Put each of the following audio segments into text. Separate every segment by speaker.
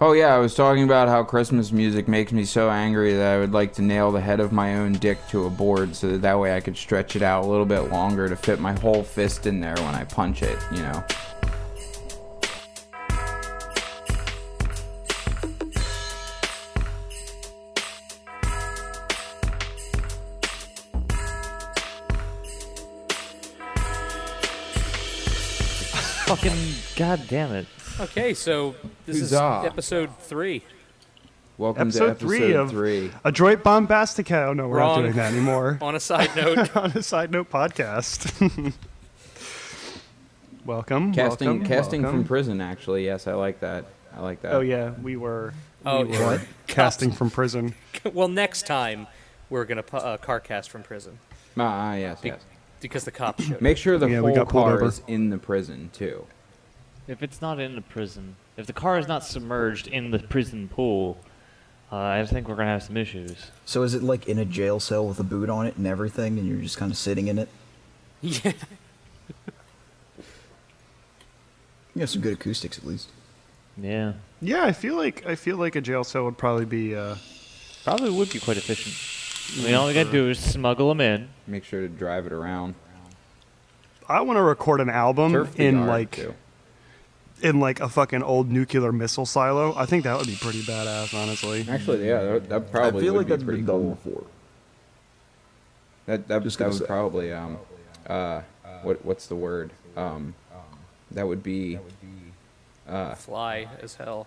Speaker 1: Oh yeah, I was talking about how Christmas music makes me so angry that I would like to nail the head of my own dick to a board so that that way I could stretch it out a little bit longer to fit my whole fist in there when I punch it, you know.
Speaker 2: Fucking god damn it.
Speaker 3: Okay, so this
Speaker 1: Huzzah.
Speaker 3: is episode three.
Speaker 1: Welcome
Speaker 4: Episode,
Speaker 1: to episode
Speaker 4: three of
Speaker 1: three.
Speaker 4: Adroit Bombastica. Oh no, we're
Speaker 3: Wrong.
Speaker 4: not doing that anymore.
Speaker 3: On a side note,
Speaker 4: On a side note podcast. welcome.
Speaker 1: Casting
Speaker 4: welcome,
Speaker 1: casting
Speaker 4: welcome.
Speaker 1: from prison actually. Yes, I like that. I like that.
Speaker 4: Oh yeah, we were.
Speaker 3: Oh,
Speaker 4: we were Casting from prison.
Speaker 3: well, next time we're gonna pu- uh, car cast from prison
Speaker 1: Ah, ah, yes,
Speaker 3: Be-
Speaker 1: yes.
Speaker 3: because the cops showed. up.
Speaker 1: Make sure the
Speaker 4: Yeah, we
Speaker 1: whole
Speaker 4: got pulled
Speaker 1: car
Speaker 4: over.
Speaker 1: is in the prison too.
Speaker 2: If it's not in the prison, if the car is not submerged in the prison pool, uh, I think we're gonna have some issues.
Speaker 5: So is it like in a jail cell with a boot on it and everything, and you're just kind of sitting in it?
Speaker 3: Yeah.
Speaker 5: You have some good acoustics at least.
Speaker 2: Yeah,
Speaker 4: Yeah, I feel like I feel like a jail cell would probably be. Uh,
Speaker 2: probably would be quite efficient. I mean, all we gotta do is smuggle them in.
Speaker 1: Make sure to drive it around.
Speaker 4: I want to record an album
Speaker 1: Turf the
Speaker 4: Um, in
Speaker 1: yard,
Speaker 4: like
Speaker 1: too.
Speaker 4: in like a fucking old nuclear missile silo. I think that would be pretty badass, honestly.
Speaker 1: Actually, yeah, that, that probably
Speaker 5: I feel
Speaker 1: would
Speaker 5: like
Speaker 1: be
Speaker 5: that's
Speaker 1: pretty
Speaker 5: been
Speaker 1: cool.
Speaker 5: done before.
Speaker 1: That that,
Speaker 5: Just
Speaker 1: that
Speaker 5: gonna
Speaker 1: would
Speaker 5: say.
Speaker 1: probably um, uh, what what's the word? Um, that would be
Speaker 3: Fly as hell.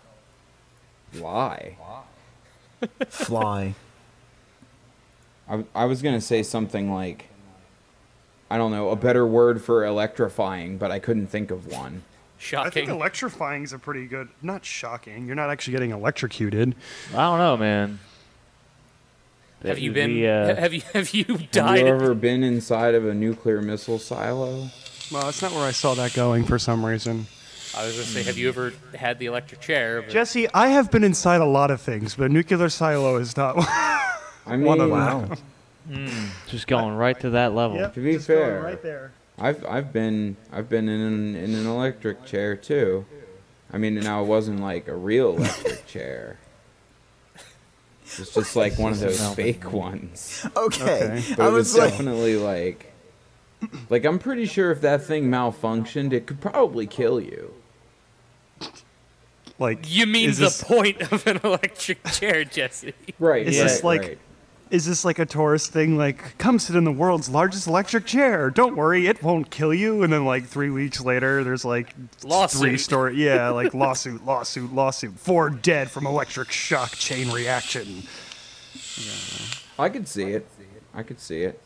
Speaker 1: lie.
Speaker 5: Fly.
Speaker 1: I I was gonna say something like, I don't know, a better word for electrifying, but I couldn't think of one.
Speaker 4: I think
Speaker 3: Shocking.
Speaker 4: electrifying is a pretty good. Not shocking. You're not actually getting electrocuted.
Speaker 2: I don't know, man.
Speaker 3: have you
Speaker 2: The-
Speaker 3: been?
Speaker 2: uh,
Speaker 3: have you have you
Speaker 1: Have
Speaker 3: died?
Speaker 1: you ever been inside of a nuclear missile silo?
Speaker 4: Well, that's not where I saw that going for some reason.
Speaker 3: I was gonna say, have you ever had the electric chair? But
Speaker 4: Jesse, I have been inside a lot of things, but a nuclear silo is not.
Speaker 1: I mean,
Speaker 4: One of
Speaker 5: Wow.
Speaker 2: just going right to that level?
Speaker 1: To be just going fair. right I've I've been I've been in an, in an electric chair too. I mean, now it wasn't like a real electric chair. It's just like one of those fake ones.
Speaker 5: Okay.
Speaker 4: Okay.
Speaker 1: But
Speaker 5: I
Speaker 1: it was
Speaker 5: was like,
Speaker 1: definitely like, like I'm pretty sure if that thing malfunctioned, it could probably kill you.
Speaker 4: Like,
Speaker 3: you mean
Speaker 4: is
Speaker 3: the
Speaker 4: this,
Speaker 3: point of an electric chair, Jesse?
Speaker 1: Right.
Speaker 4: Is this like- is this like a tourist thing? Like, come sit in the world's largest electric chair. Don't worry, it won't kill you. And then like three weeks later, there's like three
Speaker 3: Lawsuit.
Speaker 4: story. Yeah, like lawsuit, lawsuit, lawsuit. Four dead from electric shock chain reaction.
Speaker 1: I could see it. I could see it.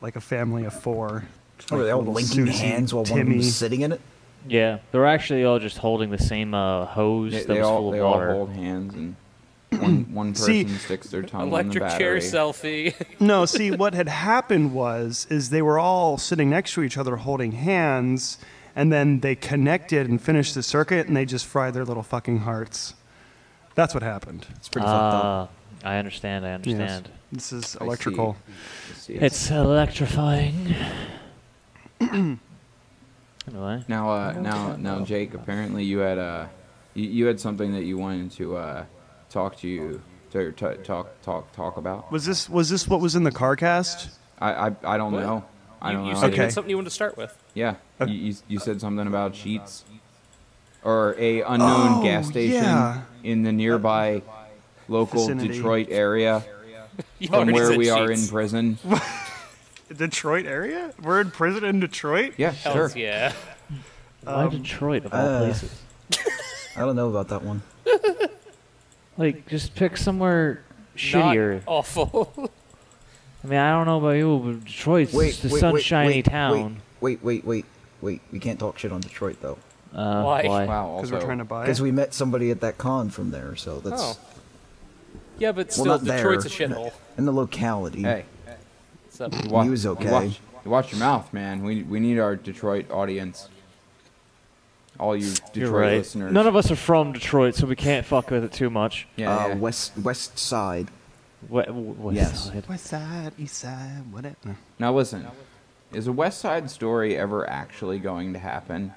Speaker 4: Like a family of four.
Speaker 5: oh,
Speaker 4: Like
Speaker 5: they all
Speaker 4: little
Speaker 5: linking
Speaker 4: Susie,
Speaker 5: hands while one of
Speaker 4: Timmy.
Speaker 5: them's sitting in it?
Speaker 2: Yeah, they're actually all just holding the same uh, hose
Speaker 1: They,
Speaker 2: that
Speaker 1: they
Speaker 2: was
Speaker 1: all
Speaker 2: full
Speaker 1: they
Speaker 2: of
Speaker 1: all
Speaker 2: water.
Speaker 1: hold hands and one one
Speaker 4: See,
Speaker 1: person sticks their tongue
Speaker 3: electric
Speaker 1: on the
Speaker 3: chair
Speaker 1: battery.
Speaker 3: selfie.
Speaker 4: No, see what had happened was is they were all sitting next to each other holding hands and then they connected and finished the circuit and they just fried their little fucking hearts. That's what happened.
Speaker 5: It's pretty fucked up.
Speaker 2: Ah, I understand. I
Speaker 4: Yes.
Speaker 2: understand.
Speaker 4: This is
Speaker 1: I
Speaker 4: electrical.
Speaker 1: I see it.
Speaker 2: It's electrifying. anyway,
Speaker 1: Now, uh, now, now, Jake. Apparently, you had uh, you, you had something that you wanted to uh, talk to you to, to talk talk talk about.
Speaker 4: Was this was this what was in the car cast?
Speaker 1: I I, I don't know. I
Speaker 3: you,
Speaker 1: don't
Speaker 3: you
Speaker 1: know.
Speaker 3: said Uh, you
Speaker 4: Okay.
Speaker 3: had something you wanted to start with.
Speaker 1: Yeah, you, you, you said something about sheets or a unknown
Speaker 4: Oh,
Speaker 1: gas station
Speaker 4: yeah.
Speaker 1: in the nearby local
Speaker 4: Vicinity.
Speaker 1: Detroit area
Speaker 3: You
Speaker 1: from
Speaker 3: already
Speaker 1: where
Speaker 3: said
Speaker 1: we are in
Speaker 3: sheets.
Speaker 1: prison.
Speaker 4: Detroit area? We're in prison in Detroit?
Speaker 1: Yeah, sure.
Speaker 3: Hells yeah.
Speaker 2: why Detroit of all
Speaker 5: uh,
Speaker 2: places?
Speaker 5: I don't know about that one.
Speaker 2: Like, just pick somewhere
Speaker 3: Not
Speaker 2: shittier.
Speaker 3: awful.
Speaker 2: I mean, I don't know about you, but Detroit's
Speaker 5: Wait,
Speaker 2: just a
Speaker 5: wait,
Speaker 2: sunshiny
Speaker 5: wait, wait,
Speaker 2: town.
Speaker 5: Wait, wait, wait, wait. We can't talk shit on Detroit, though.
Speaker 2: Uh,
Speaker 3: Why?
Speaker 1: Wow. Also,
Speaker 4: Because we're trying to buy it.
Speaker 5: Because we met somebody at that con from there, so that's.
Speaker 3: Oh. Yeah, but still,
Speaker 5: Well, not
Speaker 3: Detroit's
Speaker 5: there.
Speaker 3: a shithole.
Speaker 5: In the locality.
Speaker 1: hey,
Speaker 3: What's up?
Speaker 1: you wa-
Speaker 5: He was
Speaker 1: you
Speaker 5: okay.
Speaker 1: Watch, you watch your mouth, man. We we need our Detroit audience. All you Detroit
Speaker 2: You're right.
Speaker 1: listeners.
Speaker 2: None of us are from Detroit, so we can't fuck with it too much.
Speaker 1: Yeah,
Speaker 5: uh,
Speaker 1: yeah.
Speaker 5: West West Side.
Speaker 2: Wha- wha-
Speaker 5: Yes.
Speaker 2: side?
Speaker 4: West side, east side, whatever.
Speaker 1: Now listen, is a West Side Story ever actually going to happen?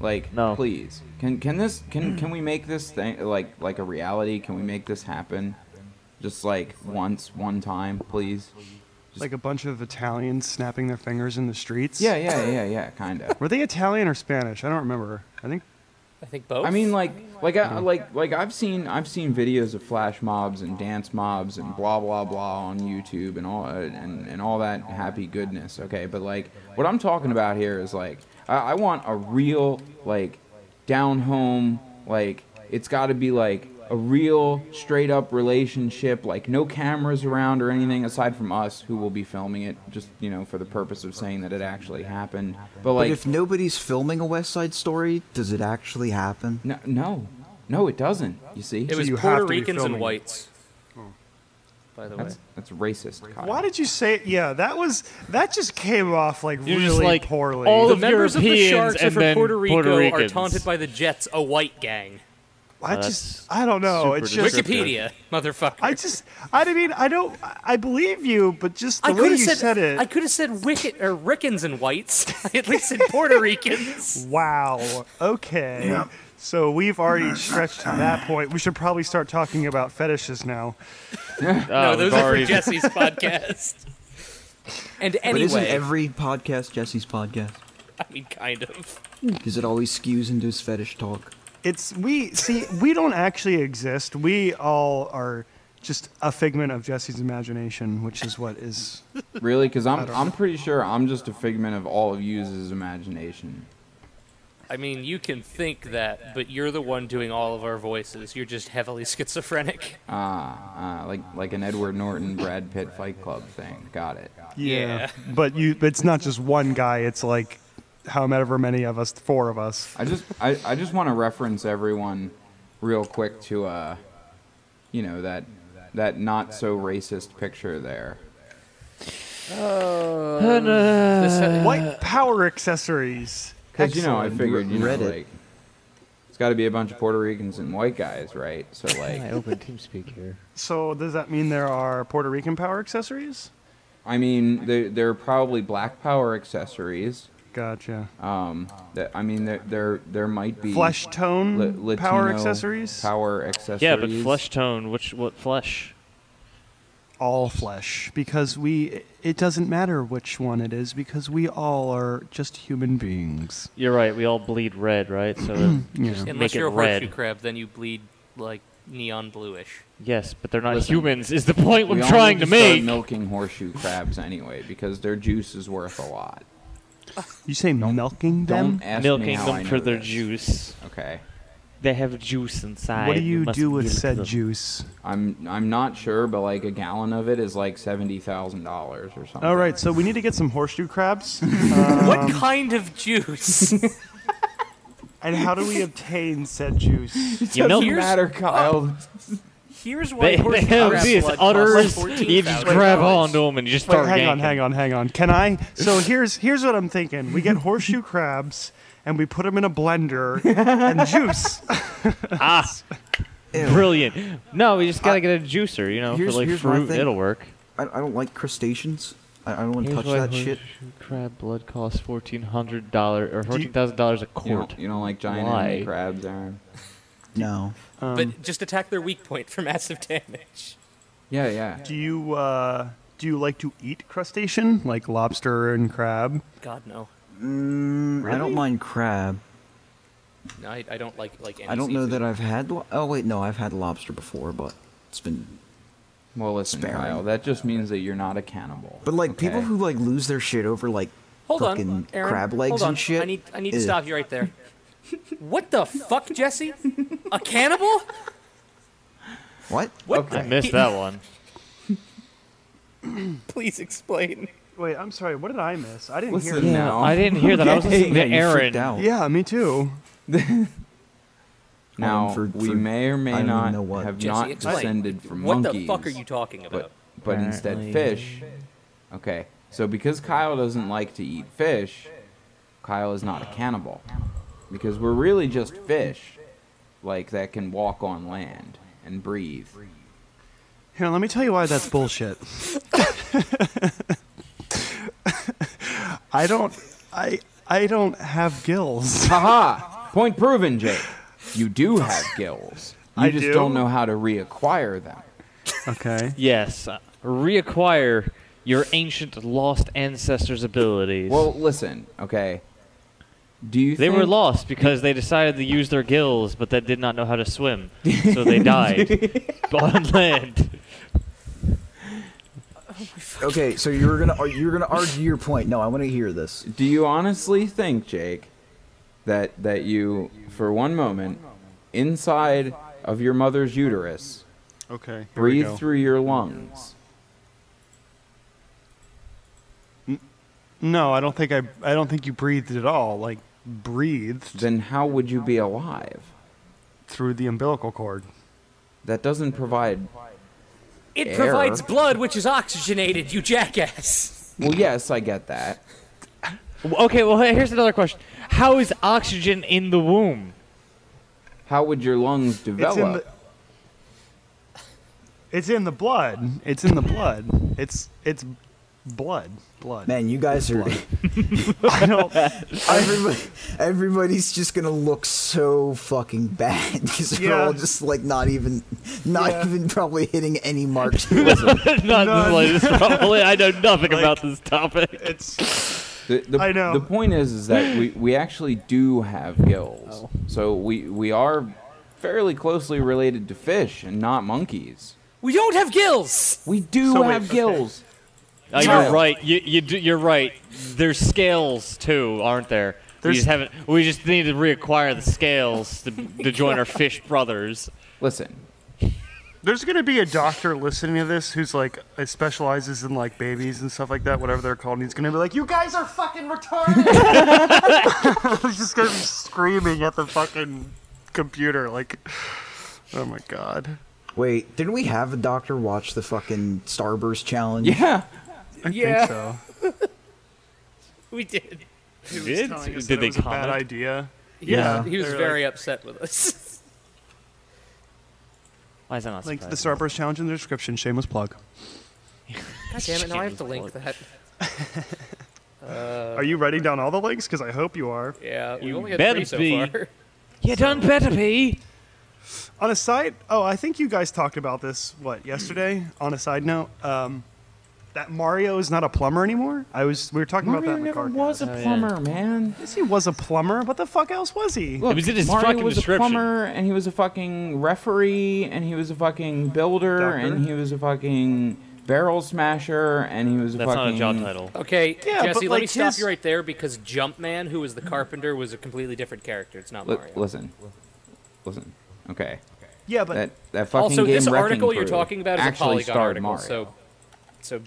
Speaker 1: Like,
Speaker 2: No.
Speaker 1: please, can can this can can we make this thing like like a reality? Can we make this happen? Just like once, one time, please.
Speaker 4: Like a bunch of Italians snapping their fingers in the streets.
Speaker 1: Yeah, yeah, yeah, yeah, kind of.
Speaker 4: Were they Italian or Spanish? I don't remember. I think
Speaker 3: I think both.
Speaker 1: I mean, like, like, I, like, like I've seen, I've seen videos of flash mobs and dance mobs and blah blah blah on YouTube and all and and all that happy goodness. Okay, but like, what I'm talking about here is like, I, I want a real like, down home like, it's got to be like a real straight up relationship like no cameras around or anything aside from us who will be filming it just you know for the purpose of saying that it actually happened but
Speaker 5: But
Speaker 1: like
Speaker 5: if nobody's filming a West Side Story, does it actually happen?
Speaker 1: no no no it doesn't you see
Speaker 3: it was
Speaker 4: you have
Speaker 3: Puerto
Speaker 4: to be
Speaker 3: Ricans and
Speaker 4: filming.
Speaker 3: whites. By the way,
Speaker 1: That's that's racist. Kyle.
Speaker 4: Why did you say? Yeah, that was that just came off like
Speaker 2: You're
Speaker 4: really
Speaker 2: just like,
Speaker 4: poorly.
Speaker 2: all
Speaker 3: the
Speaker 2: of
Speaker 3: members of the
Speaker 2: Europeans
Speaker 3: Sharks
Speaker 2: and
Speaker 3: and for
Speaker 2: then
Speaker 3: Puerto Rico
Speaker 2: Puerto
Speaker 3: are
Speaker 2: Ricans.
Speaker 3: taunted by the Jets, a white gang.
Speaker 4: I
Speaker 2: That's
Speaker 4: just I don't know.
Speaker 2: super
Speaker 4: It's just
Speaker 2: descriptive.
Speaker 3: Wikipedia, motherfucker.
Speaker 4: I just I mean I don't I believe you, but just the
Speaker 3: I
Speaker 4: way
Speaker 3: could
Speaker 4: you
Speaker 3: have
Speaker 4: said,
Speaker 3: said,
Speaker 4: it.
Speaker 3: I could have said wicket or Rickens and whites. I at least said Puerto Ricans.
Speaker 4: wow. Okay. So we've already stretched to that point. We should probably start talking about fetishes now.
Speaker 3: no,
Speaker 2: Oh, we've
Speaker 3: those are for
Speaker 2: already-
Speaker 3: Jesse's podcast. And
Speaker 5: But isn't
Speaker 3: anyway,
Speaker 5: every podcast Jesse's podcast?
Speaker 3: I mean, kind of.
Speaker 5: Because it always skews into his fetish talk.
Speaker 4: It's we see we don't actually exist. We all are just a figment of Jesse's imagination, which is what is
Speaker 1: Really? Because I'm I'm pretty sure I'm just a figment of all of you's imagination.
Speaker 3: I mean, you can think that, but you're the one doing all of our voices. You're just heavily schizophrenic.
Speaker 1: Ah, uh, like like an Edward Norton, Brad Pitt, Fight Club thing. Got it.
Speaker 4: Yeah.
Speaker 3: Yeah.
Speaker 4: But you but it's not just one guy, it's like however many of us, four of us.
Speaker 1: I just I, I just want to reference everyone, real quick to uh, you know that that not so racist picture there.
Speaker 2: Uh,
Speaker 3: This ha-
Speaker 4: White power accessories.
Speaker 1: Because you know I
Speaker 5: Excellent.
Speaker 1: figured you know
Speaker 5: Reddit.
Speaker 1: like it's got to be a bunch of Puerto Ricans and white guys, right? So like.
Speaker 6: I open TeamSpeak here.
Speaker 4: So does that mean there are Puerto Rican power accessories?
Speaker 1: I mean, there, there are probably black power accessories.
Speaker 4: Gotcha.
Speaker 1: Um, that, I mean, there, there, there might be
Speaker 4: Flesh tone
Speaker 1: Li- Latino
Speaker 4: power accessories?
Speaker 1: Power accessories.
Speaker 2: Yeah, but flesh tone. Which what flesh?
Speaker 4: all flesh because we it doesn't matter which one it is because we all are just human beings.
Speaker 2: You're right. We all bleed red, right? So
Speaker 4: Yeah.
Speaker 2: just make
Speaker 3: unless
Speaker 2: it
Speaker 3: you're a
Speaker 2: red.
Speaker 3: horseshoe crab, then you bleed like neon bluish.
Speaker 2: Yes, but they're not
Speaker 1: Listen,
Speaker 2: humans. Is the point
Speaker 1: We
Speaker 2: I'm
Speaker 1: all
Speaker 2: trying
Speaker 1: need
Speaker 2: to
Speaker 1: to start
Speaker 2: make?
Speaker 1: milking horseshoe crabs anyway because their juice is worth a lot.
Speaker 4: You say milking them?
Speaker 1: Don't ask me
Speaker 2: Milking
Speaker 1: how I
Speaker 2: them
Speaker 1: know
Speaker 2: for their
Speaker 1: this.
Speaker 2: juice.
Speaker 1: Okay,
Speaker 2: They have juice inside.
Speaker 4: What do
Speaker 2: We
Speaker 4: you
Speaker 2: must
Speaker 4: do with
Speaker 2: milk
Speaker 4: said
Speaker 2: them.
Speaker 4: juice?
Speaker 1: I'm I'm not sure, but like a gallon of it is like seventy thousand dollars or something.
Speaker 4: All right, so we need to get some horseshoe crabs.
Speaker 2: Um,
Speaker 3: what kind of juice?
Speaker 4: and how do we obtain said juice?
Speaker 1: it
Speaker 2: You
Speaker 1: doesn't
Speaker 2: milk-
Speaker 1: matter, Kyle.
Speaker 3: Here's
Speaker 2: They,
Speaker 3: why
Speaker 2: they
Speaker 3: horseshoe
Speaker 2: have
Speaker 3: crab
Speaker 2: these
Speaker 3: blood
Speaker 2: udders.
Speaker 3: costs like
Speaker 2: You just
Speaker 3: 14,000.
Speaker 2: grab onto them and you just
Speaker 4: Wait,
Speaker 2: start
Speaker 4: hang on,
Speaker 2: yanking.
Speaker 4: hang on, hang on. Can I? So here's here's what I'm thinking. We get horseshoe crabs and we put them in a blender and juice.
Speaker 2: Ah, brilliant. No, we just gotta get a juicer. You know,
Speaker 5: Here's-
Speaker 2: for like
Speaker 5: here's my
Speaker 2: fruit,
Speaker 5: thing.
Speaker 2: it'll work.
Speaker 5: I, I don't like crustaceans. I, I don't want to
Speaker 2: Here's
Speaker 5: touch
Speaker 2: why
Speaker 5: that shit.
Speaker 2: horseshoe Crab blood costs fourteen hundred dollars or fourteen thousand dollars a
Speaker 1: You
Speaker 2: quart.
Speaker 1: don't, you don't like giant
Speaker 2: Why?
Speaker 1: enemy crabs, Aaron?
Speaker 5: No.
Speaker 3: But just attack their weak point for massive damage.
Speaker 1: Yeah, yeah.
Speaker 4: Do you uh, do you like to eat crustacean like lobster and crab?
Speaker 3: God no.
Speaker 5: Mm, I
Speaker 4: Really?
Speaker 5: don't mind crab.
Speaker 3: No, I, I don't like like. Any
Speaker 5: I don't know
Speaker 3: seafood.
Speaker 5: that I've had. Lo- oh wait, no, I've had lobster before, but it's been.
Speaker 1: Well, listen,
Speaker 5: Sparing.
Speaker 1: Kyle. That just means that you're not a cannibal.
Speaker 5: But like people
Speaker 1: okay?
Speaker 5: who like lose their shit over like
Speaker 3: Hold
Speaker 5: fucking
Speaker 3: on, Aaron,
Speaker 5: crab legs
Speaker 3: hold on.
Speaker 5: and shit.
Speaker 3: I need I need to
Speaker 5: Ugh.
Speaker 3: stop you right there. What the fuck, Jesse? A cannibal?
Speaker 5: What?
Speaker 3: What?
Speaker 2: I
Speaker 1: Okay.
Speaker 2: missed that one.
Speaker 3: Please explain.
Speaker 4: Wait, I'm sorry. What did I miss? I didn't
Speaker 1: Listen
Speaker 4: hear.
Speaker 1: now.
Speaker 2: I didn't hear that. I was
Speaker 1: Okay.
Speaker 2: listening to
Speaker 5: you freaked
Speaker 2: Aaron.
Speaker 5: out.
Speaker 4: Yeah, me too.
Speaker 1: Now
Speaker 5: Um, for-
Speaker 1: we
Speaker 5: for-
Speaker 1: may or may
Speaker 5: I don't
Speaker 1: not
Speaker 5: even know what.
Speaker 1: have
Speaker 3: Jesse,
Speaker 1: not
Speaker 3: explain.
Speaker 1: descended from
Speaker 3: what
Speaker 1: monkeys,
Speaker 3: the fuck are you talking about?
Speaker 1: but but instead
Speaker 2: Apparently-
Speaker 1: fish. Okay, so because Kyle doesn't like to eat fish, Kyle is not a cannibal, because we're really just fish, like that can walk on land and breathe.
Speaker 4: Here, let me tell you why that's bullshit. I don't. I I don't have gills.
Speaker 1: Haha! Point proven, Jake. You do have gills. You
Speaker 4: I
Speaker 1: just
Speaker 4: do.
Speaker 1: not know how to reacquire them.
Speaker 4: Okay.
Speaker 2: Yes, uh, reacquire your ancient lost ancestors' abilities.
Speaker 1: Well, listen, okay. Do you
Speaker 2: they
Speaker 1: think
Speaker 2: were lost because they decided to use their gills, but they did not know how to swim, so they died on land.
Speaker 5: Okay, so you're gonna ar- you're gonna argue your point. No, I want to hear this.
Speaker 1: Do you honestly think, Jake, that that you for one moment inside of your mother's uterus
Speaker 4: Okay.
Speaker 1: breathe through your lungs?
Speaker 4: No, I don't think I. I don't think you breathed at all. Like breathed
Speaker 1: Then how would you be alive?
Speaker 4: through the umbilical cord.
Speaker 1: That doesn't provide
Speaker 3: It
Speaker 1: Air.
Speaker 3: provides blood, which is oxygenated, you jackass.
Speaker 1: Well, yes, I get that.
Speaker 2: Okay, well hey, here's another question: How is oxygen in the womb?
Speaker 1: How would your lungs develop?
Speaker 4: It's in the. It's in the blood. It's in the blood. It's it's blood. Blood.
Speaker 5: Man, you guys are
Speaker 4: I don't.
Speaker 5: everybody, everybody's just gonna look so fucking bad because they're
Speaker 4: Yeah.
Speaker 5: all just like not even, not
Speaker 4: Yeah.
Speaker 5: even probably hitting any marks.
Speaker 2: Not
Speaker 4: None.
Speaker 2: the slightest, probably. I know nothing
Speaker 4: Like-
Speaker 2: about this topic.
Speaker 4: It's
Speaker 1: The, the,
Speaker 4: I know.
Speaker 1: The point is, is that we, we actually do have
Speaker 4: Oh.
Speaker 1: gills, so we we are fairly closely related to fish and not monkeys.
Speaker 3: We don't have gills.
Speaker 1: We do
Speaker 4: So wait,
Speaker 1: have
Speaker 4: okay.
Speaker 1: gills.
Speaker 2: Oh, you're
Speaker 1: Child.
Speaker 2: right. You, you do, you're right. There's scales too, aren't there?
Speaker 4: There's-
Speaker 2: we just haven't. We just need to reacquire the scales to, to join our fish brothers.
Speaker 1: Listen,
Speaker 4: there's gonna be a doctor listening to this who's like uh, specializes in like babies and stuff like that, whatever they're called. And he's gonna be like, "You guys are fucking retarded!" he's just gonna be screaming at the fucking computer, like, "Oh my god."
Speaker 5: Wait, didn't we have a doctor watch the fucking Starburst challenge?
Speaker 1: yeah,
Speaker 3: yeah,
Speaker 4: so.
Speaker 3: we did.
Speaker 2: Did, did they
Speaker 4: was a bad
Speaker 2: comment?
Speaker 4: idea.
Speaker 5: Yeah.
Speaker 3: he was
Speaker 4: They're
Speaker 3: very upset with us.
Speaker 2: Why is that not
Speaker 4: Link to the
Speaker 2: surprising?
Speaker 4: Starburst challenge in the description. Shameless plug.
Speaker 3: God damn it! Now I have to link that.
Speaker 4: Are you writing down all the links? Because I hope you are.
Speaker 3: Yeah, we
Speaker 2: You
Speaker 3: only had
Speaker 2: better
Speaker 3: three so
Speaker 2: be.
Speaker 3: far.
Speaker 2: You done better be.
Speaker 4: On a side, oh, I think you guys talked about this what yesterday. On a side note, um, that Mario is not a plumber anymore. I was we were talking
Speaker 1: Mario
Speaker 4: about that in the
Speaker 1: never
Speaker 4: car.
Speaker 1: was a
Speaker 2: Oh, yeah.
Speaker 1: plumber, man.
Speaker 4: Yes, he was a plumber. What the fuck else was he?
Speaker 1: Look,
Speaker 2: was in his
Speaker 1: Mario
Speaker 2: fucking
Speaker 1: was
Speaker 2: description.
Speaker 1: a plumber, and he was a fucking referee, and he was a fucking builder,
Speaker 4: Doctor.
Speaker 1: and he was a fucking barrel smasher, and he was a
Speaker 2: That's not
Speaker 1: fucking
Speaker 2: a job title.
Speaker 3: Okay,
Speaker 4: Yeah, but,
Speaker 3: Jesse, let me
Speaker 4: like,
Speaker 3: stop
Speaker 4: his-
Speaker 3: you right there because Jumpman, who was the carpenter, was a completely different character. It's not
Speaker 1: Li-
Speaker 3: Mario.
Speaker 1: listen, listen. Okay.
Speaker 4: yeah, but
Speaker 1: that that fucking
Speaker 3: also,
Speaker 1: game
Speaker 3: this
Speaker 1: Wrecking
Speaker 3: article you're
Speaker 1: Crew
Speaker 3: talking about is a
Speaker 1: actually
Speaker 3: Polygon
Speaker 1: starred
Speaker 3: article,
Speaker 1: Mario.
Speaker 3: so so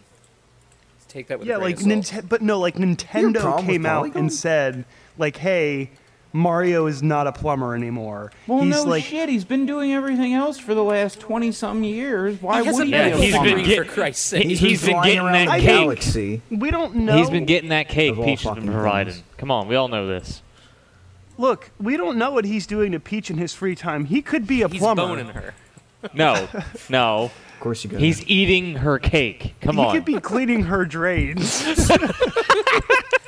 Speaker 3: take that with
Speaker 4: yeah,
Speaker 3: a grain
Speaker 4: like
Speaker 3: of salt.
Speaker 4: Nintendo. But no, like
Speaker 5: Your
Speaker 4: Nintendo
Speaker 5: problem with
Speaker 4: came out
Speaker 5: Polygon?
Speaker 4: and said like, hey, Mario is not a plumber anymore.
Speaker 1: well,
Speaker 4: he's
Speaker 1: no
Speaker 4: like,
Speaker 1: shit. He's been doing everything else for the last twenty some years. Why
Speaker 3: He has
Speaker 1: would
Speaker 3: a
Speaker 1: he?
Speaker 2: Yeah,
Speaker 1: be
Speaker 2: he's
Speaker 1: a
Speaker 2: been
Speaker 1: plumber?
Speaker 3: for
Speaker 2: get-
Speaker 3: Christ's sake.
Speaker 2: he-
Speaker 5: He's been
Speaker 2: he's been
Speaker 5: flying
Speaker 2: getting
Speaker 5: around
Speaker 2: that
Speaker 5: the
Speaker 2: cake.
Speaker 5: galaxy.
Speaker 4: we don't know.
Speaker 2: He's been getting that cake
Speaker 5: Of all
Speaker 2: Peach has been
Speaker 5: fucking
Speaker 2: providing.
Speaker 5: things.
Speaker 2: Come on, we all know this.
Speaker 4: Look, we don't know what he's doing to Peach in his free time. He could be a
Speaker 3: He's
Speaker 4: plumber.
Speaker 3: boning her.
Speaker 2: No, no,
Speaker 5: Of course you go.
Speaker 2: he's eating her cake. Come
Speaker 4: he
Speaker 2: on.
Speaker 4: could be cleaning her drains.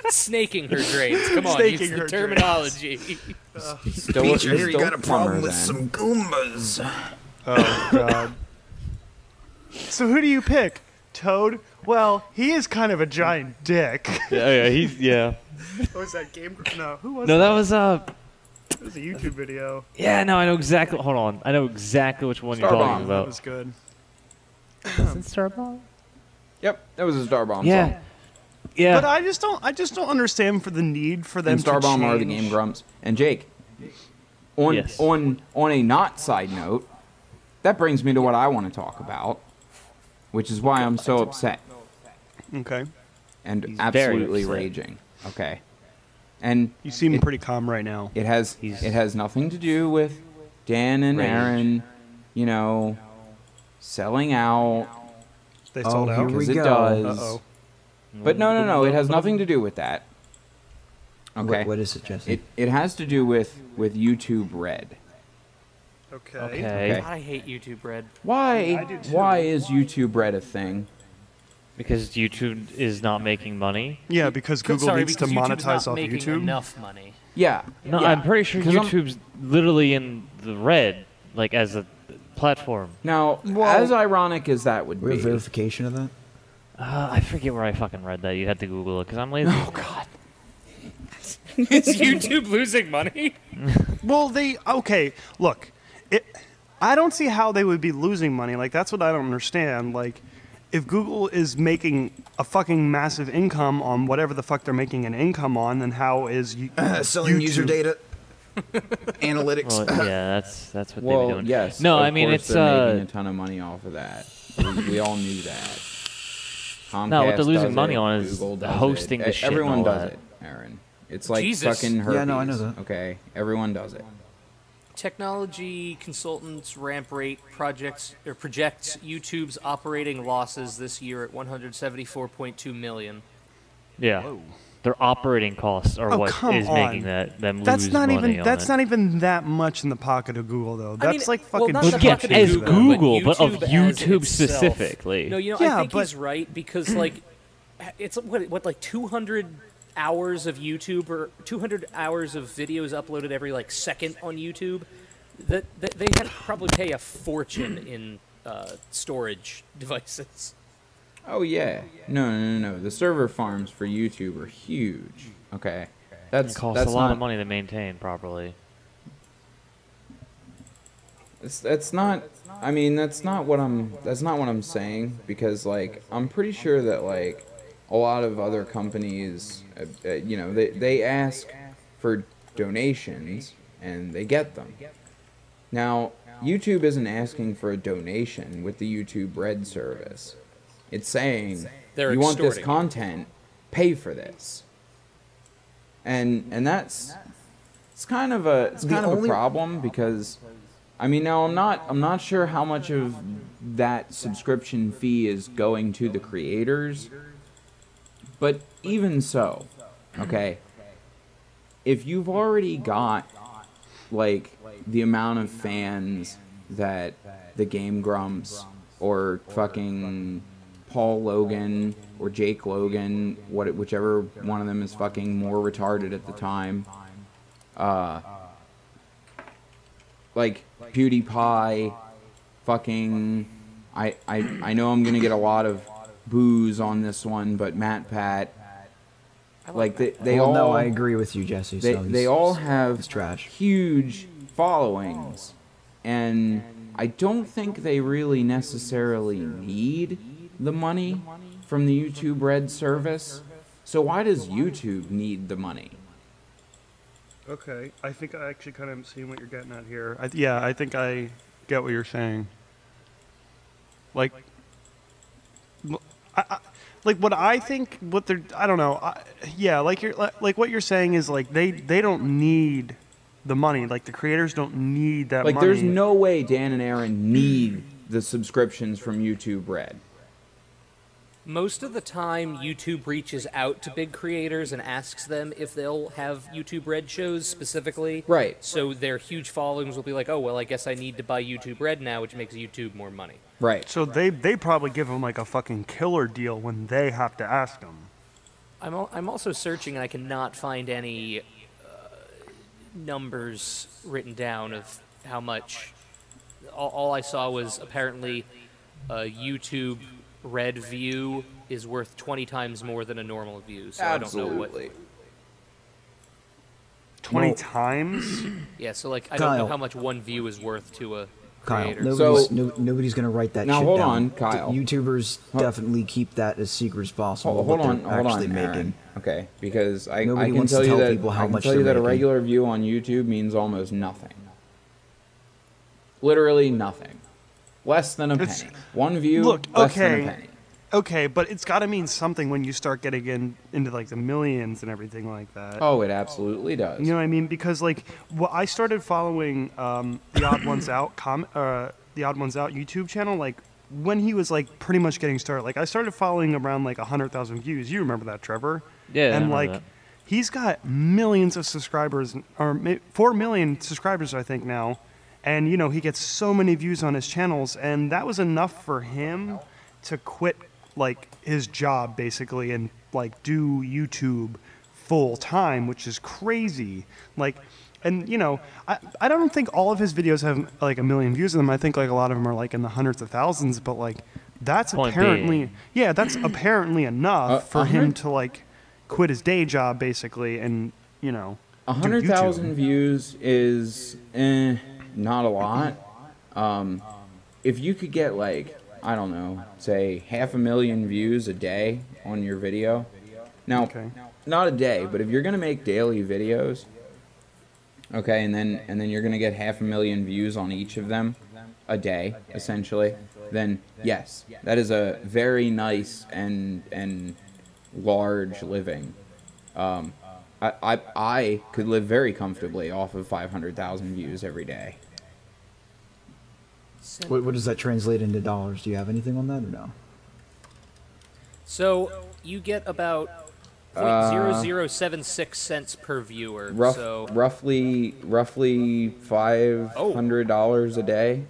Speaker 3: Snaking her drains. Come on,
Speaker 4: Snaking
Speaker 3: use
Speaker 4: her
Speaker 3: the
Speaker 4: drains.
Speaker 3: terminology.
Speaker 1: Still,
Speaker 5: Peach, I
Speaker 1: he's
Speaker 5: hear you
Speaker 1: still
Speaker 5: got a
Speaker 1: plumber
Speaker 5: problem with
Speaker 1: then.
Speaker 5: some Goombas.
Speaker 4: Oh god. so who do you pick? Toad? Well, he is kind of a giant dick.
Speaker 2: yeah, yeah, he's yeah.
Speaker 4: what was that game? No, who was
Speaker 2: No,
Speaker 4: that?
Speaker 2: that was uh.
Speaker 4: It was a YouTube video.
Speaker 2: Yeah, no, I know exactly. Hold on, I know exactly which one you're
Speaker 1: Starbomb.
Speaker 2: talking
Speaker 4: That
Speaker 2: about.
Speaker 4: was good.
Speaker 1: Yep, that was a Star Bomb
Speaker 2: Yeah,
Speaker 1: song.
Speaker 2: yeah.
Speaker 4: But uh, I just don't I just don't understand for the need for them
Speaker 1: And Star
Speaker 4: to
Speaker 1: Bomb are the
Speaker 4: change.
Speaker 1: game grumps. And Jake, on
Speaker 2: Yes.
Speaker 1: on on a not side note, that brings me to what I want to talk about, which is why I'm so upset.
Speaker 4: Okay.
Speaker 1: and
Speaker 2: He's very
Speaker 1: absolutely
Speaker 2: upset.
Speaker 1: raging. Okay, and
Speaker 4: You seem
Speaker 1: It-
Speaker 4: pretty calm right now.
Speaker 1: it has
Speaker 2: He's-
Speaker 1: it has nothing to do with Dan and
Speaker 2: Rage.
Speaker 1: Aaron, you know, selling out
Speaker 4: They
Speaker 5: Oh,
Speaker 4: sold out.
Speaker 5: here
Speaker 1: because
Speaker 5: we
Speaker 1: it
Speaker 5: go.
Speaker 1: does.
Speaker 4: Uh-oh.
Speaker 1: But no, no, no, it has nothing to do with that. Okay,
Speaker 5: What, what is it, Jesse?
Speaker 1: it it has to do with with YouTube Red.
Speaker 4: Okay.
Speaker 2: okay.
Speaker 1: Okay.
Speaker 3: I hate YouTube Red.
Speaker 1: Why why is YouTube Red a thing?
Speaker 2: because YouTube is not making money.
Speaker 4: Yeah, because Google
Speaker 3: Sorry,
Speaker 4: needs
Speaker 3: because
Speaker 4: to
Speaker 3: YouTube is
Speaker 4: monetize
Speaker 3: not
Speaker 4: off
Speaker 3: making
Speaker 4: YouTube.
Speaker 3: enough money.
Speaker 1: Yeah.
Speaker 2: No,
Speaker 1: yeah.
Speaker 2: I'm pretty sure
Speaker 1: 'Cause I'm-
Speaker 2: YouTube's literally in the red, like as a platform.
Speaker 1: Now,
Speaker 5: Well-
Speaker 1: as ironic as that would
Speaker 5: We have
Speaker 1: be,
Speaker 5: verification of that.
Speaker 2: Uh, I forget where I fucking read that. You had to Google it because I'm lazy.
Speaker 1: oh god,
Speaker 3: Is YouTube losing money?
Speaker 4: Well, they okay. Look, it, I don't see how they would be losing money. Like that's what I don't understand. Like, if Google is making a fucking massive income on whatever the fuck they're making an income on, then how is you
Speaker 5: selling user
Speaker 4: YouTube-
Speaker 5: data, analytics.
Speaker 2: Well, yeah, that's that's what they
Speaker 1: well,
Speaker 2: were doing.
Speaker 1: yes.
Speaker 2: No,
Speaker 1: of
Speaker 2: I mean
Speaker 1: course
Speaker 2: it's
Speaker 1: they're making
Speaker 2: uh,
Speaker 1: a ton of money off of that. We, we all knew that.
Speaker 2: No, what
Speaker 1: Comcast
Speaker 2: they're losing
Speaker 1: does
Speaker 2: money
Speaker 1: it,
Speaker 2: on is
Speaker 1: Google does
Speaker 2: hosting
Speaker 1: it.
Speaker 2: the
Speaker 1: E-
Speaker 2: shit and
Speaker 1: Everyone
Speaker 2: all
Speaker 1: does
Speaker 2: that.
Speaker 1: it, Aaron. It's like
Speaker 3: Jesus.
Speaker 1: fucking herpes.
Speaker 5: Yeah, no, I know that.
Speaker 1: Okay, everyone does it.
Speaker 3: Technology consultants ramp rate projects or projects YouTube's operating losses this year at 174.2 million.
Speaker 2: yeah. Their operating costs are
Speaker 4: Oh,
Speaker 2: what
Speaker 4: come
Speaker 2: is
Speaker 4: on.
Speaker 2: making that them
Speaker 4: That's
Speaker 2: lose
Speaker 4: not
Speaker 2: money
Speaker 4: even.
Speaker 2: on
Speaker 4: That's
Speaker 2: it.
Speaker 4: not even that much in the pocket of Google though.
Speaker 3: mean,
Speaker 4: That's like
Speaker 3: well,
Speaker 4: fucking.
Speaker 3: not
Speaker 2: Well,
Speaker 3: the
Speaker 4: chicken
Speaker 2: yeah,
Speaker 3: bucket
Speaker 4: shit
Speaker 2: as
Speaker 4: though.
Speaker 3: Google,
Speaker 2: Google, but of
Speaker 3: as
Speaker 2: YouTube
Speaker 3: itself.
Speaker 2: specifically.
Speaker 3: No, you know,
Speaker 4: Yeah,
Speaker 3: I think
Speaker 4: but-
Speaker 3: he's right because like it's what what like 200 hours of YouTube or 200 hours of videos uploaded every like second on YouTube. That, that they had to probably pay a fortune in uh, storage devices.
Speaker 1: Oh yeah. No, no, no, no. The server farms for YouTube are huge. Okay. That's
Speaker 2: It costs
Speaker 1: that's
Speaker 2: a lot
Speaker 1: not,
Speaker 2: of money to maintain properly.
Speaker 1: It's, that's not. I mean, that's not what I'm. That's not what I'm saying because, like, I'm pretty sure that like a lot of other companies, uh, uh, you know, they they ask for donations and they get them. Now, YouTube isn't asking for a donation with the YouTube Red service. It's saying
Speaker 3: They're
Speaker 1: you want this
Speaker 3: extorting you."
Speaker 1: content, pay for this. And and that's it's kind of a it's
Speaker 5: The
Speaker 1: kind of a
Speaker 5: only-
Speaker 1: problem because I mean now I'm not I'm not sure how much of that subscription fee is going to the creators. But even so, okay. If you've already got like the amount of fans that the Game Grumps or fucking Paul Logan or Jake Logan, what whichever one of them is fucking more retarded at the time. Uh, like PewDiePie, fucking. I, I I know I'm gonna get a lot of boos on this one, but Matt Pat, like they they
Speaker 5: well,
Speaker 1: all
Speaker 5: no, I agree with you, Jesse.
Speaker 1: they,
Speaker 5: so he's-
Speaker 1: they all have
Speaker 5: it's trash.
Speaker 1: huge followings and i don't think they really necessarily need the money from the youtube red service so why does youtube need the money
Speaker 4: Okay, I think I actually kind of am seeing what you're getting at here. I th- yeah, I think I get what you're saying. Like, l- I, I- like what I think, what they're, I don't know. I, yeah, like you're, like, like what you're saying is like they they don't need the money. Like the creators don't need that.
Speaker 1: like
Speaker 4: money.
Speaker 1: there's no way dan and aaron need the subscriptions from youtube red
Speaker 3: Most of the time, YouTube reaches out to big creators and asks them if they'll have YouTube Red shows specifically.
Speaker 1: Right.
Speaker 3: So their huge followings will be like, oh, well, I guess I need to buy YouTube Red now, which makes YouTube more money.
Speaker 1: right
Speaker 4: So they they probably give them like a fucking killer deal when they have to ask them.
Speaker 3: I'm, al- I'm also searching and I cannot find any uh, numbers written down of how much. All, all I saw was apparently a YouTube Red view is worth 20 times more than a normal view. So I don't know what.
Speaker 1: absolutely
Speaker 4: Twenty
Speaker 5: No.
Speaker 4: times.
Speaker 3: Yeah, so like I don't know
Speaker 5: Kyle.
Speaker 3: how much one view is worth to a
Speaker 5: Kyle,
Speaker 3: creator.
Speaker 5: nobody's,
Speaker 1: So-
Speaker 5: no, nobody's gonna write that.
Speaker 1: Now,
Speaker 5: shit
Speaker 1: hold
Speaker 5: down.
Speaker 1: on,
Speaker 5: The
Speaker 1: Kyle.
Speaker 5: YouTubers definitely keep that as secret as possible.
Speaker 1: Hold,
Speaker 5: what
Speaker 1: hold on,
Speaker 5: they're
Speaker 1: hold
Speaker 5: actually
Speaker 1: on,
Speaker 5: making.
Speaker 1: Aaron. Okay, because I, I
Speaker 5: Nobody
Speaker 1: can
Speaker 5: wants to
Speaker 1: tell you
Speaker 5: tell
Speaker 1: that
Speaker 5: people how
Speaker 1: I can
Speaker 5: much
Speaker 1: tell you
Speaker 5: they're
Speaker 1: that a
Speaker 5: making.
Speaker 1: regular view on YouTube means almost nothing. Literally nothing. Less than a
Speaker 4: It's-
Speaker 1: penny. One view,
Speaker 4: Look,
Speaker 1: less than
Speaker 4: okay.
Speaker 1: a penny.
Speaker 4: Okay, but it's got to mean something when you start getting in, into like the millions and everything like that.
Speaker 1: Oh, it absolutely does.
Speaker 4: You know what I mean? Because like, well, I started following um, the Odd Ones Out com- uh, the Odd Ones Out YouTube channel like when he was like pretty much getting started. Like I started following around like hundred thousand views. You remember that, Trevor?
Speaker 2: Yeah, I
Speaker 4: And
Speaker 2: remember
Speaker 4: like,
Speaker 2: that.
Speaker 4: he's got millions of subscribers, or ma- four million subscribers, I think now. And you know, he gets so many views on his channels, and that was enough for him to quit like his job basically and like do YouTube full time, which is crazy. Like, and you know, I, I don't think all of his videos have like a million views on them. I think like a lot of them are like in the hundreds of thousands, but like that's
Speaker 2: Point
Speaker 4: apparently
Speaker 2: being.
Speaker 4: yeah, that's apparently enough
Speaker 1: Uh,
Speaker 4: for
Speaker 1: a
Speaker 4: him
Speaker 1: hundred-
Speaker 4: to like quit his day job basically and, you know,
Speaker 1: A
Speaker 4: do
Speaker 1: hundred
Speaker 4: YouTube.
Speaker 1: thousand views is eh, not a lot. Um, if you could get like I don't know, say half a million views a day on your video. Now,
Speaker 4: Okay.
Speaker 1: not a day, but if you're gonna make daily videos, okay, and then and then you're gonna get half a million views on each of them a day, essentially. Then yes, that is a very nice and and large living. Um, I, I, I could live very comfortably off of 500,000 views every day.
Speaker 5: What, what does that translate into dollars? Do you have anything on that or no?
Speaker 3: So you get about
Speaker 1: Uh,
Speaker 3: 0.0076 cents per viewer.
Speaker 1: Rough,
Speaker 3: so
Speaker 1: Roughly, roughly $500 a day.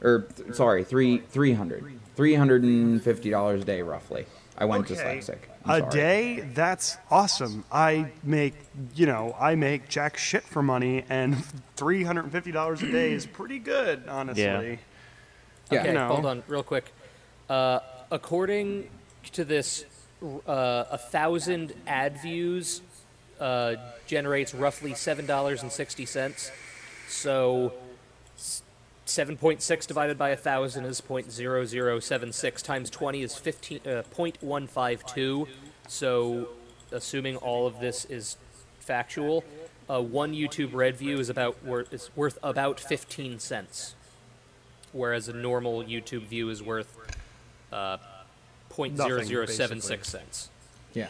Speaker 1: Or, th- sorry, three, 300. $350 a day, roughly. I went
Speaker 4: Okay.
Speaker 1: dyslexic.
Speaker 4: a
Speaker 1: I'm sorry.
Speaker 4: day that's awesome i make you know i make jack shit for money and $350 a day is pretty good honestly
Speaker 1: Yeah.
Speaker 3: okay,
Speaker 4: you know.
Speaker 3: hold on, real quick. Uh, according to this, uh, a thousand ad views uh, generates roughly seven dollars and sixty cents. So. s- 7.6 divided by 1,000 is 0.0076 times 20 is 15, uh, 0.152. So, assuming all of this is factual, uh, one YouTube red view is about wor- is worth about 15 cents, whereas a normal YouTube view is worth uh, 0.0076 cents.
Speaker 1: Yeah.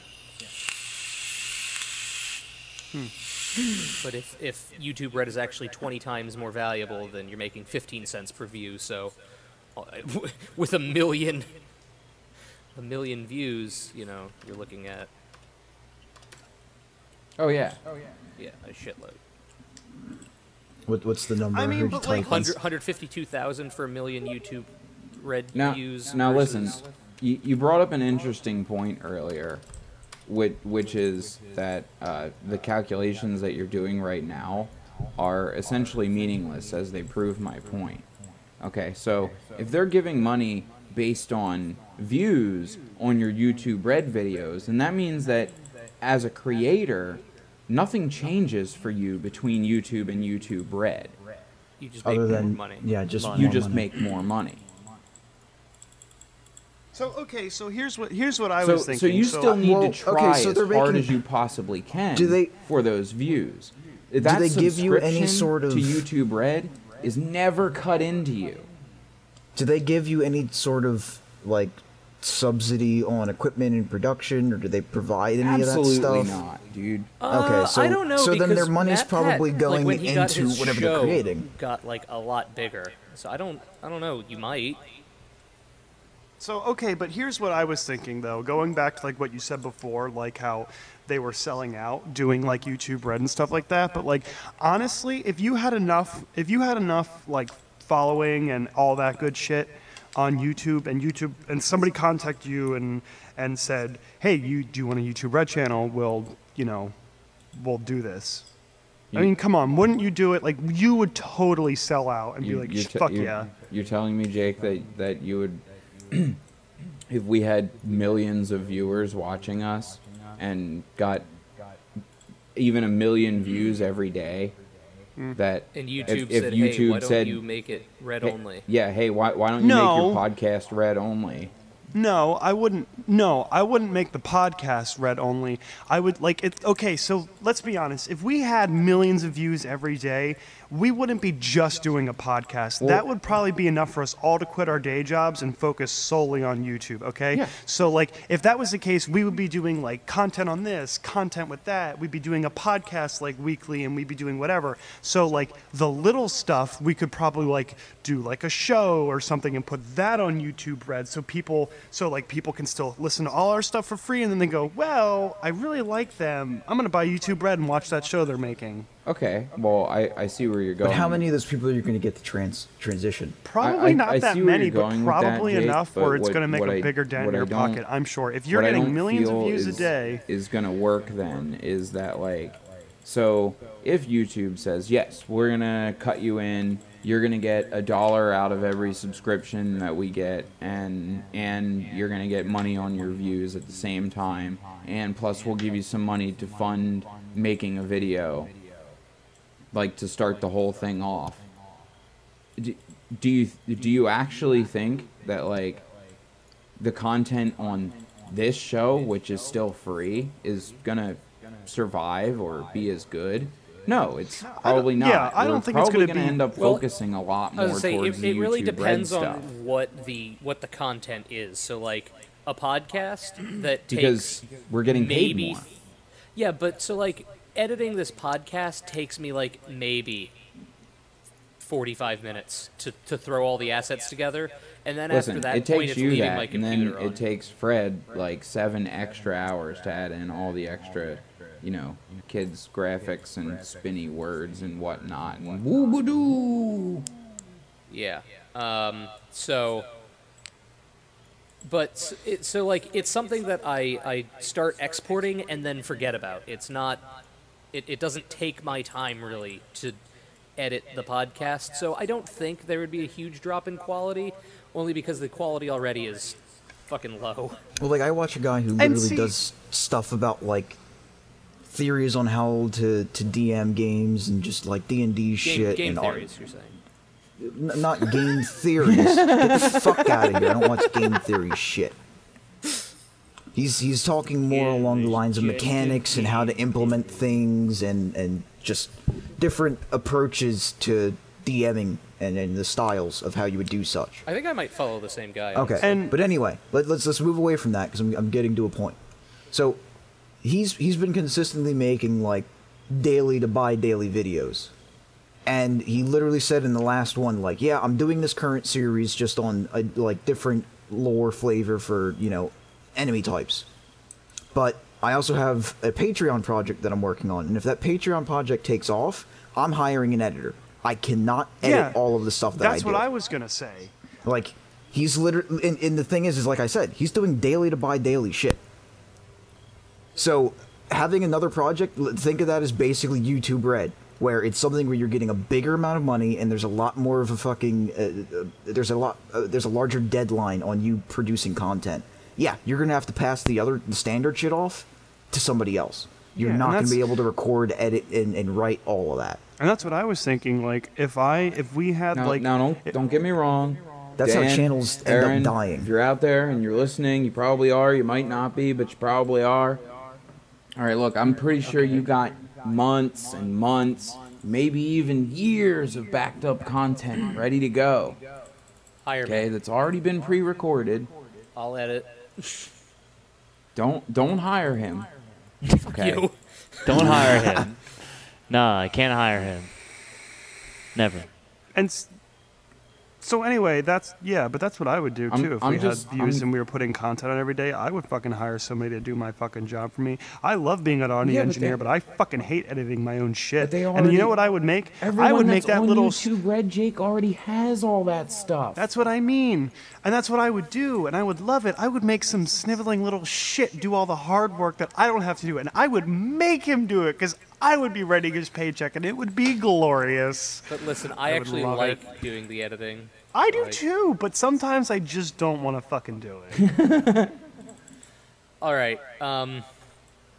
Speaker 3: But if, if YouTube Red is actually 20 times more valuable, then you're making 15 cents per view. So, uh, with a million, a million views, you know, you're looking at
Speaker 1: Oh, yeah.
Speaker 3: yeah a shitload.
Speaker 5: What, what's the number?
Speaker 4: I mean,
Speaker 5: Who'd
Speaker 4: but,
Speaker 5: you
Speaker 4: like,
Speaker 5: type
Speaker 3: 100,
Speaker 5: in?
Speaker 3: 152,000 for a million YouTube Red
Speaker 1: Now,
Speaker 3: views.
Speaker 1: now listen,
Speaker 3: versus-
Speaker 1: you, you brought up an interesting point earlier, which, which is that uh, the calculations that you're doing right now are essentially meaningless as they prove my point. Okay, so if they're giving money based on views on your YouTube Red videos, then that means that as a creator, nothing changes for you between YouTube and YouTube Red.
Speaker 3: you just make
Speaker 5: Other than
Speaker 3: more money.
Speaker 5: yeah, just
Speaker 2: Money.
Speaker 1: You
Speaker 5: more
Speaker 1: just
Speaker 5: money.
Speaker 1: make more money.
Speaker 4: so okay so here's what here's what i
Speaker 1: so,
Speaker 4: was thinking
Speaker 1: so you still need
Speaker 5: Well,
Speaker 1: to
Speaker 5: okay,
Speaker 1: try
Speaker 5: so
Speaker 1: as
Speaker 5: they're
Speaker 1: hard as
Speaker 5: making-
Speaker 1: you possibly can
Speaker 5: Do they-
Speaker 1: for those views. That
Speaker 5: they give you any
Speaker 1: subscription
Speaker 5: sort of-
Speaker 1: to YouTube Red is never cut into you.
Speaker 5: Do they give you any sort of like subsidy on equipment and production, or do they provide any
Speaker 1: Absolutely
Speaker 5: of that stuff?
Speaker 1: not, dude.
Speaker 5: Okay,
Speaker 3: Uh,
Speaker 5: so
Speaker 3: I don't know.
Speaker 5: so then their
Speaker 3: because
Speaker 5: money's
Speaker 3: Matt
Speaker 5: probably
Speaker 3: Pat,
Speaker 5: going
Speaker 3: like, when he got
Speaker 5: into
Speaker 3: his
Speaker 5: whatever they're
Speaker 3: show,
Speaker 5: creating.
Speaker 3: Got like a lot bigger. So I don't, I don't know. You might.
Speaker 4: So okay, but here's what I was thinking though, going back to like what you said before, like how they were selling out, doing like YouTube Red and stuff like that. But like honestly, if you had enough, if you had enough like following and all that good shit on YouTube and YouTube, and somebody contact you and and said, hey, you do you want a YouTube Red channel? We'll you know, we'll do this. I mean, come on, wouldn't you do it? Like you would totally sell out and be like,
Speaker 1: you're te-
Speaker 4: fuck
Speaker 1: you're-
Speaker 4: yeah.
Speaker 1: You're telling me, Jake, that that you would, if we had millions of viewers watching us, and got even a million views every day, that
Speaker 3: And
Speaker 1: if-
Speaker 3: YouTube
Speaker 1: if,
Speaker 3: said,
Speaker 1: YouTube
Speaker 3: "Hey, why don't
Speaker 1: said,
Speaker 3: you make it red
Speaker 1: Hey,
Speaker 3: only?"
Speaker 1: Yeah, hey, why, why don't you
Speaker 4: No.
Speaker 1: make your podcast red only?
Speaker 4: No, I wouldn't. No, I wouldn't make the podcast red only. I would like it. Okay, so let's be honest. If we had millions of views every day, we wouldn't be just doing a podcast. that would probably be enough for us all to quit our day jobs and focus solely on YouTube. Okay.
Speaker 1: Yeah.
Speaker 4: So like, if that was the case, we would be doing like content on this, content with that. We'd be doing a podcast like weekly, and we'd be doing whatever. So like the little stuff, we could probably like do like a show or something and put that on YouTube Red, so people so like people can still listen to all our stuff for free, and then they go, "Well, I really like them. I'm gonna buy YouTube Red and watch that show they're making."
Speaker 1: Okay. Well, I, I see where you're going.
Speaker 5: But how many of those people are you going to get to trans transition?
Speaker 4: Probably
Speaker 1: I-
Speaker 4: not
Speaker 1: I
Speaker 4: that
Speaker 1: see where
Speaker 4: many,
Speaker 1: you're
Speaker 4: but
Speaker 1: going with that,
Speaker 4: probably
Speaker 1: Jake,
Speaker 4: enough
Speaker 1: but
Speaker 4: where it's
Speaker 1: what-
Speaker 4: going to make
Speaker 1: what
Speaker 4: a
Speaker 1: I-
Speaker 4: bigger dent
Speaker 1: what
Speaker 4: in
Speaker 1: I
Speaker 4: your pocket.
Speaker 1: don't-
Speaker 4: I'm sure. If you're
Speaker 1: What I
Speaker 4: getting
Speaker 1: don't
Speaker 4: millions of
Speaker 1: feel
Speaker 4: views
Speaker 1: is-
Speaker 4: a day,
Speaker 1: is going to work then is that like so if YouTube says yes, we're going to cut you in, you're going to get a dollar out of every subscription that we get and and you're going to get money on your views at the same time and plus we'll give you some money to fund making a video like to start the whole thing off. Do, do you do you actually think that like the content on this show, which is still free, is gonna survive or be as good? No, it's probably not.
Speaker 4: yeah, I
Speaker 1: We're
Speaker 4: don't think it's
Speaker 1: probably
Speaker 4: gonna
Speaker 1: gonna
Speaker 4: be-
Speaker 1: end up
Speaker 3: Well,
Speaker 1: focusing a lot
Speaker 3: I
Speaker 1: more
Speaker 3: was gonna say
Speaker 1: towards
Speaker 3: it,
Speaker 1: the
Speaker 3: it really
Speaker 1: YouTube Red
Speaker 3: depends on
Speaker 1: stuff.
Speaker 3: what the what the content is. So like a podcast that
Speaker 1: because
Speaker 3: takes
Speaker 1: we're getting paid
Speaker 3: maybe
Speaker 1: more.
Speaker 3: yeah, but so like editing this podcast takes me like maybe forty five minutes to, to throw all the assets together, and then
Speaker 1: Listen,
Speaker 3: after that
Speaker 1: it
Speaker 3: point,
Speaker 1: takes
Speaker 3: it's
Speaker 1: you
Speaker 3: leaving
Speaker 1: that,
Speaker 3: my
Speaker 1: and
Speaker 3: computer
Speaker 1: then
Speaker 3: on.
Speaker 1: it takes Fred like seven extra hours to add in all the extra, you know, kids' graphics and spinny words and whatnot. And woo-ba-doo.
Speaker 3: Yeah. Um, so, but s- it, so like it's something that I I start exporting and then forget about. It's not. It, it doesn't take my time really to edit the podcast, so I don't think there would be a huge drop in quality, only because the quality already is fucking low.
Speaker 5: Well, like I watch a guy who literally
Speaker 4: see-
Speaker 5: does stuff about like theories on how to, to DM games and just like D and D
Speaker 3: Game,
Speaker 5: shit
Speaker 3: game
Speaker 5: and
Speaker 3: theories,
Speaker 5: art.
Speaker 3: you're saying?
Speaker 5: N- not game theories. Get the fuck out of here! I don't watch game theory shit. He's he's talking more along the lines of mechanics and how to implement things and and just different approaches to DMing and, and the styles of how you would do such.
Speaker 3: I think I might follow the same guy.
Speaker 5: Okay.
Speaker 3: honestly.
Speaker 4: And-
Speaker 5: but anyway, let, let's let's move away from that because I'm, I'm getting to a point. So, he's he's been consistently making like daily to bi daily videos, and he literally said in the last one like, "Yeah, I'm doing this current series just on a like different lore flavor for you know enemy types." but I also have a Patreon project that I'm working on, and if that Patreon project takes off, I'm hiring an editor. I cannot edit
Speaker 4: Yeah,
Speaker 5: all of the stuff that
Speaker 4: that's
Speaker 5: I do.
Speaker 4: what I was gonna say.
Speaker 5: like he's literally, and, and the thing is, is like I said, he's doing daily to buy daily shit. So having another project, l- think of that as basically YouTube Red, where it's something where you're getting a bigger amount of money, and there's a lot more of a fucking, uh, uh, there's a lot, uh, there's a larger deadline on you producing content. Yeah, you're gonna have to pass the other the standard shit off to somebody else. You're
Speaker 4: Yeah, and
Speaker 5: not gonna
Speaker 4: that's-
Speaker 5: be able to record, edit, and, and write all of that.
Speaker 4: And that's what I was thinking. Like, if I, if we had
Speaker 1: Now,
Speaker 4: like,
Speaker 1: now don't don't get me wrong.
Speaker 5: That's how channels end up
Speaker 1: Aaron,
Speaker 5: dying.
Speaker 1: If you're out there and you're listening, you probably are. You might not be, but you probably are. All right, look, I'm pretty sure you got months and months, maybe even years of backed up content ready to go.
Speaker 3: hire me.
Speaker 1: Okay, that's already been pre-recorded.
Speaker 3: I'll edit.
Speaker 1: Don't don't hire him. Okay.
Speaker 3: You.
Speaker 2: Don't hire him. Nah, I can't hire him. Never.
Speaker 4: and s- so anyway, that's yeah, but that's what I would do too.
Speaker 1: I'm-
Speaker 4: if
Speaker 1: I'm
Speaker 4: we
Speaker 1: just-
Speaker 4: had views
Speaker 1: I'm-
Speaker 4: and we were putting content on every day, I would fucking hire somebody to do my fucking job for me. I love being an audio
Speaker 1: Yeah, but
Speaker 4: engineer,
Speaker 1: they-
Speaker 4: but I fucking hate editing my own shit.
Speaker 1: they
Speaker 4: and you
Speaker 1: already-
Speaker 4: know what I would make?
Speaker 1: Everyone
Speaker 4: I would
Speaker 1: that's
Speaker 4: make that
Speaker 1: on
Speaker 4: little. s-
Speaker 1: YouTube Red Jake already has all that stuff.
Speaker 4: That's what I mean. And that's what I would do. And I would love it. I would make some sniveling little shit do all the hard work that I don't have to do. And I would make him do it because I would be writing his paycheck and it would be glorious.
Speaker 3: But listen, I,
Speaker 4: would
Speaker 3: actually
Speaker 4: love
Speaker 3: like
Speaker 4: it.
Speaker 3: doing the editing.
Speaker 4: I do
Speaker 3: Right.
Speaker 4: too, but sometimes I just don't want to fucking do it.
Speaker 3: All right. Um,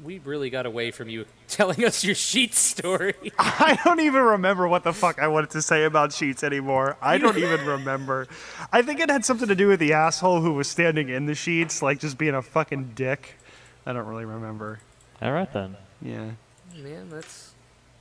Speaker 3: we really got away from you telling us your sheet story.
Speaker 4: I don't even remember what the fuck I wanted to say about sheets anymore. I don't even remember. I think it had something to do with the asshole who was standing in the sheets, like just being a fucking dick. I don't really remember.
Speaker 2: All right then.
Speaker 4: Yeah.
Speaker 3: Man, that's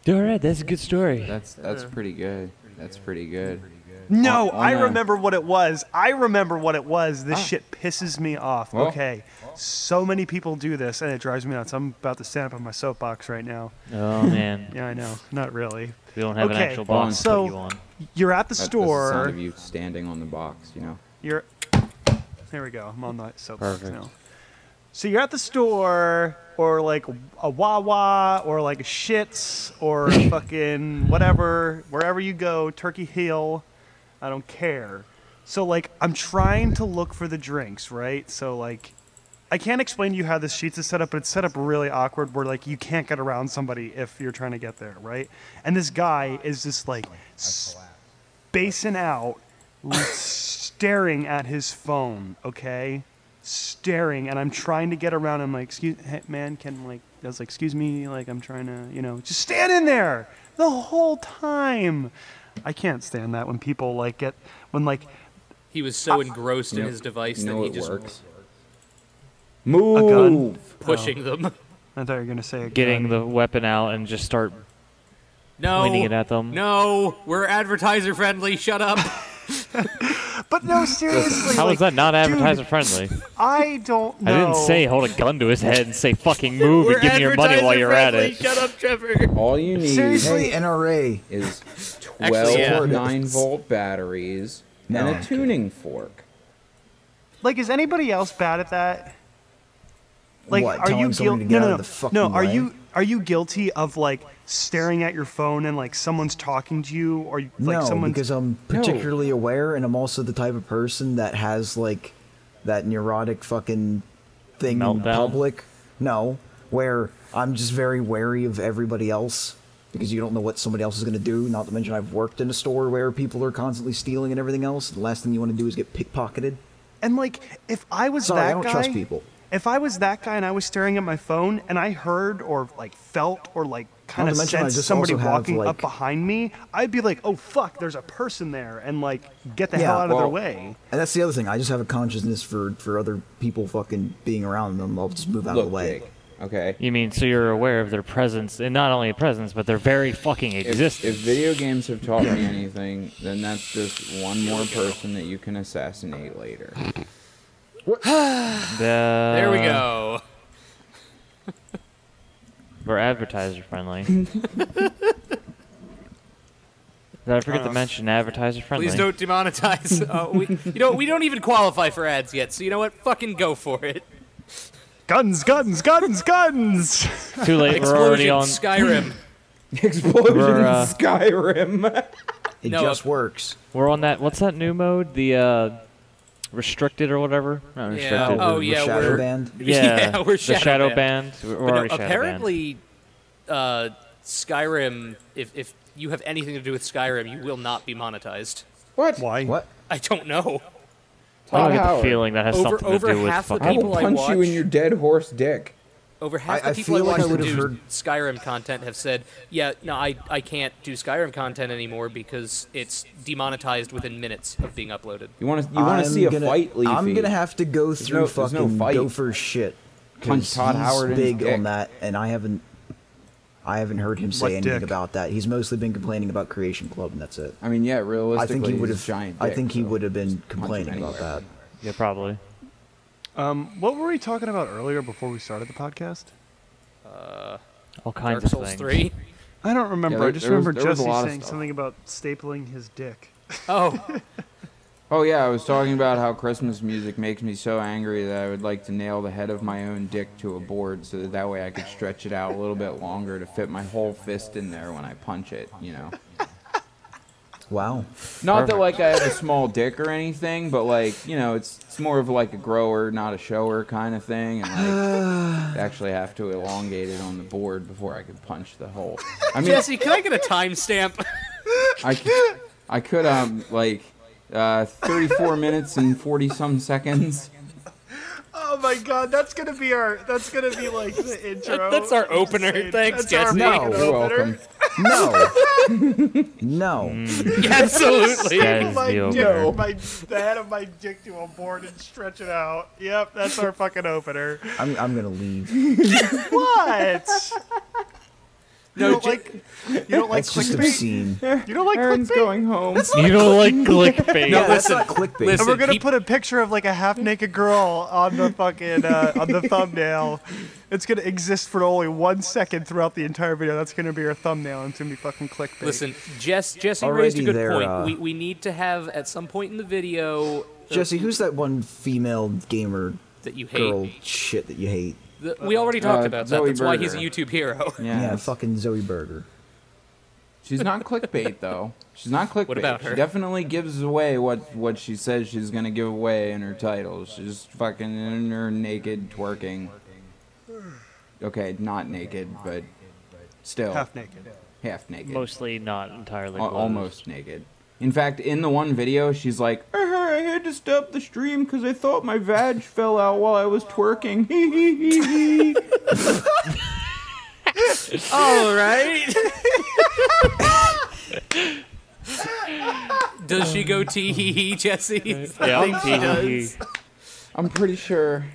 Speaker 2: All right, that's a good story.
Speaker 1: That's that's pretty good. That's pretty good.
Speaker 4: No,
Speaker 1: On- on
Speaker 4: I
Speaker 1: a-
Speaker 4: remember what it was. I remember what it was. This shit pisses me off.
Speaker 1: Well.
Speaker 4: okay. So many people do this and it drives me nuts. I'm about to stand up on my soapbox right now.
Speaker 2: Oh man,
Speaker 4: Yeah, I know. Not really.
Speaker 2: we don't have
Speaker 4: Okay,
Speaker 2: an actual box to
Speaker 4: so-
Speaker 2: put you on.
Speaker 4: You're at the
Speaker 1: That- that's the sound
Speaker 4: store.
Speaker 1: of you standing on the box, you know.
Speaker 4: You're There we go. I'm on the soapbox
Speaker 2: Perfect.
Speaker 4: now. So you're at the store, or like a Wawa, or like a Shits, or fucking whatever, wherever you go, Turkey Hill. I don't care. So like I'm trying to look for the drinks, right? So like I can't explain to you how this sheets is set up, but it's set up really awkward where like you can't get around somebody if you're trying to get there, right? And this guy is just like spacing out, staring at his phone, okay? Staring, and I'm trying to get around. I'm like, excuse, hey, man, can like, I was like, excuse me, like I'm trying to, you know, just stand in there the whole time. I can't stand that when people like get when like
Speaker 3: He was so engrossed in
Speaker 1: Yep.
Speaker 3: his device
Speaker 1: You know
Speaker 3: that he
Speaker 1: it
Speaker 3: just
Speaker 1: works.
Speaker 4: gun?
Speaker 1: Move.
Speaker 3: pushing them.
Speaker 4: I thought you were gonna say a
Speaker 2: Getting
Speaker 4: gun.
Speaker 2: the weapon out and just start.
Speaker 3: No,
Speaker 2: Pointing it at them.
Speaker 3: No, we're advertiser friendly. Shut up.
Speaker 4: but no seriously
Speaker 2: How is
Speaker 4: like,
Speaker 2: that not
Speaker 4: dude,
Speaker 2: advertiser friendly?
Speaker 4: I don't know
Speaker 2: I didn't say hold a gun to his head and say fucking move and give me your money while you're at
Speaker 3: advertiser-friendly.
Speaker 2: it.
Speaker 3: Shut up, Trevor.
Speaker 1: All you need
Speaker 4: Seriously?
Speaker 5: Hey, NRA.
Speaker 1: is
Speaker 3: Actually,
Speaker 1: 12
Speaker 3: yeah.
Speaker 1: 9 volt batteries
Speaker 5: No,
Speaker 1: and
Speaker 5: I'm
Speaker 1: a tuning fork.
Speaker 4: Like, is anybody else bad at that? Like,
Speaker 5: What,
Speaker 4: are you
Speaker 5: telling someone
Speaker 4: guilty?
Speaker 5: to
Speaker 4: No,
Speaker 5: get
Speaker 4: no,
Speaker 5: out
Speaker 4: no.
Speaker 5: of the fucking
Speaker 4: no, are
Speaker 5: way?
Speaker 4: you are you guilty of like staring at your phone and like someone's talking to you or like
Speaker 5: no,
Speaker 4: someone's?
Speaker 5: because I'm particularly aware, and I'm also the type of person that has like that neurotic fucking thing in
Speaker 2: Meltdown?
Speaker 5: public. No, where I'm just very wary of everybody else because you don't know what somebody else is going to do. Not to mention, I've worked in a store where people are constantly stealing and everything else. The last thing you want to do is get pickpocketed.
Speaker 4: and like, if I was
Speaker 5: Sorry,
Speaker 4: that
Speaker 5: I don't
Speaker 4: guy,
Speaker 5: trust people.
Speaker 4: if I was that guy and I was staring at my phone and I heard or like felt or like kind
Speaker 5: Not
Speaker 4: of
Speaker 5: to mention, I
Speaker 4: sensed
Speaker 5: just
Speaker 4: somebody
Speaker 5: also have,
Speaker 4: walking up
Speaker 5: like-
Speaker 4: behind me, I'd be like, "Oh fuck, there's a person there," and like get the
Speaker 5: Yeah,
Speaker 4: hell out of their
Speaker 1: well-
Speaker 4: way.
Speaker 5: And that's the other thing. I just have a consciousness for for other people fucking being around them. I'll just move out of
Speaker 1: Look
Speaker 5: the way.
Speaker 1: big. Okay.
Speaker 2: You mean so you're aware of their presence and not only presence but their very fucking
Speaker 1: If,
Speaker 2: existence?
Speaker 1: if video games have taught me anything, then that's just one more person that you can assassinate later.
Speaker 2: The-
Speaker 3: There we go.
Speaker 2: We're advertiser friendly. Did I forget to mention advertiser friendly?
Speaker 3: Uh, Please don't demonetize. Uh, we, you know, we don't even qualify for ads yet, so you know what? Fucking go for it.
Speaker 4: Guns, guns, guns, guns.
Speaker 2: Too late. We're already
Speaker 3: Explosion,
Speaker 2: on.
Speaker 3: Skyrim.
Speaker 1: Explosion
Speaker 2: We're, uh,
Speaker 1: in Skyrim.
Speaker 5: It
Speaker 3: No,
Speaker 5: just
Speaker 3: uh,
Speaker 5: works.
Speaker 2: We're on that. What's that new mode? The uh, restricted or whatever? Not
Speaker 3: Yeah.
Speaker 2: restricted.
Speaker 3: Oh yeah,
Speaker 5: Shadow
Speaker 3: we're
Speaker 5: banned.
Speaker 2: yeah.
Speaker 3: yeah, we're
Speaker 2: the
Speaker 3: shadow
Speaker 2: shadow banned.
Speaker 3: banned.
Speaker 2: We're
Speaker 3: But no,
Speaker 2: already shadow
Speaker 3: apparently, uh, Skyrim. If if you have anything to do with Skyrim, you will not be monetized.
Speaker 1: What?
Speaker 4: Why?
Speaker 5: What?
Speaker 3: I don't know.
Speaker 2: banned. I
Speaker 1: Todd
Speaker 2: don't get
Speaker 1: Howard.
Speaker 2: the feeling that has
Speaker 3: Over-
Speaker 2: something
Speaker 3: over
Speaker 2: to do with
Speaker 3: half the
Speaker 1: I
Speaker 2: fucking.
Speaker 1: will
Speaker 3: people I
Speaker 1: punch you
Speaker 3: watch-
Speaker 1: in your dead horse dick.
Speaker 3: Over half
Speaker 5: I- I
Speaker 3: the people I,
Speaker 5: feel
Speaker 3: watch
Speaker 5: like I
Speaker 3: that
Speaker 5: would've
Speaker 3: do
Speaker 5: heard-
Speaker 3: Skyrim content have said, "Yeah, no, I I can't do Skyrim content anymore because it's demonetized within minutes of being uploaded."
Speaker 1: You want to you want
Speaker 5: I'm
Speaker 1: to see a
Speaker 5: gonna-
Speaker 1: fight, Leafy?
Speaker 5: I'm gonna have to go through
Speaker 1: no- there's no
Speaker 5: fucking
Speaker 1: fight.
Speaker 5: Gopher shit. 'cause
Speaker 1: Punch Todd
Speaker 5: he's
Speaker 1: Howard in his
Speaker 5: big
Speaker 1: dick.
Speaker 5: on that, and I haven't, I haven't heard him say
Speaker 4: What
Speaker 5: anything
Speaker 4: dick?
Speaker 5: about that. He's mostly been complaining about Creation Club, and that's it.
Speaker 1: I mean, yeah,
Speaker 5: I
Speaker 1: realistically,
Speaker 5: think he
Speaker 1: he's
Speaker 5: would
Speaker 1: a
Speaker 5: have.
Speaker 1: giant.
Speaker 5: I
Speaker 1: dick,
Speaker 5: think he
Speaker 1: so
Speaker 5: would have
Speaker 1: just
Speaker 5: been
Speaker 1: punch him
Speaker 5: complaining about
Speaker 1: anywhere.
Speaker 5: that.
Speaker 2: Yeah, probably.
Speaker 4: Um, What were we talking about earlier before we started the podcast?
Speaker 2: All kinds
Speaker 3: Dark
Speaker 2: of
Speaker 3: Souls
Speaker 2: things.
Speaker 3: Three.
Speaker 4: I don't remember.
Speaker 1: there-
Speaker 4: I just
Speaker 1: there was-
Speaker 4: remember
Speaker 1: there was a
Speaker 4: Jesse
Speaker 1: lot of
Speaker 4: saying
Speaker 1: stuff.
Speaker 4: something about stapling his dick.
Speaker 3: Oh,
Speaker 1: Oh yeah, I was talking about how Christmas music makes me so angry that I would like to nail the head of my own dick to a board so that that way I could stretch it out a little bit longer to fit my whole fist in there when I punch it, you know.
Speaker 5: Wow.
Speaker 1: Not that like I have a small dick or anything, but like, you know, it's it's more of like a grower, not a shower kind of thing and like actually have to elongate it on the board before I could punch the hole. I mean,
Speaker 3: Jesse, can I get a timestamp?
Speaker 1: I, c- I could um like uh 34 minutes and 40 some seconds.
Speaker 4: Oh my god, that's gonna be our. That's gonna be like the intro.
Speaker 3: That's our opener. Thanks, Jesse.
Speaker 5: No,
Speaker 1: You're welcome.
Speaker 5: No. no.
Speaker 3: Absolutely.
Speaker 2: That
Speaker 1: Oh
Speaker 2: is the opener.
Speaker 4: Oh my the head of my dick to a board and stretch it out. Yep, that's our fucking opener.
Speaker 5: I'm, I'm gonna leave.
Speaker 4: What? you don't like you don't like
Speaker 5: That's just
Speaker 4: clickbait.
Speaker 5: obscene.
Speaker 4: You don't like
Speaker 1: Aaron's
Speaker 4: clickbait.
Speaker 1: going home.
Speaker 2: You don't like clickbait.
Speaker 5: Yeah, that's
Speaker 3: listen,
Speaker 5: not clickbait.
Speaker 4: And we're gonna
Speaker 3: Keep-
Speaker 4: put a picture of like a half naked girl on the fucking uh, on the thumbnail. It's gonna exist for only one second throughout the entire video. That's gonna be our thumbnail and it's gonna be fucking clickbait.
Speaker 3: Listen, Jess, Jesse raised a
Speaker 5: Already
Speaker 3: good
Speaker 5: there,
Speaker 3: point.
Speaker 5: uh,
Speaker 3: we, we need to have at some point in the video
Speaker 5: Jesse, who's that one female gamer
Speaker 3: that you hate.
Speaker 5: girl shit that you hate?
Speaker 3: The- we already talked
Speaker 1: Uh,
Speaker 3: about that.
Speaker 1: Zoe
Speaker 3: That's why he's a
Speaker 1: Berger.
Speaker 3: YouTube hero.
Speaker 1: Yeah.
Speaker 5: Yeah, fucking Zoe Berger.
Speaker 1: She's not clickbait though. She's not clickbait.
Speaker 3: about her?
Speaker 1: She definitely gives away what what she says she's gonna give away in her titles. She's fucking in her naked twerking. Okay, not naked, but still
Speaker 4: half naked.
Speaker 1: half naked.
Speaker 2: Mostly not entirely.
Speaker 1: Al-
Speaker 2: clothed.
Speaker 1: almost naked. In fact, in the one video, she's like, "Uh, I had to stop the stream because I thought my vag fell out while I was twerking. Hee hee hee hee.
Speaker 3: All right. Does she go tee hee hee, Jesse?
Speaker 2: Yeah.
Speaker 3: I think she
Speaker 2: hee hee
Speaker 3: does.
Speaker 2: hee.
Speaker 1: I'm pretty sure.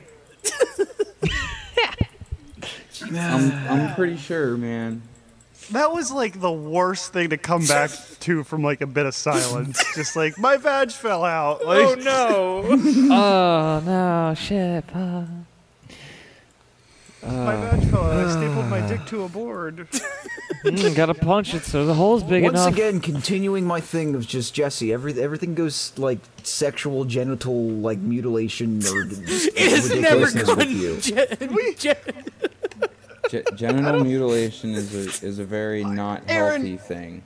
Speaker 1: I'm, I'm pretty sure, man.
Speaker 4: That was like the worst thing to come back to from like a bit of silence. Just like my badge fell out. Like,
Speaker 3: Oh no!
Speaker 2: Oh no! Shit! fuck.
Speaker 4: My badge fell out. I stapled my dick to a board.
Speaker 2: Mm, gotta punch it so the hole's big
Speaker 5: Once
Speaker 2: enough.
Speaker 5: again, continuing my thing of just Jesse, every, everything goes like sexual genital like mutilation or just
Speaker 3: It's never
Speaker 5: ridiculousness with you.
Speaker 3: going. Je- Je-
Speaker 1: Ge- genital mutilation is a is a very not
Speaker 4: Aaron-
Speaker 1: healthy thing.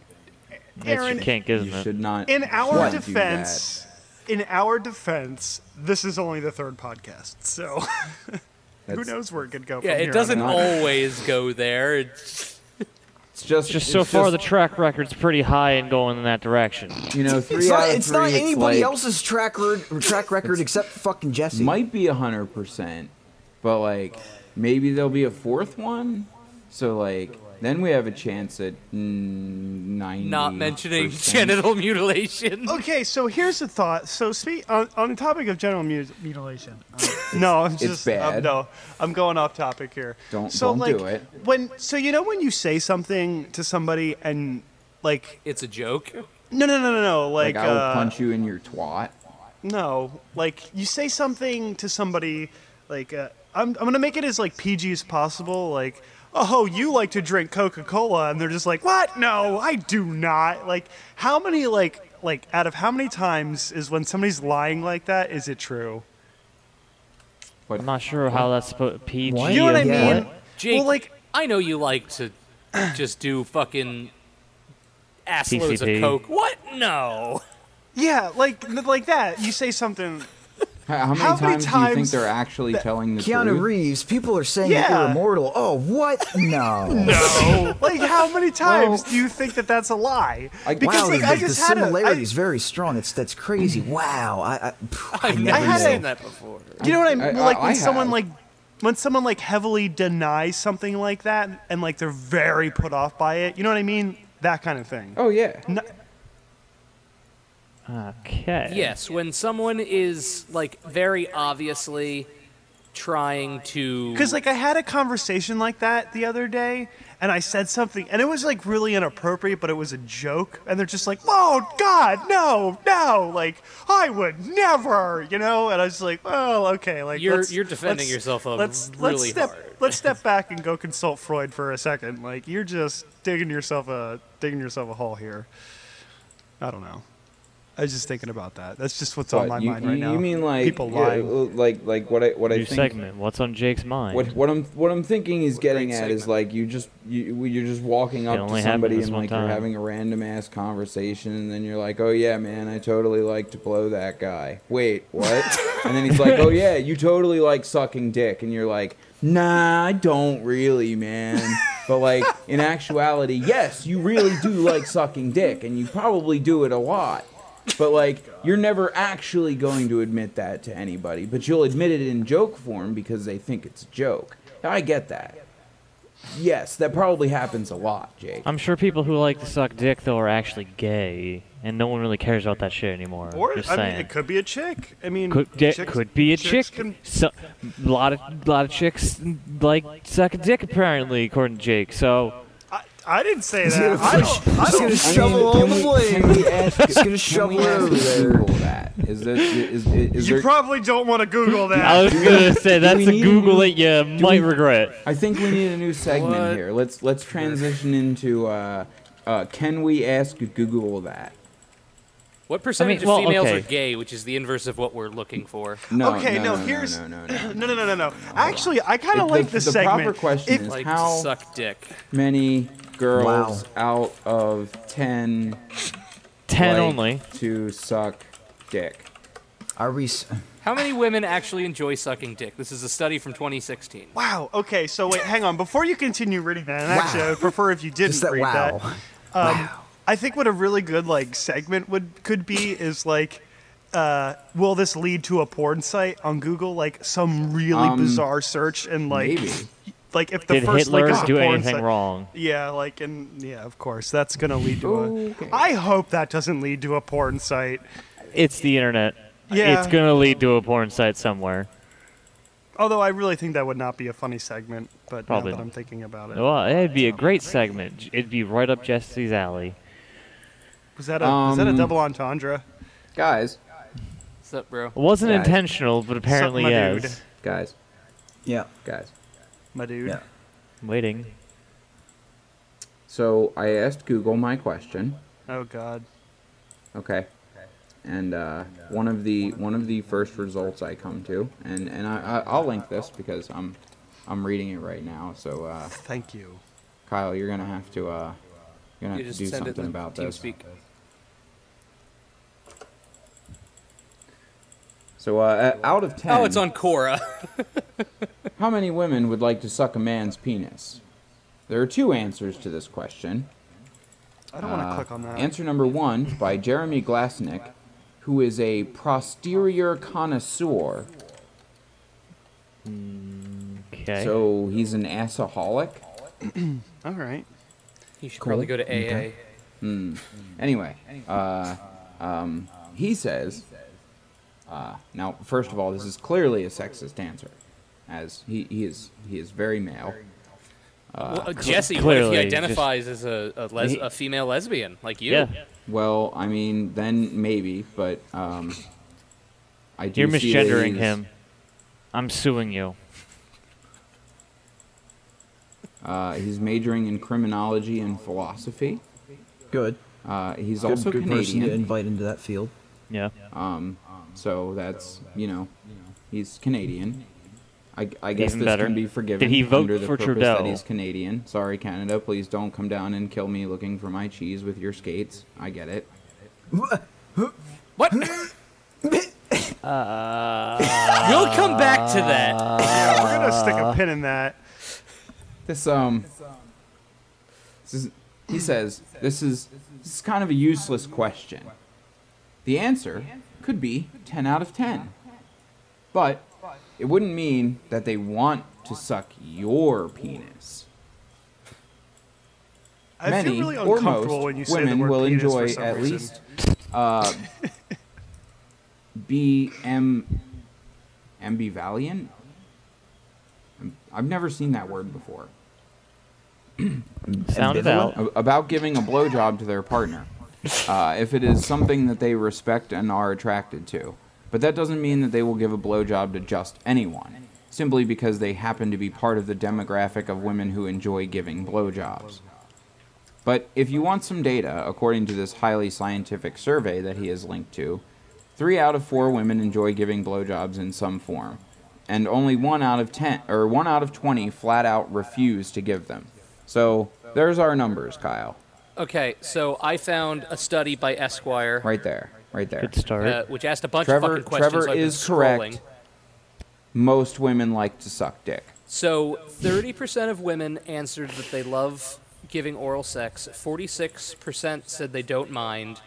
Speaker 2: That's your
Speaker 4: Aaron,
Speaker 2: kink, isn't
Speaker 1: You
Speaker 2: it?
Speaker 1: should not.
Speaker 4: in our
Speaker 1: what?
Speaker 4: defense, in our defense, this is only the third podcast, so
Speaker 1: do that.
Speaker 4: who
Speaker 1: That's-
Speaker 4: knows where it could go.
Speaker 3: Yeah,
Speaker 4: from here
Speaker 3: it
Speaker 4: on
Speaker 3: doesn't
Speaker 4: out.
Speaker 1: not.
Speaker 3: always go there. It's-
Speaker 1: It's just
Speaker 2: Just
Speaker 1: it's
Speaker 2: so far, the
Speaker 1: just,
Speaker 2: track record's pretty high and going in that direction.
Speaker 1: you know three
Speaker 5: It's
Speaker 1: out
Speaker 5: not,
Speaker 1: of
Speaker 5: it's
Speaker 1: three,
Speaker 5: not
Speaker 1: it's
Speaker 5: anybody
Speaker 1: like,
Speaker 5: else's track, record track record except fucking Jesse.
Speaker 1: might be a hundred percent, but like maybe there'll be a fourth one. So like then we have a chance at ninety.
Speaker 3: Not mentioning genital mutilation.
Speaker 4: Okay, so here's a thought. So speak on, on the topic of general mu- mutilation. um, no, I'm just I'm-
Speaker 1: bad.
Speaker 4: no, I'm going off topic here.
Speaker 1: Don't-
Speaker 4: so,
Speaker 1: don't
Speaker 4: like,
Speaker 1: do it.
Speaker 4: When so you know when you say something to somebody and like
Speaker 3: It's a joke.
Speaker 4: no no no no no like,
Speaker 1: Like, I will
Speaker 4: uh,
Speaker 1: punch you in your twat.
Speaker 4: No, like you say something to somebody, like uh, I'm, I'm gonna make it as like PG as possible. Like, oh, you like to drink Coca-Cola, and they're just like, what? No, I do not. Like, how many like like out of how many times is when somebody's lying like that? Is it true?
Speaker 2: I'm not sure how that's supposed PG.
Speaker 5: What?
Speaker 4: You know what I
Speaker 2: is
Speaker 5: Yeah.
Speaker 4: mean?
Speaker 3: Jake,
Speaker 4: Well, like-
Speaker 3: I know you like to just do fucking ass loads of
Speaker 2: TCP.
Speaker 3: coke. What? No.
Speaker 4: Yeah, like like that. You say something.
Speaker 1: How, how many
Speaker 4: How many
Speaker 1: times, do you think
Speaker 4: times
Speaker 1: they're actually telling the
Speaker 5: Keanu
Speaker 1: truth?
Speaker 5: Reeves, people are saying that
Speaker 4: Yeah.
Speaker 5: you're immortal. Oh, what? No.
Speaker 4: No. like how many times
Speaker 1: Well-
Speaker 4: do you think that that's a lie?
Speaker 1: I-
Speaker 4: because
Speaker 5: wow,
Speaker 4: like
Speaker 5: the,
Speaker 4: I
Speaker 5: the
Speaker 4: just had a,
Speaker 5: similarity
Speaker 4: I,
Speaker 5: is very strong. It's that's crazy. Wow, I, I, phew, I
Speaker 3: I've
Speaker 5: never
Speaker 3: never
Speaker 4: had
Speaker 5: knew.
Speaker 4: a-
Speaker 3: seen that before.
Speaker 4: Do you know what I mean?
Speaker 1: I-
Speaker 4: like
Speaker 1: I-
Speaker 4: when
Speaker 1: I
Speaker 4: someone
Speaker 1: have.
Speaker 4: like when someone like heavily denies something like that and like they're very put off by it. You know what I mean? That kind of thing.
Speaker 1: Oh yeah.
Speaker 4: No-
Speaker 2: it? Okay.
Speaker 3: Yes, when someone is like very obviously trying to
Speaker 4: Because like I had a conversation like that the other day, and I said something, and it was like really inappropriate, but it was a joke, and they're just like, "Oh God, no, no!" Like I would never, you know. And I was like, "Well, okay." Like
Speaker 3: You're-
Speaker 4: let's-
Speaker 3: you're defending
Speaker 4: let's-
Speaker 3: yourself up
Speaker 4: let's, let's
Speaker 3: really
Speaker 4: step,
Speaker 3: hard.
Speaker 4: let's step back and go consult Freud for a second. Like you're just digging yourself a digging yourself a hole here. I don't know. I was just thinking about that. That's just what's
Speaker 1: What,
Speaker 4: on my
Speaker 1: you,
Speaker 4: mind right
Speaker 1: you-
Speaker 4: now.
Speaker 1: you mean like
Speaker 4: people
Speaker 1: yeah,
Speaker 4: lying?
Speaker 1: like like what I what I
Speaker 2: New
Speaker 1: think
Speaker 2: segment. What's on Jake's mind?
Speaker 1: What what I'm what I'm thinking he's getting
Speaker 3: Great
Speaker 1: at is
Speaker 3: segment.
Speaker 1: like you just you you're just walking up
Speaker 2: only
Speaker 1: to
Speaker 2: happened
Speaker 1: somebody
Speaker 2: this
Speaker 1: and
Speaker 2: one
Speaker 1: like
Speaker 2: time.
Speaker 1: you're having a random ass conversation and then you're like, "Oh yeah, man, I totally like to blow that guy." Wait, what? and then he's like, "Oh yeah, you totally like sucking dick." And you're like, "Nah, I don't really, man." But like in actuality, yes, you really do like sucking dick and you probably do it a lot. But like, you're never actually going to admit that to anybody, but you'll admit it in joke form because they think it's a joke. I get that. Yes, that probably happens a lot, Jake.
Speaker 2: I'm sure people who like to suck dick though are actually gay, and no one really cares about that shit anymore.
Speaker 4: Or
Speaker 2: Just
Speaker 4: I
Speaker 2: saying.
Speaker 4: mean, it could be a chick. I mean,
Speaker 2: could, di-
Speaker 4: chicks-
Speaker 2: could be a
Speaker 4: chicks
Speaker 2: chick.
Speaker 4: can-
Speaker 2: so, lot of lot of chicks like suck a dick apparently, according to Jake. So
Speaker 4: I, I didn't say
Speaker 5: He's gonna
Speaker 4: that. I
Speaker 5: push-
Speaker 4: don't, I
Speaker 5: he's
Speaker 4: don't,
Speaker 5: gonna
Speaker 1: I
Speaker 5: shovel all
Speaker 1: mean,
Speaker 5: the
Speaker 1: can we- can we
Speaker 5: blame.
Speaker 1: ask-
Speaker 5: He's gonna
Speaker 1: Can we
Speaker 5: shovel it over
Speaker 1: ask
Speaker 5: there.
Speaker 1: Google that? Is this is, is, is
Speaker 4: you
Speaker 1: there,
Speaker 4: probably don't want to Google
Speaker 2: I
Speaker 4: that.
Speaker 2: was gonna say that's
Speaker 1: we
Speaker 2: a
Speaker 1: need-
Speaker 2: Google that you might
Speaker 1: we-
Speaker 2: regret.
Speaker 1: I think we need a new segment
Speaker 3: What?
Speaker 1: here. Let's let's transition into uh, uh, can we ask Google that?
Speaker 3: What percentage
Speaker 2: well,
Speaker 3: of females
Speaker 2: okay.
Speaker 3: are gay, which is the inverse of what we're looking for?
Speaker 1: No,
Speaker 4: Okay,
Speaker 1: no,
Speaker 4: no,
Speaker 1: no, no,
Speaker 4: here's-
Speaker 1: no, no, no,
Speaker 4: No, no, no, no, no. Actually, I kind
Speaker 1: The-
Speaker 4: of like
Speaker 1: the-
Speaker 4: this
Speaker 1: the
Speaker 4: segment.
Speaker 1: proper question
Speaker 4: If-
Speaker 1: is-
Speaker 3: Like
Speaker 1: How-
Speaker 3: to suck dick.
Speaker 1: Many girls
Speaker 5: Wow.
Speaker 1: out of ten.
Speaker 2: Ten
Speaker 1: like
Speaker 2: only.
Speaker 1: to suck dick.
Speaker 5: Are we? s-
Speaker 3: How many women actually enjoy sucking dick? This is a study from 2016.
Speaker 4: wow. Okay, so wait, hang on. Before you continue reading that, and
Speaker 5: Wow.
Speaker 4: actually, I would prefer if you didn't
Speaker 5: Just that
Speaker 4: read
Speaker 5: wow.
Speaker 4: that. um, I think what a really good like segment would could be is like, uh, will this lead to a porn site on Google? Like some really
Speaker 1: Um,
Speaker 4: bizarre search and like,
Speaker 1: Maybe.
Speaker 4: like if the
Speaker 2: Did
Speaker 4: first link
Speaker 2: Hitler
Speaker 4: is a
Speaker 2: do
Speaker 4: porn
Speaker 2: anything
Speaker 4: site-
Speaker 2: wrong?
Speaker 4: Yeah, like and yeah, of course that's gonna lead to a. I
Speaker 1: Okay.
Speaker 4: hope that doesn't lead to a porn site.
Speaker 2: It's the internet.
Speaker 4: Yeah.
Speaker 2: It's gonna lead to a porn site somewhere.
Speaker 4: Although I really think that would not be a funny segment, but
Speaker 2: Probably
Speaker 4: now that
Speaker 2: not.
Speaker 4: I'm thinking about it,
Speaker 2: Well, it'd be a great segment. It'd be right up Jesse's alley.
Speaker 4: was that a was that a
Speaker 1: Um,
Speaker 4: double entendre?
Speaker 1: Guys,
Speaker 3: What's up, bro?
Speaker 2: It wasn't
Speaker 1: Guys.
Speaker 2: intentional, but apparently
Speaker 4: my
Speaker 2: yes.
Speaker 4: dude.
Speaker 1: guys,
Speaker 5: Yeah.
Speaker 1: guys.
Speaker 4: My dude.
Speaker 5: Yeah.
Speaker 2: I'm waiting.
Speaker 1: So I asked Google my question.
Speaker 4: Oh God.
Speaker 1: Okay. And uh, one of the one of the first results I come to, and and I, I I'll link this because I'm I'm reading it right now. So uh,
Speaker 4: Thank you.
Speaker 1: Kyle, you're gonna have to uh, you're gonna
Speaker 3: You
Speaker 1: have to
Speaker 3: just
Speaker 1: do
Speaker 3: send it
Speaker 1: something
Speaker 3: in
Speaker 1: about
Speaker 3: team
Speaker 1: this.
Speaker 3: speak.
Speaker 1: So uh, out of ten,
Speaker 3: Oh, it's on Cora.
Speaker 1: How many women would like to suck a man's penis? There are two answers to this question.
Speaker 4: I don't want
Speaker 1: Uh,
Speaker 4: to click on that.
Speaker 1: Answer number one by Jeremy Glasnick, who is a posterior connoisseur.
Speaker 2: Okay.
Speaker 1: So he's an assaholic.
Speaker 4: All right.
Speaker 3: you should probably go to AA.
Speaker 1: Anyway, uh, um, he says. Uh, now, first of all, this is clearly a sexist answer, as he, he is he is very male.
Speaker 3: Well, uh, Jesse, what if
Speaker 2: clearly,
Speaker 3: he
Speaker 2: just-
Speaker 3: identifies as a a, les-
Speaker 2: He-
Speaker 3: a female lesbian like you?
Speaker 2: yeah.
Speaker 1: Well, I mean, then maybe, but um, I do
Speaker 2: You're
Speaker 1: see that
Speaker 2: misgendering
Speaker 1: he's-
Speaker 2: him. I'm suing you.
Speaker 1: Uh, he's majoring in criminology and philosophy.
Speaker 5: Good.
Speaker 1: Uh, he's
Speaker 5: Good,
Speaker 1: also
Speaker 5: good person to
Speaker 1: Canadian,
Speaker 5: invite into that field.
Speaker 2: Yeah.
Speaker 1: um, so that's you know, he's Canadian. I, I guess
Speaker 2: Even
Speaker 1: this
Speaker 2: better.
Speaker 1: can be forgiven
Speaker 2: Did he vote
Speaker 1: under the
Speaker 2: for
Speaker 1: purpose that
Speaker 2: Trudeau?
Speaker 1: he's Canadian. Sorry, Canada, please don't come down and kill me looking for my cheese with your skates. I get it.
Speaker 3: What?
Speaker 1: Uh,
Speaker 3: You'll come back to that.
Speaker 4: Yeah, we're gonna stick a pin in that.
Speaker 1: This um, this is, he says this is this is kind of a useless question. The answer could be 10 out of 10. But it wouldn't mean that they want to suck your penis.
Speaker 4: I
Speaker 1: Many
Speaker 4: feel really
Speaker 1: or
Speaker 4: uncomfortable
Speaker 1: most
Speaker 4: when you say the
Speaker 1: women
Speaker 4: word
Speaker 1: will
Speaker 4: penis for
Speaker 1: enjoy
Speaker 4: some
Speaker 1: at
Speaker 4: reason.
Speaker 1: least uh, BM ambivalent. I'm- I've never seen that word before.
Speaker 2: Sound it
Speaker 5: Ambivalent?
Speaker 2: out.
Speaker 1: A- about giving a blowjob to their partner uh, if it is something that they respect and are attracted to. But that doesn't mean that they will give a blowjob to just anyone, simply because they happen to be part of the demographic of women who enjoy giving blowjobs. But if you want some data, according to this highly scientific survey that he has linked to, three out of four women enjoy giving blowjobs in some form, and only one out of ten or one out of twenty flat out refuse to give them. So there's our numbers, Kyle.
Speaker 3: Okay, so I found a study by Esquire,
Speaker 1: Right there, right there.
Speaker 2: Good start.
Speaker 3: uh, which asked a bunch
Speaker 1: Trevor,
Speaker 3: of fucking questions.
Speaker 1: Trevor
Speaker 3: so I've been
Speaker 1: is correct.
Speaker 3: scrolling.
Speaker 1: Most women like to suck dick.
Speaker 3: So, 30% of women answered that they love giving oral sex. 46% said they don't mind.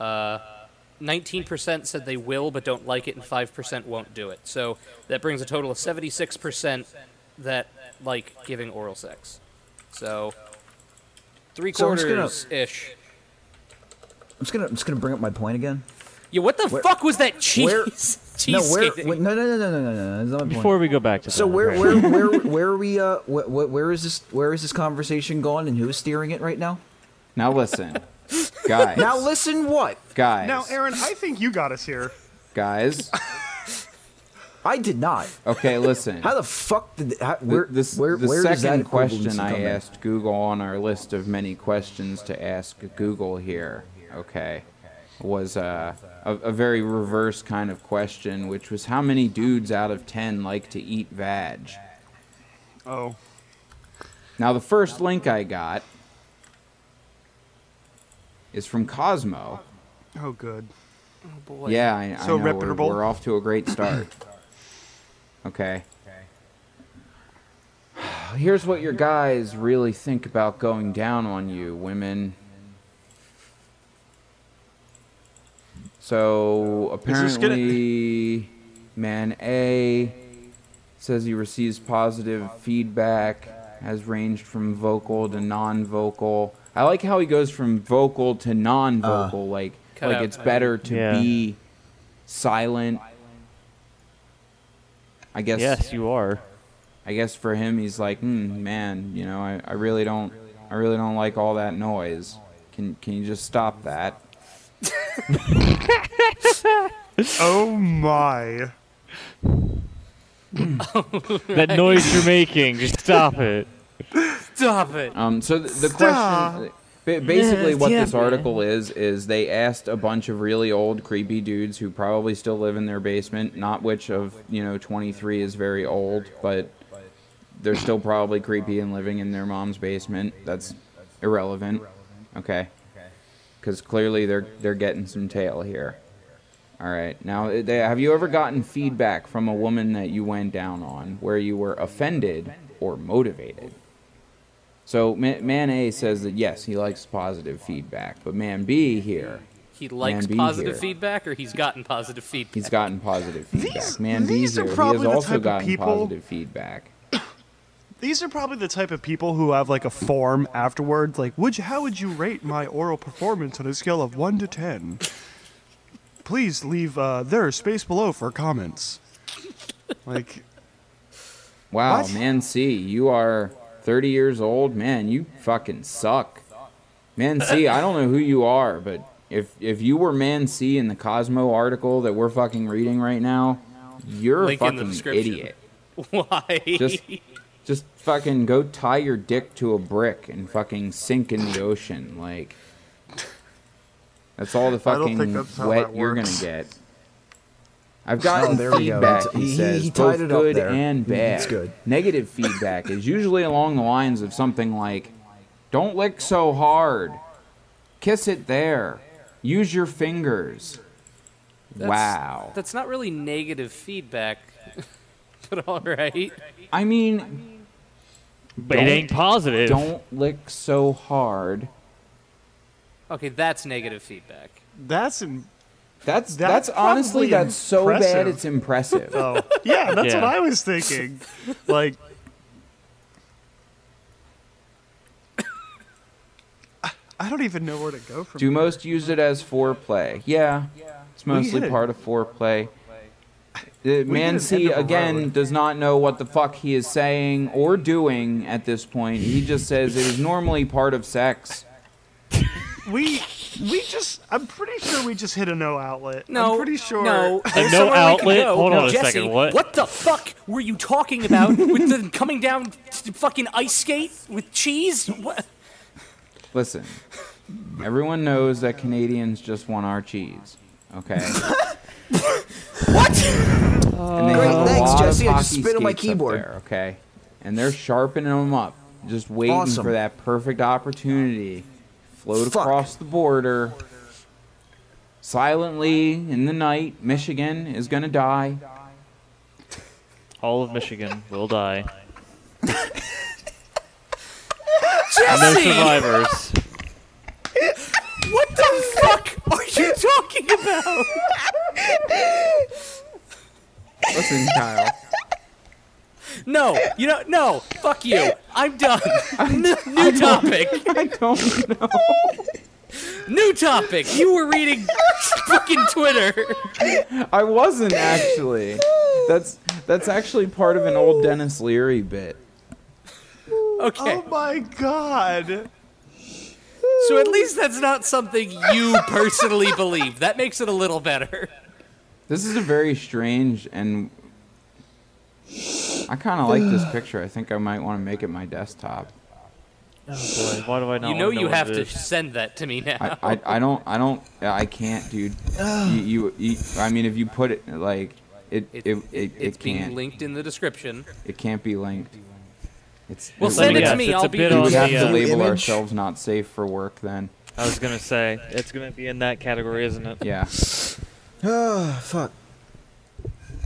Speaker 3: Uh, 19% said they will but don't like it, and 5% won't do it. So, that brings a total of 76% that like giving oral sex. So, three
Speaker 5: So I'm just gonna-
Speaker 3: quarters ish.
Speaker 5: I'm just gonna I'm just gonna bring up my point again.
Speaker 3: Yeah, what the
Speaker 5: Where-
Speaker 3: fuck was that cheese?
Speaker 5: where-
Speaker 3: cheese
Speaker 5: No, where?
Speaker 3: skating?
Speaker 5: Wait, no, no, no, no, no, no, no. That's not my point.
Speaker 2: Before we go back to that,
Speaker 5: So where
Speaker 2: right.
Speaker 5: where where where are we? Uh, wh- wh- where is this where is this conversation going, and who is steering it right now?
Speaker 1: Now listen, guys.
Speaker 5: Now listen, what
Speaker 1: guys.
Speaker 4: Now, Aaron, I think you got us here.
Speaker 1: guys.
Speaker 5: I did not.
Speaker 1: Okay, listen.
Speaker 5: How the fuck did how,
Speaker 1: The-
Speaker 5: where
Speaker 1: this,
Speaker 5: where
Speaker 1: the
Speaker 5: where does that
Speaker 1: second
Speaker 5: equivalency
Speaker 1: question
Speaker 5: come
Speaker 1: I
Speaker 5: in?
Speaker 1: asked Google on our list of many questions to ask Google here. Okay. was uh, a, a very reverse kind of question, which was how many dudes out of 10 like to eat vag?
Speaker 4: Oh.
Speaker 1: Now, the first link I got is from Cosmo.
Speaker 4: Oh, good.
Speaker 3: Oh boy.
Speaker 1: Yeah, I, I know
Speaker 4: So
Speaker 1: we're-
Speaker 4: reputable.
Speaker 1: We're, off to a great start. okay. Here's what your guys really think about going down on you, women. So
Speaker 4: Is this gonna-
Speaker 1: apparently, man A says he receives positive feedback, has ranged from vocal to non-vocal. I like how he goes from vocal to non-vocal, like
Speaker 3: Uh, Cut
Speaker 1: like
Speaker 3: out.
Speaker 1: it's better to
Speaker 2: Yeah.
Speaker 1: be silent. I guess.
Speaker 2: Yes, you are.
Speaker 1: I guess for him, he's like, mm, man, you know, I, I really don't, I really don't like all that noise. Can can you just stop that?
Speaker 4: Oh my.
Speaker 2: That noise you're making, just stop it.
Speaker 3: Stop it.
Speaker 1: Um, so th- the
Speaker 4: Stop.
Speaker 1: question, uh, ba- basically,
Speaker 2: Yes,
Speaker 1: what
Speaker 2: yeah,
Speaker 1: this article is is they asked a bunch of really old, creepy dudes who probably still live in their basement. Not which of you know, 23 is very old, but they're still probably creepy and living in their mom's basement. That's irrelevant. Okay, because clearly they're they're getting some tail here. All right. Now, uh, they- have you ever gotten feedback from a woman that you went down on where you were offended or motivated? So ma- man A says that yes, he likes positive feedback, but man B here,
Speaker 3: He likes
Speaker 1: Man, be
Speaker 3: positive
Speaker 1: here.
Speaker 3: feedback, or he's gotten positive feedback.
Speaker 1: he's gotten positive feedback.
Speaker 4: These-
Speaker 1: man B
Speaker 4: these are
Speaker 1: here, he has
Speaker 4: probably the type
Speaker 1: also
Speaker 4: of
Speaker 1: gotten
Speaker 4: people-
Speaker 1: positive feedback.
Speaker 4: These are probably the type of people who have like a form afterwards, like, would you, how would you rate my oral performance on a scale of one to ten? Please leave. Uh, there is space below for comments. Like,
Speaker 1: Wow,
Speaker 4: What?
Speaker 1: man C, you are 30 years old, man. You fucking suck. Man C, I don't know who you are, but if if you were man C in the Cosmo article that we're fucking reading right now, you're
Speaker 3: Link
Speaker 1: a
Speaker 3: in the
Speaker 1: fucking
Speaker 3: description.
Speaker 1: idiot.
Speaker 3: Why?
Speaker 1: Just just fucking go tie your dick to a brick and fucking sink in the ocean. Like that's all the
Speaker 4: I don't
Speaker 1: fucking
Speaker 4: think that's how
Speaker 1: wet
Speaker 4: that
Speaker 1: you're gonna
Speaker 4: works.
Speaker 1: get. I've gotten
Speaker 5: Oh, there we go.
Speaker 1: feedback.
Speaker 5: He-
Speaker 1: He,
Speaker 5: he-
Speaker 1: says
Speaker 5: he tied
Speaker 1: both
Speaker 5: it up
Speaker 1: good
Speaker 5: there.
Speaker 1: and bad.
Speaker 5: It's good.
Speaker 1: Negative feedback is usually along the lines of something like, "Don't lick so hard," "Kiss it there," "Use your fingers."
Speaker 3: That's-
Speaker 1: wow.
Speaker 3: That's not really negative feedback, but all right.
Speaker 1: I mean,
Speaker 2: But
Speaker 1: Don't-
Speaker 2: it ain't positive.
Speaker 1: don't lick so hard.
Speaker 3: Okay, that's negative feedback.
Speaker 4: that's in.
Speaker 1: That's
Speaker 4: That's
Speaker 1: that's, honestly
Speaker 4: probably
Speaker 1: that's so
Speaker 4: impressive.
Speaker 1: bad it's impressive.
Speaker 4: Oh, yeah, that's
Speaker 2: Yeah.
Speaker 4: what I was thinking. Like, I- I don't even know where to go from.
Speaker 1: Do most use it as foreplay? Yeah, it's
Speaker 4: We
Speaker 1: mostly
Speaker 4: hit it.
Speaker 1: part of foreplay. The man
Speaker 4: hit an
Speaker 1: C
Speaker 4: end of a
Speaker 1: again
Speaker 4: road.
Speaker 1: does not know what the fuck he is saying or doing at this point. He just says it is normally part of sex.
Speaker 4: We we just I'm pretty sure we just hit a no outlet.
Speaker 3: No,
Speaker 4: I'm pretty sure.
Speaker 3: No,
Speaker 2: A
Speaker 3: there's
Speaker 2: no
Speaker 3: somewhere we can
Speaker 2: outlet?
Speaker 3: go.
Speaker 2: Hold on a
Speaker 3: Jesse,
Speaker 2: second, what?
Speaker 3: the fuck were you talking about with the coming down t- fucking ice skate with cheese? What?
Speaker 1: Listen, everyone knows that Canadians just want our cheese. Okay. what? And they
Speaker 5: Great,
Speaker 1: have a
Speaker 5: thanks,
Speaker 1: lot of
Speaker 5: Jesse. I just
Speaker 1: hockey
Speaker 5: spit on my
Speaker 1: skates up
Speaker 5: keyboard.
Speaker 1: there, okay. And they're sharpening them up, just waiting
Speaker 5: Awesome.
Speaker 1: for that perfect opportunity. Float
Speaker 5: Fuck.
Speaker 1: across the border. Silently in the night, Michigan is gonna die.
Speaker 2: All of Michigan will die. No
Speaker 3: Jesse,
Speaker 2: survivors.
Speaker 3: what the fuck are you talking about?
Speaker 1: Listen, Kyle.
Speaker 3: No, you know, no, fuck you. I'm done. N- new topic.
Speaker 1: I don't know.
Speaker 3: New topic. You were reading fucking Twitter.
Speaker 1: I wasn't actually. That's that's actually part of an old Dennis Leary bit.
Speaker 3: Okay.
Speaker 4: Oh my god.
Speaker 3: So at least that's not something you personally believe. That makes it a little better.
Speaker 1: This is a very strange and I kind of like this picture. I think I might want to make it my desktop.
Speaker 2: Oh boy, why do I not?
Speaker 3: you know
Speaker 2: wanna
Speaker 3: you
Speaker 2: what
Speaker 3: have
Speaker 2: it
Speaker 3: to
Speaker 2: is?
Speaker 3: send that to me now.
Speaker 1: I, I, I don't I don't I can't, dude. you, you, you I mean, if you put it like it it
Speaker 3: It-
Speaker 1: it, it,
Speaker 3: it's being
Speaker 1: can't
Speaker 3: linked in the description.
Speaker 1: it can't be linked. It's
Speaker 3: Well,
Speaker 1: it
Speaker 3: send
Speaker 1: would-
Speaker 3: it to
Speaker 2: Yes,
Speaker 3: me,
Speaker 2: it's
Speaker 3: I'll
Speaker 2: a
Speaker 3: be-
Speaker 2: bit
Speaker 3: You
Speaker 1: We
Speaker 2: on
Speaker 1: would have
Speaker 2: the. uh,
Speaker 1: to
Speaker 5: uh,
Speaker 1: label
Speaker 5: image.
Speaker 1: ourselves not safe for work then.
Speaker 2: I was gonna say it's gonna be in that category, isn't it?
Speaker 1: Yeah.
Speaker 5: Ah, fuck.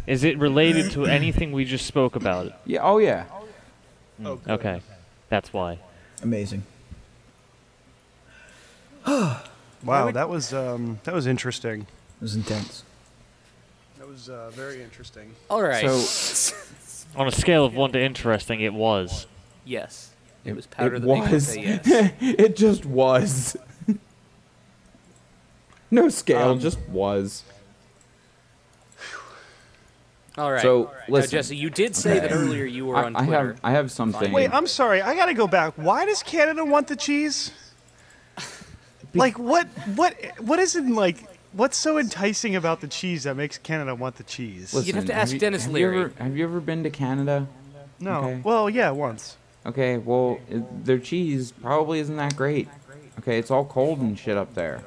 Speaker 2: Is it related to anything we just spoke about?
Speaker 1: Yeah. Oh yeah.
Speaker 2: Okay, that's why.
Speaker 5: Amazing.
Speaker 4: Wow, that was um, that was interesting.
Speaker 5: It was intense.
Speaker 4: That was uh, very interesting.
Speaker 3: All right.
Speaker 1: So
Speaker 2: On a scale of one to interesting, it was.
Speaker 3: yes. It,
Speaker 1: It-
Speaker 3: was powder
Speaker 1: it
Speaker 3: that made me
Speaker 1: was.
Speaker 3: say yes.
Speaker 1: it just was. no scale,
Speaker 5: Um,
Speaker 1: just was.
Speaker 3: All right.
Speaker 1: So,
Speaker 3: All right.
Speaker 1: listen.
Speaker 3: now, Jesse, you did say that
Speaker 1: Okay.
Speaker 3: earlier you were
Speaker 1: I,
Speaker 3: on
Speaker 1: I
Speaker 3: Twitter.
Speaker 1: have I have something.
Speaker 4: Wait, I'm sorry. I got to go back. Why does Canada want the cheese? Like what what what is in like what's so enticing about the cheese that makes Canada want the cheese?
Speaker 1: Listen,
Speaker 3: You'd have to ask
Speaker 1: you-
Speaker 3: Dennis
Speaker 1: have
Speaker 3: Leary.
Speaker 1: You ever, have you ever been to Canada?
Speaker 4: no.
Speaker 1: okay.
Speaker 4: Well, yeah, once.
Speaker 1: Okay, well, it, their cheese probably isn't that great. Okay, it's all cold and shit up there.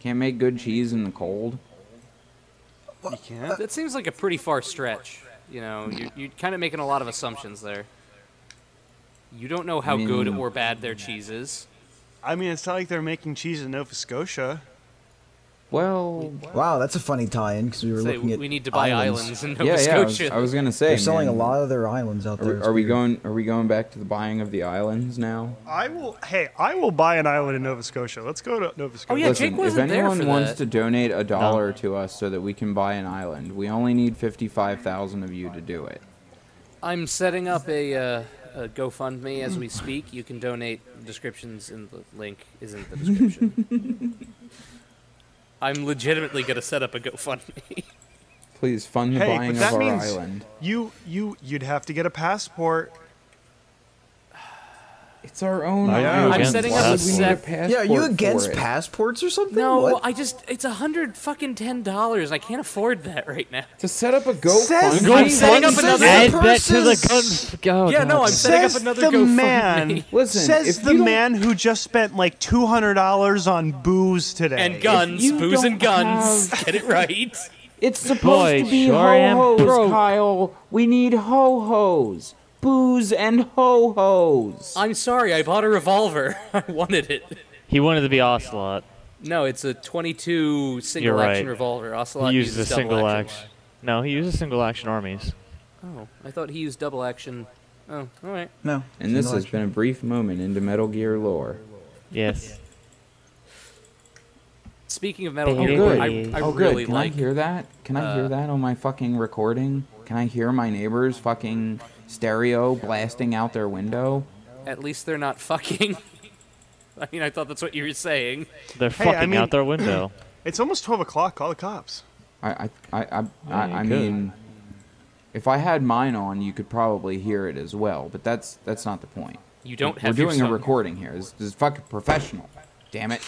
Speaker 1: Can't make good cheese in the cold.
Speaker 4: You can't.
Speaker 3: That seems like a pretty far stretch. You know, you're, you're kind of making a lot of assumptions there. You don't know how
Speaker 1: mean-
Speaker 3: good or bad their cheese is.
Speaker 4: I mean, it's not like they're making cheese in Nova Scotia.
Speaker 1: Well,
Speaker 5: Wow, that's a funny tie-in because we were
Speaker 3: Say,
Speaker 5: looking
Speaker 3: we
Speaker 5: at.
Speaker 3: we need to buy islands, in Nova
Speaker 1: yeah, yeah. I was,
Speaker 3: Scotia.
Speaker 1: I was gonna say
Speaker 5: They're selling
Speaker 1: man,
Speaker 5: a lot of their islands out there.
Speaker 1: Are, are we going? Are we going back to the buying of the islands now?
Speaker 4: I will Hey, I will buy an island in Nova Scotia. Let's go to Nova Scotia.
Speaker 3: Oh, yeah,
Speaker 1: Listen,
Speaker 3: Jake
Speaker 1: if
Speaker 3: wasn't there
Speaker 1: anyone
Speaker 3: for
Speaker 1: wants
Speaker 3: that.
Speaker 1: to donate a dollar to us so that we can buy an island, we only need fifty-five thousand of you to do it.
Speaker 3: I'm setting up a, uh, a GoFundMe as we speak. You can donate. Descriptions in the link is in the description. I'm legitimately gonna set up a GoFundMe.
Speaker 1: Please fund the
Speaker 4: Hey,
Speaker 1: buying
Speaker 4: but
Speaker 1: of
Speaker 4: that
Speaker 1: our
Speaker 4: means
Speaker 1: island.
Speaker 4: you you you'd have to get a passport.
Speaker 1: It's our own.
Speaker 2: Are you
Speaker 1: island.
Speaker 2: against
Speaker 3: setting
Speaker 1: Why
Speaker 3: up a
Speaker 1: would we need
Speaker 3: sec-
Speaker 1: passport
Speaker 5: Yeah, are you
Speaker 1: for
Speaker 5: against
Speaker 1: it?
Speaker 5: passports or something?
Speaker 3: No,
Speaker 5: What?
Speaker 3: I just it's a hundred fucking ten dollars. I can't afford that right now.
Speaker 1: To set up a
Speaker 4: Says-
Speaker 1: GoFundMe?
Speaker 4: Go-
Speaker 3: I'm setting up
Speaker 5: Says
Speaker 3: another.
Speaker 2: Add
Speaker 5: the
Speaker 2: that to
Speaker 5: purses.
Speaker 2: the gun. Oh,
Speaker 3: Yeah, no,
Speaker 2: God.
Speaker 3: I'm setting up
Speaker 4: Says
Speaker 3: another
Speaker 4: the
Speaker 3: GoFundMe.
Speaker 4: man.
Speaker 1: Listen,
Speaker 4: says
Speaker 1: if
Speaker 4: the
Speaker 1: you don't-
Speaker 4: man who just spent like two hundred dollars on booze today.
Speaker 3: and guns,
Speaker 1: you
Speaker 3: booze and
Speaker 1: don't
Speaker 3: guns. Get it right.
Speaker 1: It's supposed
Speaker 2: Boy,
Speaker 1: to be
Speaker 2: sure am
Speaker 1: ho-hos,
Speaker 2: broke.
Speaker 1: Kyle. We need ho-hos. Booze and ho-hos.
Speaker 3: I'm sorry, I bought a revolver. I wanted it.
Speaker 2: He wanted to be Ocelot.
Speaker 3: No, it's a 22 single
Speaker 2: You're
Speaker 3: action
Speaker 2: right.
Speaker 3: revolver. Ocelot
Speaker 2: He uses a
Speaker 3: double
Speaker 2: single action. No, he uses single action armies.
Speaker 3: Oh, I thought he used double action. Oh, all right.
Speaker 5: no.
Speaker 1: And this has been a brief moment into Metal Gear lore.
Speaker 2: Yes.
Speaker 3: Speaking of Metal
Speaker 2: Oh,
Speaker 3: Gear,
Speaker 1: good.
Speaker 3: I, I
Speaker 1: oh,
Speaker 3: really
Speaker 1: good. Can
Speaker 3: like.
Speaker 1: I hear that? Can I hear
Speaker 3: uh,
Speaker 1: that on my fucking recording? Can I hear my neighbor's fucking stereo blasting out their window?
Speaker 3: At least they're not fucking. I mean, I thought that's what you were saying.
Speaker 2: They're
Speaker 4: Hey, I
Speaker 2: fucking
Speaker 4: mean-
Speaker 2: out their window.
Speaker 4: It's almost twelve o'clock. Call the cops.
Speaker 1: I, I, I, I, I, I
Speaker 2: good.
Speaker 1: mean, if I had mine on, you could probably hear it as well. But that's that's not the point.
Speaker 3: You don't
Speaker 1: We're
Speaker 3: have your
Speaker 1: doing a
Speaker 3: son.
Speaker 1: recording here. This, this is fucking professional. Damn it.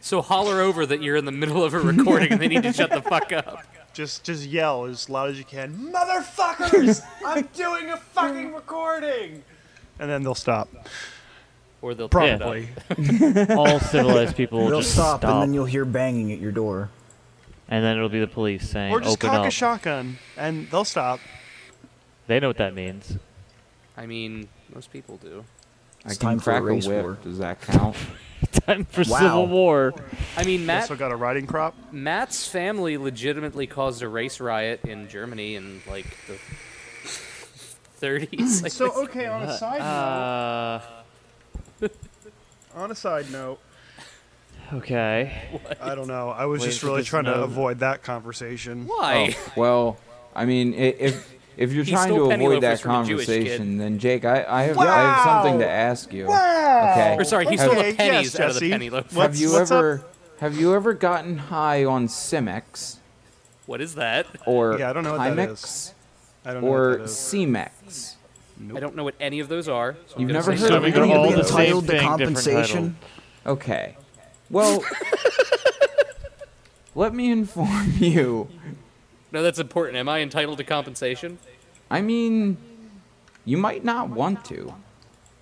Speaker 3: So holler over that you're in the middle of a recording and they need to shut the fuck up.
Speaker 4: Just just yell as loud as you can. Motherfuckers! I'm doing a fucking recording. And then they'll stop.
Speaker 3: Or they'll turn it up.
Speaker 4: Probably.
Speaker 2: All civilized people will
Speaker 5: They'll
Speaker 2: just
Speaker 5: stop,
Speaker 2: stop,
Speaker 5: and then you'll hear banging at your door.
Speaker 2: and then it'll be the police saying,
Speaker 4: Or just
Speaker 2: "Open
Speaker 4: cock
Speaker 2: up."
Speaker 4: a shotgun and they'll stop.
Speaker 2: They know what that means.
Speaker 3: I mean, most people do.
Speaker 1: I
Speaker 5: It's
Speaker 1: can
Speaker 5: time for a
Speaker 1: crack a
Speaker 5: race
Speaker 1: whip.
Speaker 5: war.
Speaker 1: Does that count?
Speaker 2: Time for
Speaker 5: Wow.
Speaker 2: civil war.
Speaker 3: I mean, Matt
Speaker 4: Also got a riding crop.
Speaker 3: Matt's family legitimately caused a race riot in Germany in like the 30s. I
Speaker 4: So
Speaker 3: think.
Speaker 4: okay, on a side note,
Speaker 2: Uh,
Speaker 4: on a side note,
Speaker 2: okay.
Speaker 4: I don't know. I was
Speaker 2: Wait
Speaker 4: just
Speaker 2: for
Speaker 4: really
Speaker 2: this
Speaker 4: trying to
Speaker 2: note.
Speaker 4: avoid that conversation.
Speaker 1: Oh,
Speaker 3: why?
Speaker 1: well, I mean, i- if if you're
Speaker 3: He
Speaker 1: trying
Speaker 3: stole
Speaker 1: to
Speaker 3: penny
Speaker 1: avoid that
Speaker 3: loafers from a Jewish kid.
Speaker 1: conversation, then Jake, I, I, have, I have something to
Speaker 4: Wow.
Speaker 1: ask you.
Speaker 4: Wow.
Speaker 1: Okay.
Speaker 3: Or sorry, he
Speaker 1: Have-
Speaker 3: stole
Speaker 4: Oh. Okay,
Speaker 3: the pennies
Speaker 4: yes,
Speaker 3: out of the
Speaker 4: Jesse.
Speaker 3: penny loaf.
Speaker 4: What?
Speaker 1: Have you
Speaker 4: what's up?
Speaker 1: ever have you ever gotten high on Simex
Speaker 3: What is that?
Speaker 1: or
Speaker 4: Yeah, I don't know what that
Speaker 1: Timex
Speaker 4: is. I don't know what
Speaker 1: or
Speaker 4: that is.
Speaker 1: Cemex?
Speaker 3: I don't know what any of those are. So
Speaker 1: You've
Speaker 3: I'm gonna
Speaker 1: never
Speaker 3: say
Speaker 1: heard
Speaker 3: no.
Speaker 1: of
Speaker 2: we
Speaker 1: it?
Speaker 2: got
Speaker 1: Anybody
Speaker 2: all the
Speaker 1: that's
Speaker 2: same
Speaker 5: entitled to
Speaker 2: thing, different
Speaker 5: compensation?
Speaker 2: title.
Speaker 1: Okay. Well, let me inform you.
Speaker 3: No, that's important. Am I entitled to compensation?
Speaker 1: I mean, You might not want to.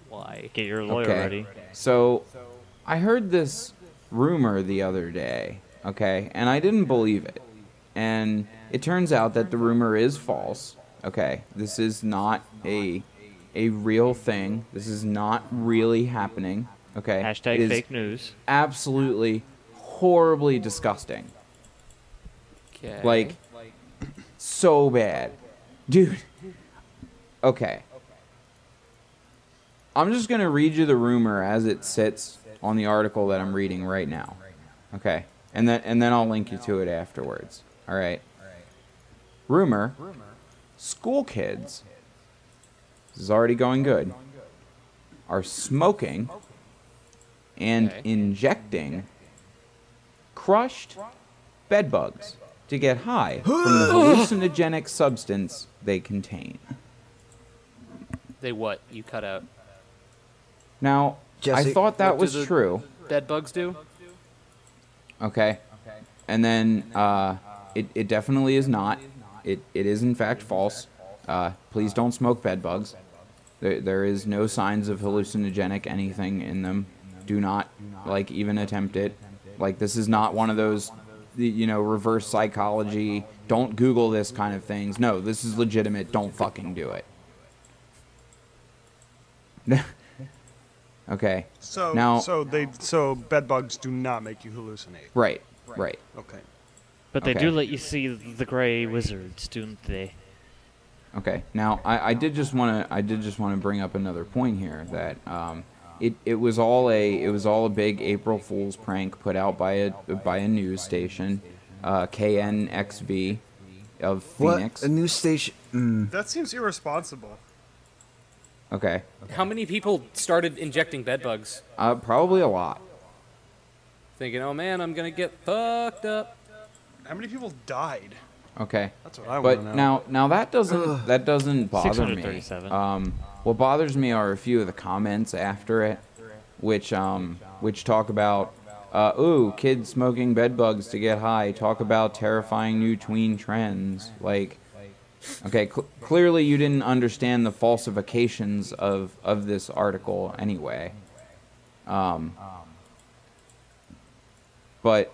Speaker 3: Why?
Speaker 2: Get your lawyer ready.
Speaker 1: So I heard this rumor the other day, okay, and I didn't believe it. And it turns out that the rumor is false. Okay. This is not a a real thing. This is not really happening. Okay.
Speaker 2: Hashtag
Speaker 1: It is
Speaker 2: fake news.
Speaker 1: Absolutely horribly disgusting.
Speaker 3: Okay.
Speaker 1: Like so bad. Dude. Okay. I'm just going to read you the rumor as it sits on the article that I'm reading right now. Okay. And then and then I'll link you to it afterwards. All right. Rumor. School kids. This is already going good. Are smoking and
Speaker 3: Okay.
Speaker 1: injecting crushed bed bugs to get high from the hallucinogenic substance they contain.
Speaker 3: they what? You cut out.
Speaker 1: Now, I
Speaker 5: Jesse,
Speaker 1: thought that
Speaker 3: what
Speaker 1: was
Speaker 3: do the-
Speaker 1: true.
Speaker 3: Bed bugs do?
Speaker 1: Okay. And then uh, it, it definitely is not. It, it is, in fact, false. Uh, please don't smoke bed bugs. There, there is no signs of hallucinogenic anything in them. Do not, like, even attempt it. Like, this is not one of those, you know, reverse psychology, don't Google this kind of things. No, this is legitimate. Don't fucking do it. okay.
Speaker 4: So
Speaker 1: Now-
Speaker 4: so they so bed bugs do not make you hallucinate.
Speaker 1: Right. Right.
Speaker 4: Okay.
Speaker 2: But they
Speaker 1: Okay.
Speaker 2: do let you see the gray wizards, don't they?
Speaker 1: Okay. Now, I, I did just want to I did just want to bring up another point here that um, it, it was all a it was all a big April Fool's prank put out by a by a news station, uh, KNXV, of Phoenix.
Speaker 5: What? A new station. Mm.
Speaker 4: That seems irresponsible.
Speaker 1: Okay.
Speaker 3: How many people started injecting bed bugs?
Speaker 1: Uh, probably a lot.
Speaker 3: Thinking, oh man, I'm gonna get fucked up.
Speaker 4: How many people died?
Speaker 1: Okay.
Speaker 4: That's what I want
Speaker 1: But
Speaker 4: to know.
Speaker 1: now now that doesn't that doesn't bother me.
Speaker 2: 637.
Speaker 1: Um, what bothers me are a few of the comments after it, which um which talk about uh, ooh kids smoking bed bugs to get high. Talk about terrifying new tween trends. Like, okay, cl- clearly you didn't understand the falsifications of of this article anyway. Um, but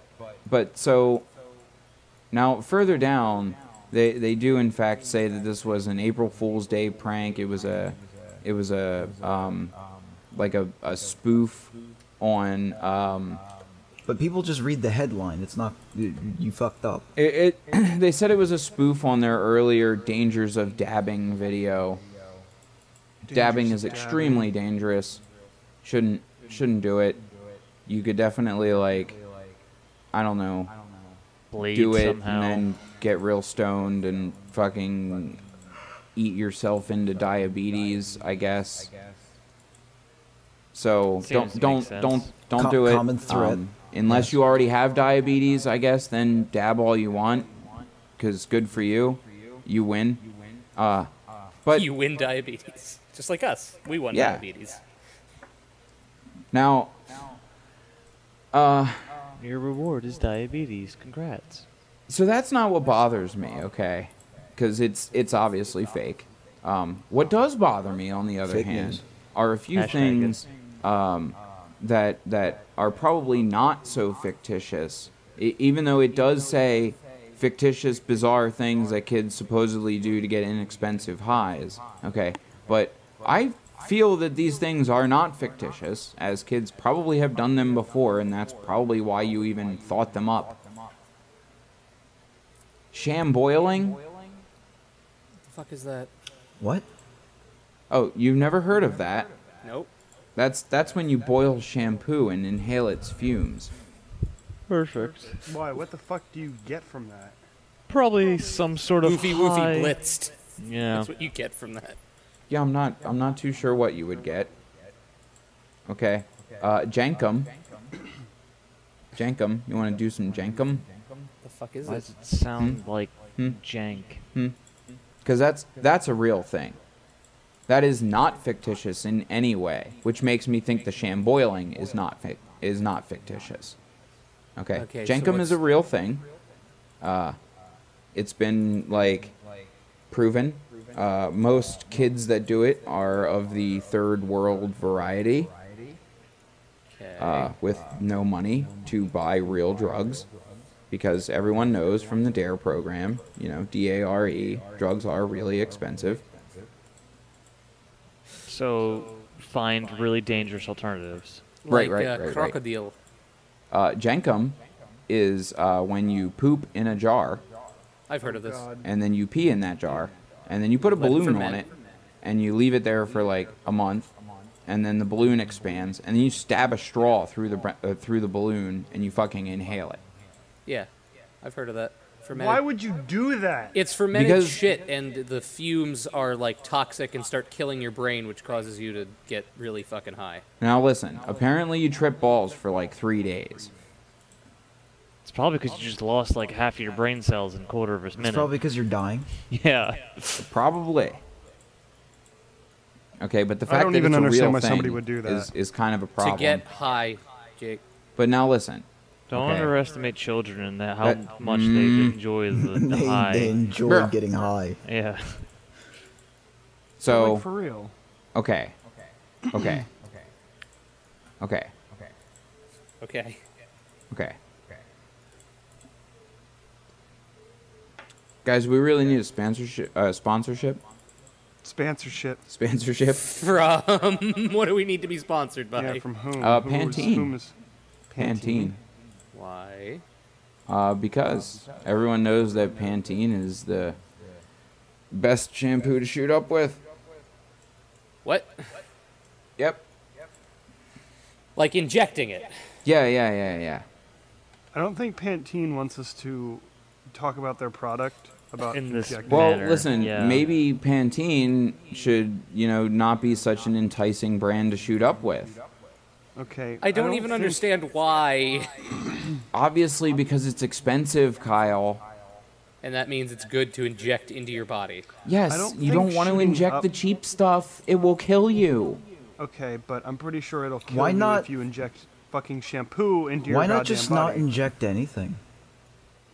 Speaker 1: but so now, further down, they they do in fact say that this was an April Fool's Day prank. It was a it was a um like a, a spoof on um
Speaker 5: But people just read the headline. It's not. You, you fucked up.
Speaker 1: it, it they said it was a spoof on their earlier dangers of dabbing video. dabbing is extremely dangerous. Shouldn't shouldn't do it. You could definitely like I don't know,
Speaker 2: Bleed
Speaker 1: do it
Speaker 2: somehow.
Speaker 1: and then get real stoned and fucking eat yourself into diabetes, I guess. So
Speaker 2: Seems to
Speaker 1: don't
Speaker 2: make
Speaker 1: don't
Speaker 2: sense.
Speaker 1: don't don't
Speaker 5: Co-
Speaker 1: do it. Um,
Speaker 5: common thread.
Speaker 1: unless you already have diabetes, I guess then dab all you want cuz good for you. You win. Uh but
Speaker 3: You win diabetes, just like us. We won
Speaker 1: Yeah.
Speaker 3: diabetes.
Speaker 1: now uh
Speaker 2: Your reward is diabetes. Congrats.
Speaker 1: So that's not what bothers me, okay? Because it's it's obviously fake. Um, what does bother me, on the other
Speaker 5: Fake
Speaker 1: hand,
Speaker 5: news.
Speaker 1: are a few
Speaker 2: Hashtag
Speaker 1: things um, that that are probably not so fictitious, e- even though it does say fictitious, bizarre things that kids supposedly do to get inexpensive highs. Okay, but I feel that these things are not fictitious, as kids probably have done them before, and that's probably why you even thought them up. Sham boiling?
Speaker 3: What the fuck is that?
Speaker 5: What?
Speaker 1: Oh, you've never heard of that?
Speaker 3: Nope.
Speaker 1: That's that's when you boil shampoo and inhale its fumes.
Speaker 2: Perfect.
Speaker 4: Why? What the fuck do you get from that?
Speaker 2: Probably some sort of
Speaker 3: Woofy
Speaker 2: high-
Speaker 3: woofy blitzed.
Speaker 2: Yeah.
Speaker 3: That's what you get from that.
Speaker 1: Yeah, I'm not I'm not too sure what you would get. Okay. Uh Jankum. Jankum. You want to do some Jankum?
Speaker 3: The fuck is
Speaker 2: Why
Speaker 3: it?
Speaker 2: does it sound like
Speaker 1: Hmm?
Speaker 2: jank?
Speaker 1: Cuz that's that's a real thing. That is not fictitious in any way, which makes me think the sham boiling is not fic- is not fictitious. Okay.
Speaker 3: Okay, so
Speaker 1: Jankum is
Speaker 3: what's-
Speaker 1: a real thing. Uh it's been like proven. Uh, most kids that do it are of the third world variety, uh, with no money to buy real drugs, because everyone knows from the DARE E program, you know, D A R E, drugs are really expensive.
Speaker 2: So find really dangerous alternatives.
Speaker 1: Right,
Speaker 3: like,
Speaker 1: right,
Speaker 3: uh,
Speaker 1: right, right.
Speaker 3: crocodile.
Speaker 1: Uh, Jenkum is uh, when you poop in a jar
Speaker 3: I've heard of this.
Speaker 1: and then you pee in that jar and then you put a
Speaker 3: Let it
Speaker 1: balloon on it
Speaker 3: ferment.
Speaker 1: and you leave it there for like a month and then the balloon expands and then you stab a straw through the br- uh, through the balloon and you fucking inhale it.
Speaker 3: Yeah, I've heard of that. Fermented.
Speaker 4: Why would you do that?
Speaker 3: it's fermented
Speaker 1: Because-
Speaker 3: shit, and the fumes are like toxic and start killing your brain, which causes you to get really fucking high.
Speaker 1: Now listen, apparently you trip balls for like 3 days.
Speaker 2: It's probably because you just lost like half of your brain cells in a quarter of a minute.
Speaker 5: It's probably because you're dying.
Speaker 2: yeah.
Speaker 1: Probably. Okay, but the fact
Speaker 4: don't
Speaker 1: that
Speaker 4: even
Speaker 1: it's a
Speaker 4: understand
Speaker 1: real
Speaker 4: why
Speaker 1: thing
Speaker 4: somebody would do that.
Speaker 1: is is kind of a problem.
Speaker 3: To get high, Jake.
Speaker 1: but now listen.
Speaker 2: Don't
Speaker 1: Okay.
Speaker 2: underestimate children and that, how
Speaker 1: That-
Speaker 2: much
Speaker 1: Mm.
Speaker 2: they enjoy the, the
Speaker 5: They, they
Speaker 2: high.
Speaker 5: enjoy
Speaker 1: Bruh.
Speaker 5: getting high.
Speaker 2: Yeah.
Speaker 1: So
Speaker 4: Like, for real.
Speaker 1: Okay. Okay. Okay. Okay.
Speaker 3: Okay.
Speaker 1: Okay. Guys, we really need a sponsorship. Uh, sponsorship.
Speaker 4: Sponsorship.
Speaker 1: Sponsorship.
Speaker 3: From what do we need to be sponsored by?
Speaker 4: Yeah, from whom?
Speaker 1: Uh,
Speaker 4: Who is-
Speaker 1: Pantene.
Speaker 4: whom is-
Speaker 1: Pantene.
Speaker 3: Why?
Speaker 1: Uh, because everyone knows that Pantene is the best shampoo to shoot up with.
Speaker 3: What?
Speaker 1: Yep.
Speaker 3: Like injecting it.
Speaker 1: Yeah. Yeah. Yeah. Yeah.
Speaker 4: I don't think Pantene wants us to talk about their product. About
Speaker 2: In this-
Speaker 4: injecting-
Speaker 1: Well,
Speaker 2: Matter,
Speaker 1: listen.
Speaker 2: yeah.
Speaker 1: Maybe Pantene should, you know, not be such an enticing brand to shoot up with.
Speaker 4: okay.
Speaker 3: I don't, even
Speaker 4: think-
Speaker 3: understand why.
Speaker 1: Obviously, because it's expensive, Kyle.
Speaker 3: And that means it's good to inject into your body.
Speaker 1: Yes,
Speaker 4: I don't
Speaker 1: you
Speaker 4: think
Speaker 1: don't want to
Speaker 4: shooting
Speaker 1: inject
Speaker 4: up-
Speaker 1: the cheap stuff. It will kill you.
Speaker 4: Okay, but I'm pretty sure it'll kill
Speaker 5: Why
Speaker 4: you
Speaker 5: not-
Speaker 4: if you inject fucking shampoo into your
Speaker 5: Why
Speaker 4: goddamn
Speaker 5: not just not
Speaker 4: body.
Speaker 5: inject anything?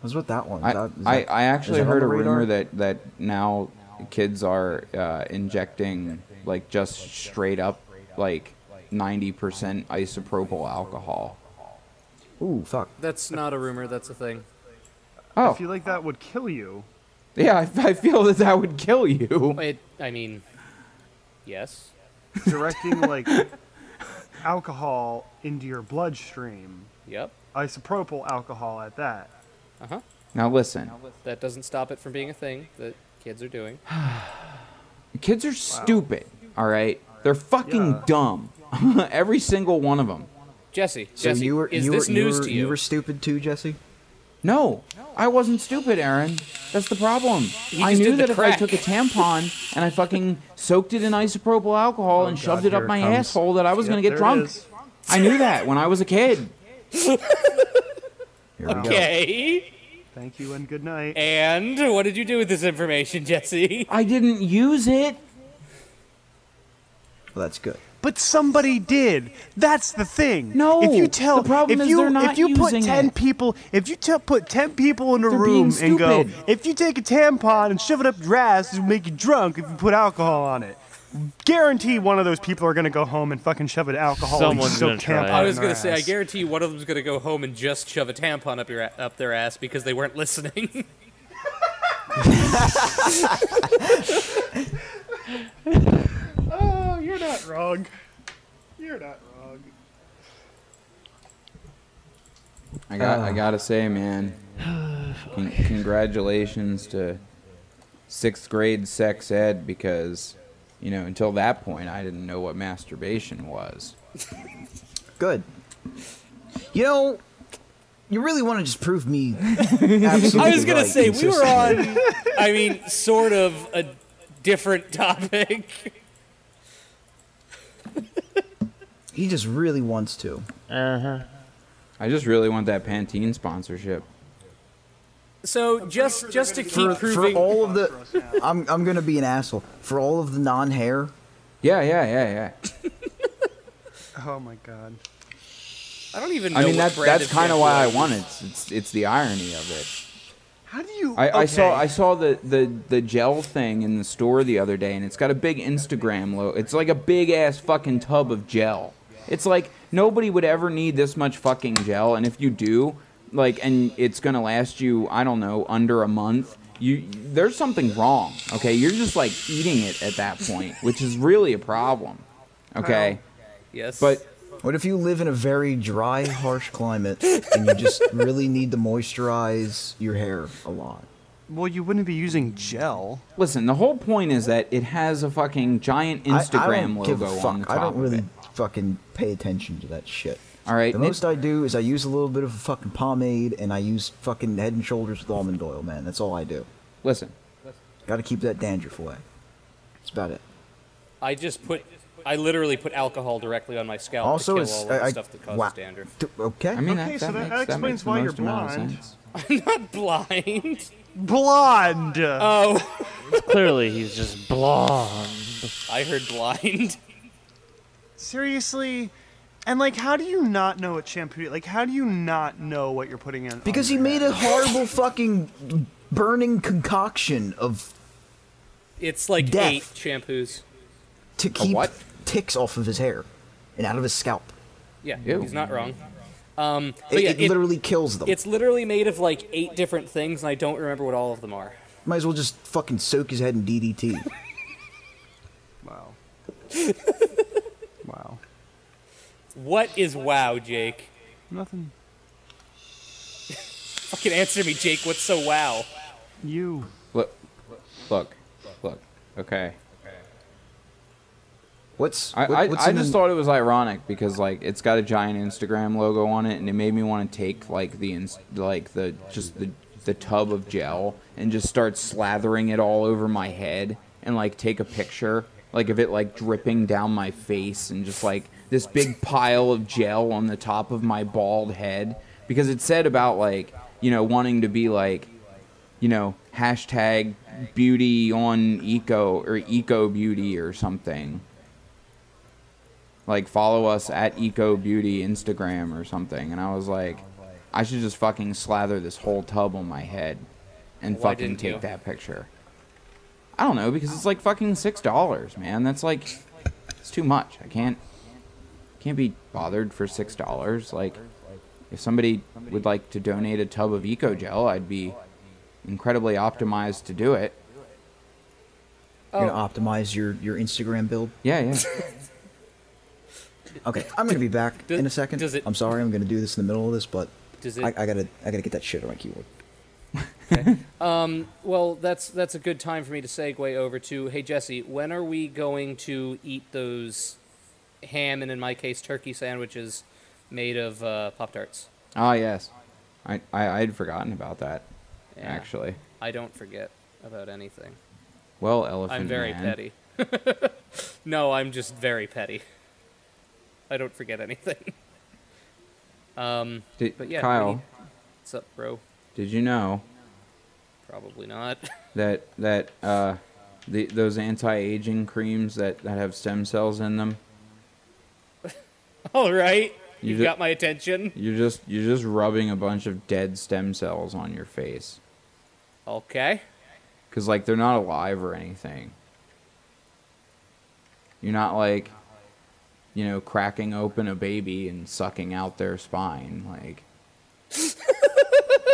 Speaker 5: What's with that one?
Speaker 1: I,
Speaker 5: That- is
Speaker 1: I,
Speaker 5: that-
Speaker 1: I actually
Speaker 5: is that on
Speaker 1: heard
Speaker 5: the
Speaker 1: a
Speaker 5: radar?
Speaker 1: rumor that, that now kids are uh, injecting like just straight up like 90% isopropyl alcohol.
Speaker 5: Ooh, fuck.
Speaker 3: That's not a rumor, that's a thing.
Speaker 4: I
Speaker 1: Oh,
Speaker 4: feel like that would kill you.
Speaker 1: yeah, I, I feel that that would kill you.
Speaker 3: It, I mean, yes.
Speaker 4: Directing like alcohol into your bloodstream.
Speaker 3: Yep.
Speaker 4: Isopropyl alcohol at that.
Speaker 3: Uh huh.
Speaker 1: Now listen,
Speaker 3: That doesn't stop it from being a thing that kids are doing.
Speaker 1: kids are stupid, all right? They're fucking
Speaker 4: Yeah.
Speaker 1: dumb. Every single one of them.
Speaker 3: Jesse,
Speaker 5: So
Speaker 3: Jesse,
Speaker 5: you were,
Speaker 3: is
Speaker 5: you
Speaker 3: this
Speaker 5: were,
Speaker 3: news
Speaker 5: you were,
Speaker 3: to you?
Speaker 5: you? were stupid too, Jesse?
Speaker 1: No, I wasn't stupid, Aaron. That's the problem. I
Speaker 3: just
Speaker 1: knew
Speaker 3: did the
Speaker 1: that if I
Speaker 3: crack.
Speaker 1: took a tampon and I fucking soaked it in isopropyl alcohol and shoved
Speaker 5: God,
Speaker 1: it up
Speaker 5: here it
Speaker 1: my
Speaker 5: comes.
Speaker 1: asshole that I was
Speaker 4: Yep,
Speaker 1: gonna get
Speaker 4: there it
Speaker 1: drunk.
Speaker 4: is.
Speaker 1: I knew that when I was a kid.
Speaker 5: Here we go.
Speaker 3: okay.
Speaker 4: Thank you and good night.
Speaker 3: And what did you do with this information, Jesse?
Speaker 1: I didn't use it.
Speaker 5: Well, that's good.
Speaker 4: But somebody did. That's the thing.
Speaker 1: No,
Speaker 4: If you tell,
Speaker 1: the problem
Speaker 4: if
Speaker 1: is
Speaker 4: you
Speaker 1: they're not
Speaker 4: if you put
Speaker 1: using
Speaker 4: ten
Speaker 1: it.
Speaker 4: people, if you te- put ten people in a
Speaker 1: They're
Speaker 4: room
Speaker 1: being
Speaker 4: and go,
Speaker 1: stupid.
Speaker 4: if you take a tampon and shove it up your ass, it'll make you drunk. If you put alcohol on it, guarantee one of those people are gonna go home and fucking shove it alcohol.
Speaker 2: Someone's
Speaker 4: and
Speaker 2: gonna
Speaker 4: soak
Speaker 2: try
Speaker 4: tampon
Speaker 2: it.
Speaker 3: I was
Speaker 4: in
Speaker 3: gonna
Speaker 4: their
Speaker 3: say, I
Speaker 4: ass.
Speaker 3: guarantee you one of them's gonna go home and just shove a tampon up your a- up their ass because they weren't listening.
Speaker 4: Oh, you're not wrong. You're not wrong.
Speaker 1: I got. I gotta say, man. con- congratulations to sixth grade sex ed because, you know, until that point, I didn't know what masturbation was.
Speaker 5: Good. You know, you really want to just prove me absolutely
Speaker 3: I was gonna
Speaker 5: right
Speaker 3: say we were
Speaker 5: consistently.
Speaker 3: on, I mean, sort of a different topic.
Speaker 5: He just really wants to.
Speaker 2: Uh huh.
Speaker 1: I just really want that Pantene sponsorship.
Speaker 3: So just just to keep
Speaker 5: For, for
Speaker 3: proving,
Speaker 5: all of the, I'm I'm gonna be an asshole. For all of the non-hair,
Speaker 1: Yeah, yeah, yeah, yeah.
Speaker 4: Oh my god.
Speaker 3: I don't even know.
Speaker 1: I mean,
Speaker 3: what
Speaker 1: that's
Speaker 3: brand
Speaker 1: that's
Speaker 3: of
Speaker 1: kind of why I
Speaker 3: shampoo
Speaker 1: want it. It's, it's it's the irony of it.
Speaker 4: How do you?
Speaker 1: I, I saw
Speaker 4: okay.
Speaker 1: I saw the, the, the gel thing in the store the other day, and it's got a big Instagram logo. It's like a big ass fucking tub of gel. It's like nobody would ever need this much fucking gel, and if you do, like, and it's gonna last you, I don't know, under a month. You there's something wrong. Okay, you're just like eating it at that point, which is really a problem. Okay,
Speaker 3: Yes.
Speaker 1: but
Speaker 5: What if you live in a very dry, harsh climate and you just really need to moisturize your hair a lot?
Speaker 4: Well, you wouldn't be using gel.
Speaker 1: listen, the whole point is that it has a fucking giant
Speaker 5: I-
Speaker 1: Instagram
Speaker 5: I don't
Speaker 1: logo
Speaker 5: give a fuck.
Speaker 1: on the top
Speaker 5: I don't really
Speaker 1: of it.
Speaker 5: fucking pay attention to that shit.
Speaker 1: All right,
Speaker 5: The
Speaker 1: Nick-
Speaker 5: most I do is I use a little bit of a fucking pomade and I use fucking Head and Shoulders with almond oil, man. That's all I do.
Speaker 1: Listen,
Speaker 5: Got to keep that dandruff away. That's about it.
Speaker 3: I just put. I literally put alcohol directly on my scalp
Speaker 5: Also,
Speaker 3: to kill
Speaker 5: it's
Speaker 3: all of the
Speaker 5: I, I-
Speaker 3: stuff that causes
Speaker 5: wow.
Speaker 3: dandruff.
Speaker 5: D- okay.
Speaker 1: I mean
Speaker 4: Okay,
Speaker 1: that,
Speaker 4: so
Speaker 1: that,
Speaker 4: that-
Speaker 1: makes,
Speaker 4: that explains
Speaker 1: makes the
Speaker 4: why you're
Speaker 1: most amount of
Speaker 4: blind.
Speaker 1: sense.
Speaker 3: I'm not blind.
Speaker 4: Blonde.
Speaker 3: Oh,
Speaker 2: Clearly, he's just blonde.
Speaker 3: I heard blind.
Speaker 4: Seriously. And like, how do you not know what shampoo? Like, how do you not know what you're putting in?
Speaker 5: Because he
Speaker 4: on your
Speaker 5: made
Speaker 4: hair?
Speaker 5: a horrible fucking burning concoction of
Speaker 3: It's like
Speaker 5: Death.
Speaker 3: eight shampoos.
Speaker 5: to keep
Speaker 1: what?
Speaker 5: ticks off of his hair and out of his scalp.
Speaker 3: Yeah,
Speaker 1: Ew.
Speaker 3: he's not wrong. Um,
Speaker 5: It,
Speaker 3: but yeah,
Speaker 5: it
Speaker 3: it-
Speaker 5: literally kills them.
Speaker 3: it's literally made of like eight different things, and I don't remember what all of them are.
Speaker 5: Might as well just fucking soak his head in DDT.
Speaker 4: Wow. wow.
Speaker 3: What is wow, Jake?
Speaker 4: Nothing.
Speaker 3: Fucking answer me, Jake. What's so wow?
Speaker 4: You.
Speaker 1: Look, look, look. Okay.
Speaker 5: What's
Speaker 1: I,
Speaker 5: what-
Speaker 1: I,
Speaker 5: what's
Speaker 1: I
Speaker 5: in
Speaker 1: just
Speaker 5: the-
Speaker 1: thought it was ironic because like it's got a giant Instagram logo on it, and it made me want to take like the ins- like the just the the tub of gel and just start slathering it all over my head and like take a picture like of it like dripping down my face and just like this big pile of gel on the top of my bald head because it said about like you know wanting to be like you know, hashtag beauty on eco or eco beauty or something. Like follow us at eco beauty Instagram or something. And I was like, I should just fucking slather this whole tub on my head and
Speaker 3: Why
Speaker 1: fucking
Speaker 3: didn't
Speaker 1: take
Speaker 3: you?
Speaker 1: that picture. I don't know because it's like fucking six dollars, man. That's like it's too much. I can't can't be bothered for six dollars. Like if somebody would like to donate a tub of eco gel, I'd be incredibly optimized to do it.
Speaker 5: You're
Speaker 3: Oh.
Speaker 5: gonna optimize your, your Instagram build.
Speaker 1: Yeah, yeah.
Speaker 5: Okay, I'm gonna be back
Speaker 3: do-
Speaker 5: in a second.
Speaker 3: does it-
Speaker 5: I'm sorry, I'm gonna do this in the middle of this, but
Speaker 3: Does it?
Speaker 5: I, I gotta I gotta get that shit on my keyboard.
Speaker 3: well, that's that's a good time for me to segue over to. Hey, Jesse, when are we going to eat those ham and, in my case, turkey sandwiches made of uh, pop tarts?
Speaker 1: Ah, yes. I, I I had forgotten about that.
Speaker 3: Yeah.
Speaker 1: Actually.
Speaker 3: I don't forget about anything.
Speaker 1: Well, elephant.
Speaker 3: I'm very
Speaker 1: man.
Speaker 3: petty. no, I'm just very petty. I don't forget anything. Um,
Speaker 1: Did,
Speaker 3: But yeah,
Speaker 1: Kyle,
Speaker 3: we- what's up, bro?
Speaker 1: did you know
Speaker 3: Probably not.
Speaker 1: that that uh, the those anti-aging creams that that have stem cells in them?
Speaker 3: All right,
Speaker 1: You
Speaker 3: you've
Speaker 1: ju-
Speaker 3: got my attention.
Speaker 1: You're just you're just rubbing a bunch of dead stem cells on your face
Speaker 3: Okay.
Speaker 1: because like they're not alive or anything. You're not like, you know, cracking open a baby and sucking out their spine like.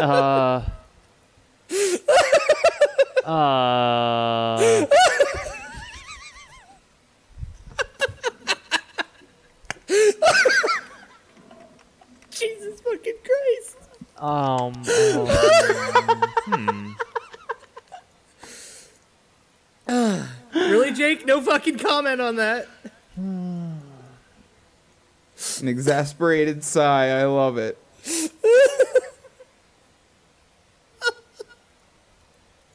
Speaker 2: Uh. Uh.
Speaker 3: Jesus fucking Christ.
Speaker 2: Um. um,
Speaker 3: Really, Jake? No fucking comment on that.
Speaker 1: An exasperated sigh. I love it.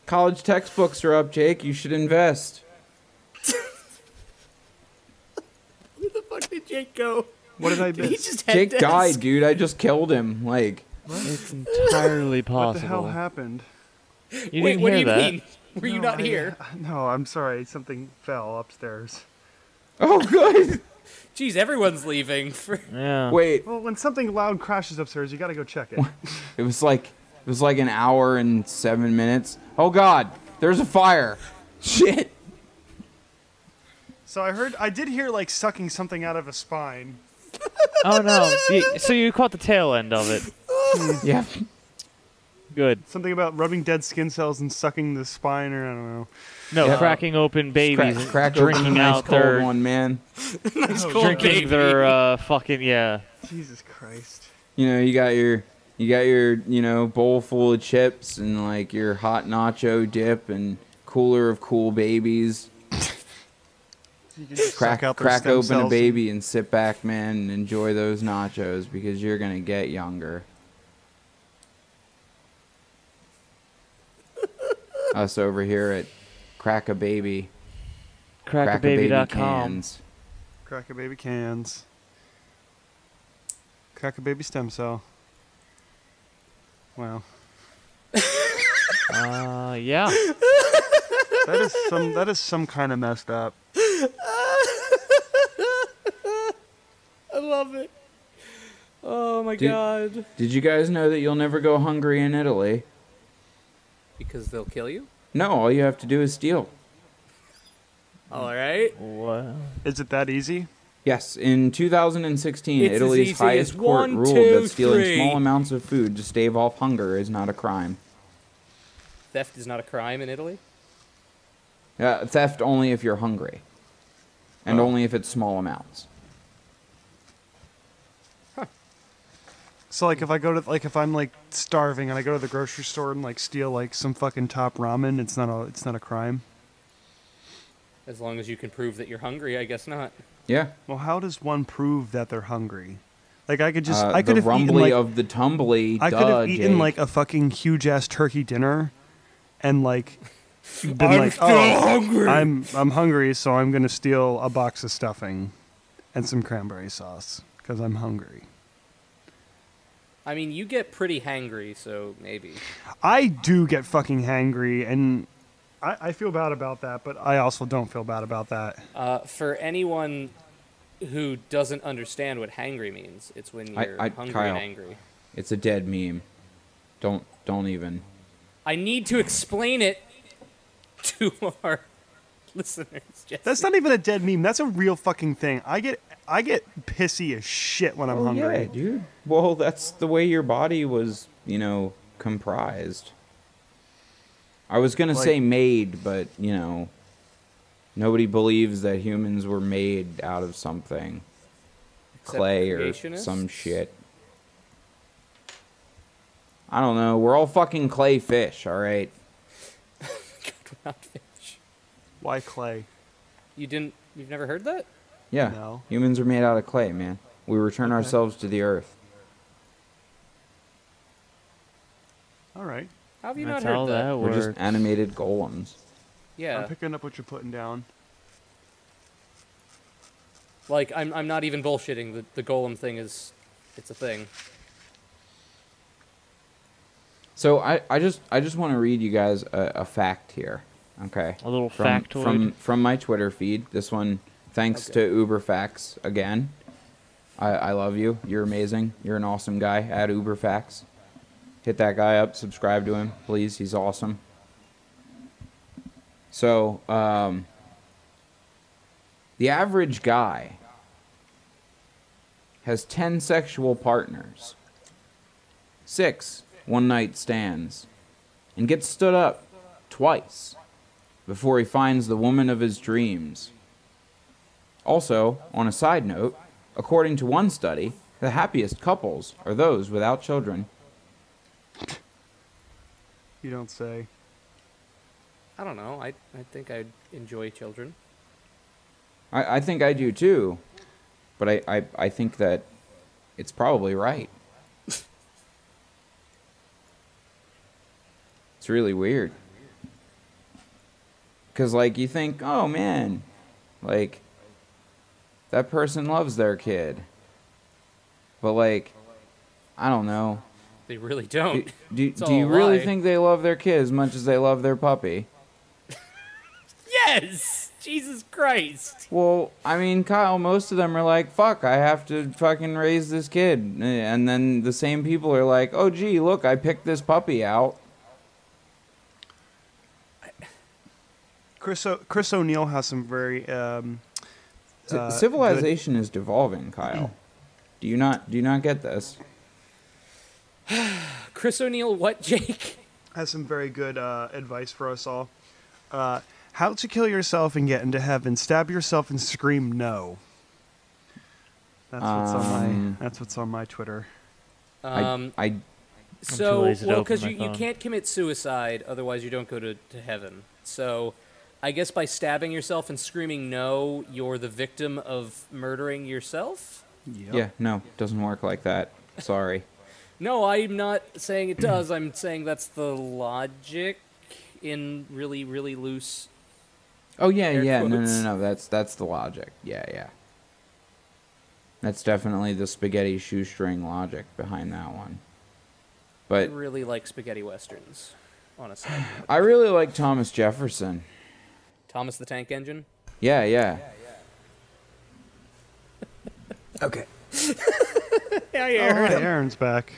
Speaker 1: College textbooks are up, Jake. You should invest.
Speaker 3: Where the fuck did Jake go?
Speaker 4: What did I
Speaker 3: Did
Speaker 4: miss?
Speaker 3: he just head
Speaker 1: Jake
Speaker 3: desk?
Speaker 1: died, dude. I just killed him. Like,
Speaker 2: it's entirely
Speaker 4: what the hell
Speaker 2: possible.
Speaker 4: happened?
Speaker 2: you
Speaker 3: Wait,
Speaker 2: didn't hear
Speaker 3: what do you
Speaker 2: that.
Speaker 3: mean? Were you
Speaker 4: No,
Speaker 3: not
Speaker 4: I-
Speaker 3: here?
Speaker 4: No, I'm sorry. Something fell upstairs.
Speaker 1: oh, good.
Speaker 3: Jeez, everyone's leaving. For...
Speaker 2: Yeah.
Speaker 1: Wait,
Speaker 4: Well, when something loud crashes upstairs, you gotta go check it.
Speaker 1: it was like, It was like an hour and seven minutes. Oh God, there's a fire. Shit.
Speaker 4: So I heard, I did hear like sucking something out of a spine.
Speaker 2: Oh no! You- so you caught the tail end of it.
Speaker 1: Yeah.
Speaker 2: Good.
Speaker 4: Something about rubbing dead skin cells and sucking the spine, or I don't know.
Speaker 2: No,
Speaker 1: Yeah.
Speaker 2: cracking open babies,
Speaker 1: Crack,
Speaker 2: and
Speaker 1: crack
Speaker 2: drinking
Speaker 1: open a nice
Speaker 2: out
Speaker 1: cold
Speaker 2: their,
Speaker 1: one, man.
Speaker 3: Nice cold
Speaker 2: drinking
Speaker 3: baby.
Speaker 2: their uh, fucking yeah.
Speaker 4: Jesus Christ.
Speaker 1: You know, you got your you got your, you know, bowl full of chips and like your hot nacho dip and cooler of cool babies.
Speaker 4: You can just
Speaker 1: Crack
Speaker 4: suck out their
Speaker 1: crack
Speaker 4: stem
Speaker 1: open a
Speaker 4: cells.
Speaker 1: baby and sit back, man, and enjoy those nachos because you're gonna get younger. Us over here at Crack a Baby.
Speaker 2: Crackababy.com.
Speaker 1: cans.
Speaker 4: Crack a baby cans. Crack a baby stem cell. Wow,
Speaker 2: Uh, yeah.
Speaker 4: that is some that is some kind of messed up.
Speaker 3: I love it. Oh my
Speaker 1: Dude.
Speaker 3: god.
Speaker 1: Did you guys know that you'll never go hungry in Italy?
Speaker 3: Because they'll kill you.
Speaker 1: No, all you have to do is steal.
Speaker 3: All right.
Speaker 2: Wow.
Speaker 4: Is it that easy?
Speaker 1: Yes, in 2016,
Speaker 3: It's as easy
Speaker 1: Italy's
Speaker 3: as
Speaker 1: highest court
Speaker 3: one,
Speaker 1: ruled
Speaker 3: two,
Speaker 1: that stealing
Speaker 3: three.
Speaker 1: small amounts of food to stave off hunger is not a crime.
Speaker 3: Theft is not a crime in Italy.
Speaker 1: Uh, theft only if you're hungry, and
Speaker 3: Oh.
Speaker 1: only if it's small amounts.
Speaker 4: So like if I go to like if I'm like starving and I go to the grocery store and like steal like some fucking top ramen, it's not a it's not a crime.
Speaker 3: As long as you can prove that you're hungry, I guess not.
Speaker 1: Yeah,
Speaker 4: Well, how does one prove that they're hungry? Like I could just
Speaker 1: uh,
Speaker 4: I could
Speaker 1: the
Speaker 4: have
Speaker 1: rumbly
Speaker 4: eaten like
Speaker 1: of the tumbly.
Speaker 4: I
Speaker 1: duh,
Speaker 4: could have eaten
Speaker 1: Jake.
Speaker 4: like a fucking huge ass turkey dinner, and like been like, oh,
Speaker 3: hungry.
Speaker 4: I'm I'm hungry, so I'm gonna steal a box of stuffing, and some cranberry sauce because I'm hungry.
Speaker 3: I mean, you get pretty hangry, so maybe.
Speaker 4: I do get fucking hangry, and I, I feel bad about that, but I also don't feel bad about that.
Speaker 3: Uh, for anyone who doesn't understand what hangry means, it's when
Speaker 1: I-
Speaker 3: you're
Speaker 1: I-
Speaker 3: hungry
Speaker 1: Kyle.
Speaker 3: and angry.
Speaker 1: It's a dead meme. Don't don't even.
Speaker 3: I need to explain it to our listeners. Jesse.
Speaker 4: That's not even a dead meme. That's a real fucking thing. I get I get pissy as shit when I'm
Speaker 3: Oh,
Speaker 4: hungry.
Speaker 1: dude. Well, that's the way your body was, you know, comprised. I was gonna
Speaker 4: Like-
Speaker 1: say made, but you know, nobody believes that humans were made out of something,
Speaker 3: Except
Speaker 1: clay or
Speaker 3: creationists?
Speaker 1: some shit. I don't know. We're all fucking clay fish, all right.
Speaker 3: Not fish.
Speaker 4: Why clay?
Speaker 3: You didn't. You've never heard that?
Speaker 1: Yeah.
Speaker 4: No.
Speaker 1: Humans are made out of clay, man. We return ourselves to the earth.
Speaker 4: All right,
Speaker 3: How have you
Speaker 2: That's
Speaker 3: not heard
Speaker 2: all
Speaker 3: that?
Speaker 2: that,
Speaker 1: We're
Speaker 2: works.
Speaker 1: just animated golems.
Speaker 3: Yeah.
Speaker 4: I'm picking up what you're putting down.
Speaker 3: Like I'm. I'm not even bullshitting. The the golem thing is. It's a thing.
Speaker 1: So I, I just I just want to read you guys a, a fact here. Okay.
Speaker 2: A little
Speaker 1: from,
Speaker 2: factoid.
Speaker 1: from from my Twitter feed. This one, thanks to UberFax again. I, I love you. You're amazing. You're an awesome guy. At UberFax, hit that guy up. Subscribe to him, please. He's awesome. So, um, the average guy has ten sexual partners, six one night stands, and gets stood up twice before he finds the woman of his dreams. Also, on a side note, according to one study, the happiest couples are those without children.
Speaker 4: You don't say.
Speaker 3: I don't know. I. I think I'd enjoy children.
Speaker 1: I, I think I do too, but I, I, I think that it's probably right. it's really weird. Because, like, you think, oh man, like, that person loves their kid. But, like, I don't know.
Speaker 3: They really don't.
Speaker 1: Do, do,
Speaker 3: Oh, It's
Speaker 1: do
Speaker 3: all
Speaker 1: you
Speaker 3: a
Speaker 1: really
Speaker 3: lie.
Speaker 1: think they love their kid as much as they love their puppy?
Speaker 3: yes. Jesus Christ.
Speaker 1: Well, I mean, Kyle, most of them are like, fuck, I have to fucking raise this kid. Eh, And then the same people are like, oh, gee, look, I picked this puppy out.
Speaker 4: Chris, o- Chris O'Neill has some very. Um,
Speaker 1: C-
Speaker 4: uh,
Speaker 1: Civilization is devolving, Kyle. Do you not do you not get this?
Speaker 3: Chris O'Neill, what, Jake?
Speaker 4: good- has some very good uh, advice for us all. Uh, how to kill yourself and get into heaven? Stab yourself and scream no. That's what's on
Speaker 1: Um,
Speaker 4: my. That's what's on my Twitter.
Speaker 3: Um,
Speaker 1: I, I
Speaker 3: so,
Speaker 2: too lazy to
Speaker 3: well,
Speaker 2: open
Speaker 3: because
Speaker 2: my
Speaker 3: you, you
Speaker 2: phone.
Speaker 3: can't commit suicide, otherwise you don't go to, to heaven. So, I guess by stabbing yourself and screaming no, you're the victim of murdering yourself?
Speaker 1: yeah, no, doesn't work like that. Sorry.
Speaker 3: No, I'm not saying it does. I'm saying that's the logic in really, really loose.
Speaker 1: Oh yeah,
Speaker 3: Air
Speaker 1: yeah. No,
Speaker 3: quotes.
Speaker 1: no, no. That's that's the logic. Yeah, yeah. That's definitely the spaghetti shoestring logic behind that one.
Speaker 3: I
Speaker 1: But
Speaker 3: really like spaghetti westerns, honestly.
Speaker 1: I really like Thomas Jefferson.
Speaker 3: Thomas the Tank Engine.
Speaker 1: Yeah, yeah.
Speaker 5: Okay.
Speaker 3: Yeah,
Speaker 4: Oh, hi, Aaron's back.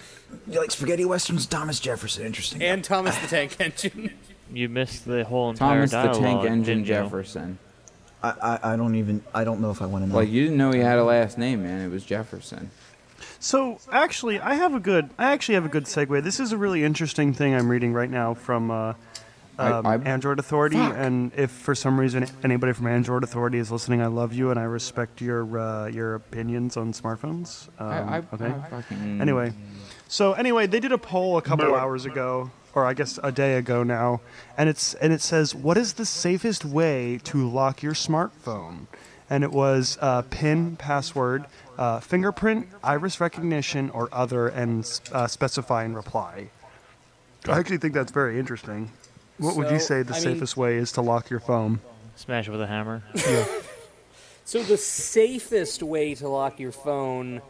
Speaker 5: You like spaghetti westerns? Thomas Jefferson. Interesting.
Speaker 3: And Thomas the Tank Engine.
Speaker 2: You missed the whole entire
Speaker 1: Thomas the
Speaker 2: dialogue.
Speaker 1: Tank Engine
Speaker 2: didn't you?
Speaker 1: Jefferson.
Speaker 5: I, I, I don't even. I don't know if I want to know.
Speaker 1: Like you didn't know he had a last name, man. It was Jefferson.
Speaker 4: So actually, I have a good. I actually have a good segue. This is a really interesting thing I'm reading right now from uh,
Speaker 1: I-
Speaker 4: um,
Speaker 1: I'm-
Speaker 4: Android Authority. And if for some reason anybody from Android Authority is listening, I love you and I respect your uh, your opinions on smartphones. Um,
Speaker 1: I, I,
Speaker 4: okay.
Speaker 1: I
Speaker 3: Mm.
Speaker 1: fucking
Speaker 4: Anyway, so anyway, they did a poll a couple hours ago, or I guess a day ago now, and it's and it says, "What is the safest way to lock your smartphone?" And it was uh, PIN, password, uh, fingerprint, iris recognition, or other, and uh, specify and reply. I actually think that's very interesting. What would you
Speaker 3: So,
Speaker 4: say
Speaker 3: I
Speaker 4: the
Speaker 3: mean-
Speaker 4: safest way is to lock your phone?
Speaker 2: Smash it with a hammer.
Speaker 3: So the safest way to lock your phone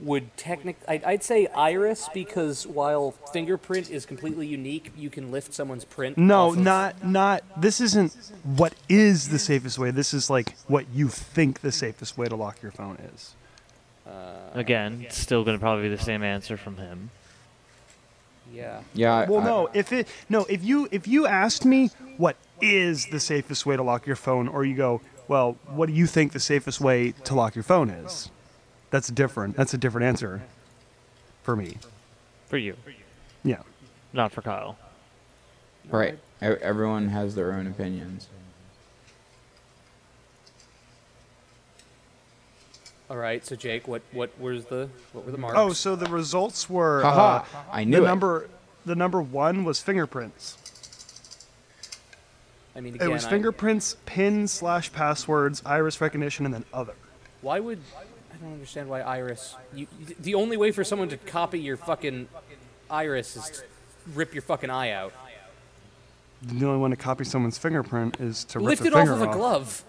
Speaker 3: would technically, I'd, I'd say iris, because while fingerprint is completely unique, you can lift someone's print.
Speaker 4: No,
Speaker 3: off of-
Speaker 4: not not. This isn't what is the safest way. This is like what you think the safest way to lock your phone is.
Speaker 2: Again, it's still going to probably be the same answer from him.
Speaker 3: Yeah.
Speaker 1: Yeah. I-
Speaker 4: Well,
Speaker 1: I-
Speaker 4: no. If it no, if you if you asked me what is the safest way to lock your phone, or you go, well, what do you think the safest way to lock your phone is? That's different. That's a different answer for me.
Speaker 2: For you,
Speaker 4: Yeah.
Speaker 2: not for Kyle.
Speaker 1: Right. E- Everyone has their own opinions.
Speaker 3: All right. So Jake, what what was the what were the marks?
Speaker 4: Oh, so the results were
Speaker 1: Haha.
Speaker 4: uh,
Speaker 1: I
Speaker 4: the
Speaker 1: knew it.
Speaker 4: number. The number one was fingerprints.
Speaker 3: I mean,
Speaker 4: It
Speaker 3: again,
Speaker 4: was
Speaker 3: I-
Speaker 4: fingerprints, pin slash passwords, iris recognition, and then other.
Speaker 3: Why would I don't understand why iris? You, the only way for someone to copy your fucking iris is to rip your fucking eye out.
Speaker 4: The only one to copy someone's fingerprint is to
Speaker 3: Lift
Speaker 4: rip
Speaker 3: it
Speaker 4: their
Speaker 3: off
Speaker 4: finger
Speaker 3: of a glove.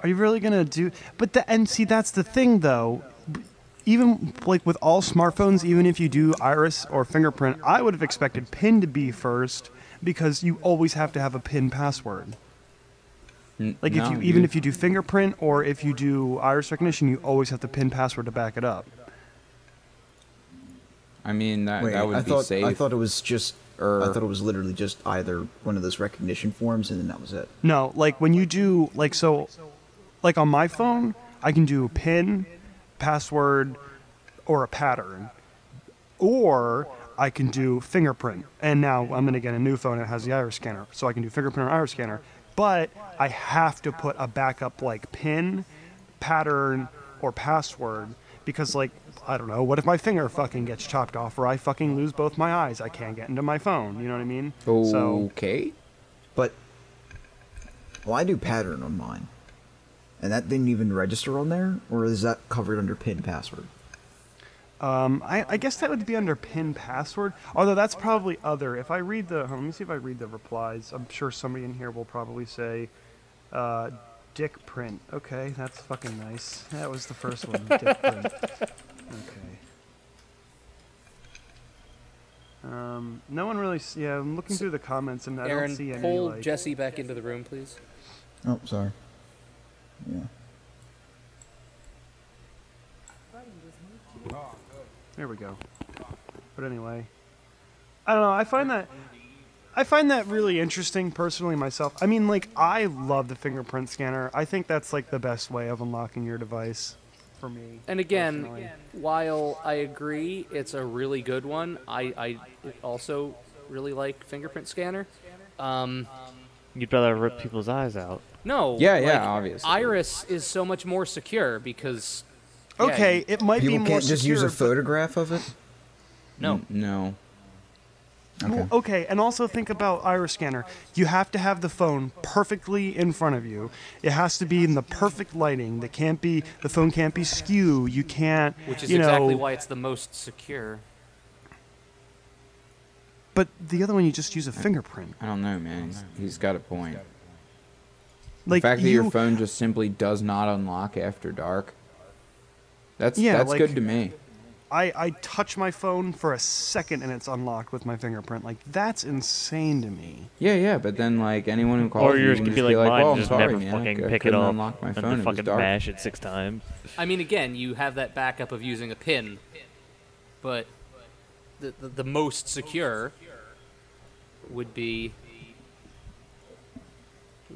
Speaker 4: Are you really gonna do? But the and see that's the thing though. B- Even like with all smartphones, even if you do iris or fingerprint, I would have expected PIN to be first because you always have to have a PIN password.
Speaker 1: N-
Speaker 4: Like if
Speaker 1: no,
Speaker 4: you even
Speaker 1: dude.
Speaker 4: if you do fingerprint or if you do iris recognition, you always have the PIN password to back it up.
Speaker 1: I mean that
Speaker 5: Wait,
Speaker 1: that would
Speaker 5: I
Speaker 1: be
Speaker 5: thought
Speaker 1: safe. er
Speaker 5: I thought it was just.
Speaker 1: Or-
Speaker 5: I thought it was literally just either one of those recognition forms, and then that was it.
Speaker 4: No, like when you do like so, like on my phone, I can do PIN, password, or a pattern, or I can do fingerprint. And now I'm gonna get a new phone that has the iris scanner, so I can do fingerprint or iris scanner. But I have to put a backup like PIN, pattern, or password because like I don't know, what if my finger fucking gets chopped off or I fucking lose both my eyes? I can't get into my phone. You know what I mean?
Speaker 1: Oh.
Speaker 4: So
Speaker 1: okay.
Speaker 5: But well, I do pattern on mine, and that didn't even register on there, or is that covered under PIN password?
Speaker 4: Um, I, I guess that would be under pin password. Although that's probably other. If I read the, hold on, let me see if I read the replies. I'm sure somebody in here will probably say, uh, "Dick print." Okay, that's fucking nice. That was the first one. dick print. Okay. Um, no one really. s- Yeah, I'm looking through the comments and I don't see
Speaker 3: Aaron,
Speaker 4: any.
Speaker 3: pull
Speaker 4: like,
Speaker 3: Jesse back into the room, please.
Speaker 5: Oh, sorry. Yeah.
Speaker 4: There we go. But anyway, I don't know. I find that I find that really interesting personally myself. I mean, like I love the fingerprint scanner. I think that's like the best way of unlocking your device for me.
Speaker 3: And again,
Speaker 4: personally.
Speaker 3: while I agree it's a really good one, I, I also really like fingerprint scanner. Um,
Speaker 2: You'd rather rip people's eyes out.
Speaker 3: no.
Speaker 1: Yeah, yeah,
Speaker 3: like,
Speaker 1: obviously.
Speaker 3: Iris is so much more secure because. yeah,
Speaker 4: okay,
Speaker 3: you-
Speaker 4: it might be
Speaker 5: People
Speaker 4: more
Speaker 5: can't just use a
Speaker 4: secure, but-
Speaker 5: photograph of it.
Speaker 3: no.
Speaker 1: No.
Speaker 5: Okay.
Speaker 4: Well, okay, and also think about iris scanner. You have to have the phone perfectly in front of you. It has to be in the perfect lighting. That can't be the phone can't be skew. You can't.
Speaker 3: Which is
Speaker 4: you
Speaker 3: exactly
Speaker 4: know,
Speaker 3: why it's the most secure.
Speaker 4: But the other one, you just use a fingerprint.
Speaker 1: I don't know, man. He's- he's got a point.
Speaker 4: Like
Speaker 1: the fact that
Speaker 4: you,
Speaker 1: your phone just simply does not unlock after dark. That's
Speaker 4: Yeah,
Speaker 1: that's
Speaker 4: like-
Speaker 1: good to me.
Speaker 4: I I touch my phone for a second and it's unlocked with my fingerprint. Like that's insane to me.
Speaker 1: Yeah, yeah, but then like anyone who calls
Speaker 2: Or
Speaker 1: you
Speaker 2: yours
Speaker 1: can
Speaker 2: could
Speaker 1: just
Speaker 2: be like mine,
Speaker 1: "Well, I'm
Speaker 2: just
Speaker 1: sorry,
Speaker 2: never
Speaker 1: man. I
Speaker 2: fucking
Speaker 1: c- I
Speaker 2: pick it
Speaker 1: couldn't
Speaker 2: up
Speaker 1: unlock my
Speaker 2: and
Speaker 1: phone.
Speaker 2: then
Speaker 1: It was
Speaker 2: fucking
Speaker 1: dark."
Speaker 2: mash it six times.
Speaker 3: I mean, again, you have that backup of using a pin, but the the, the most secure would be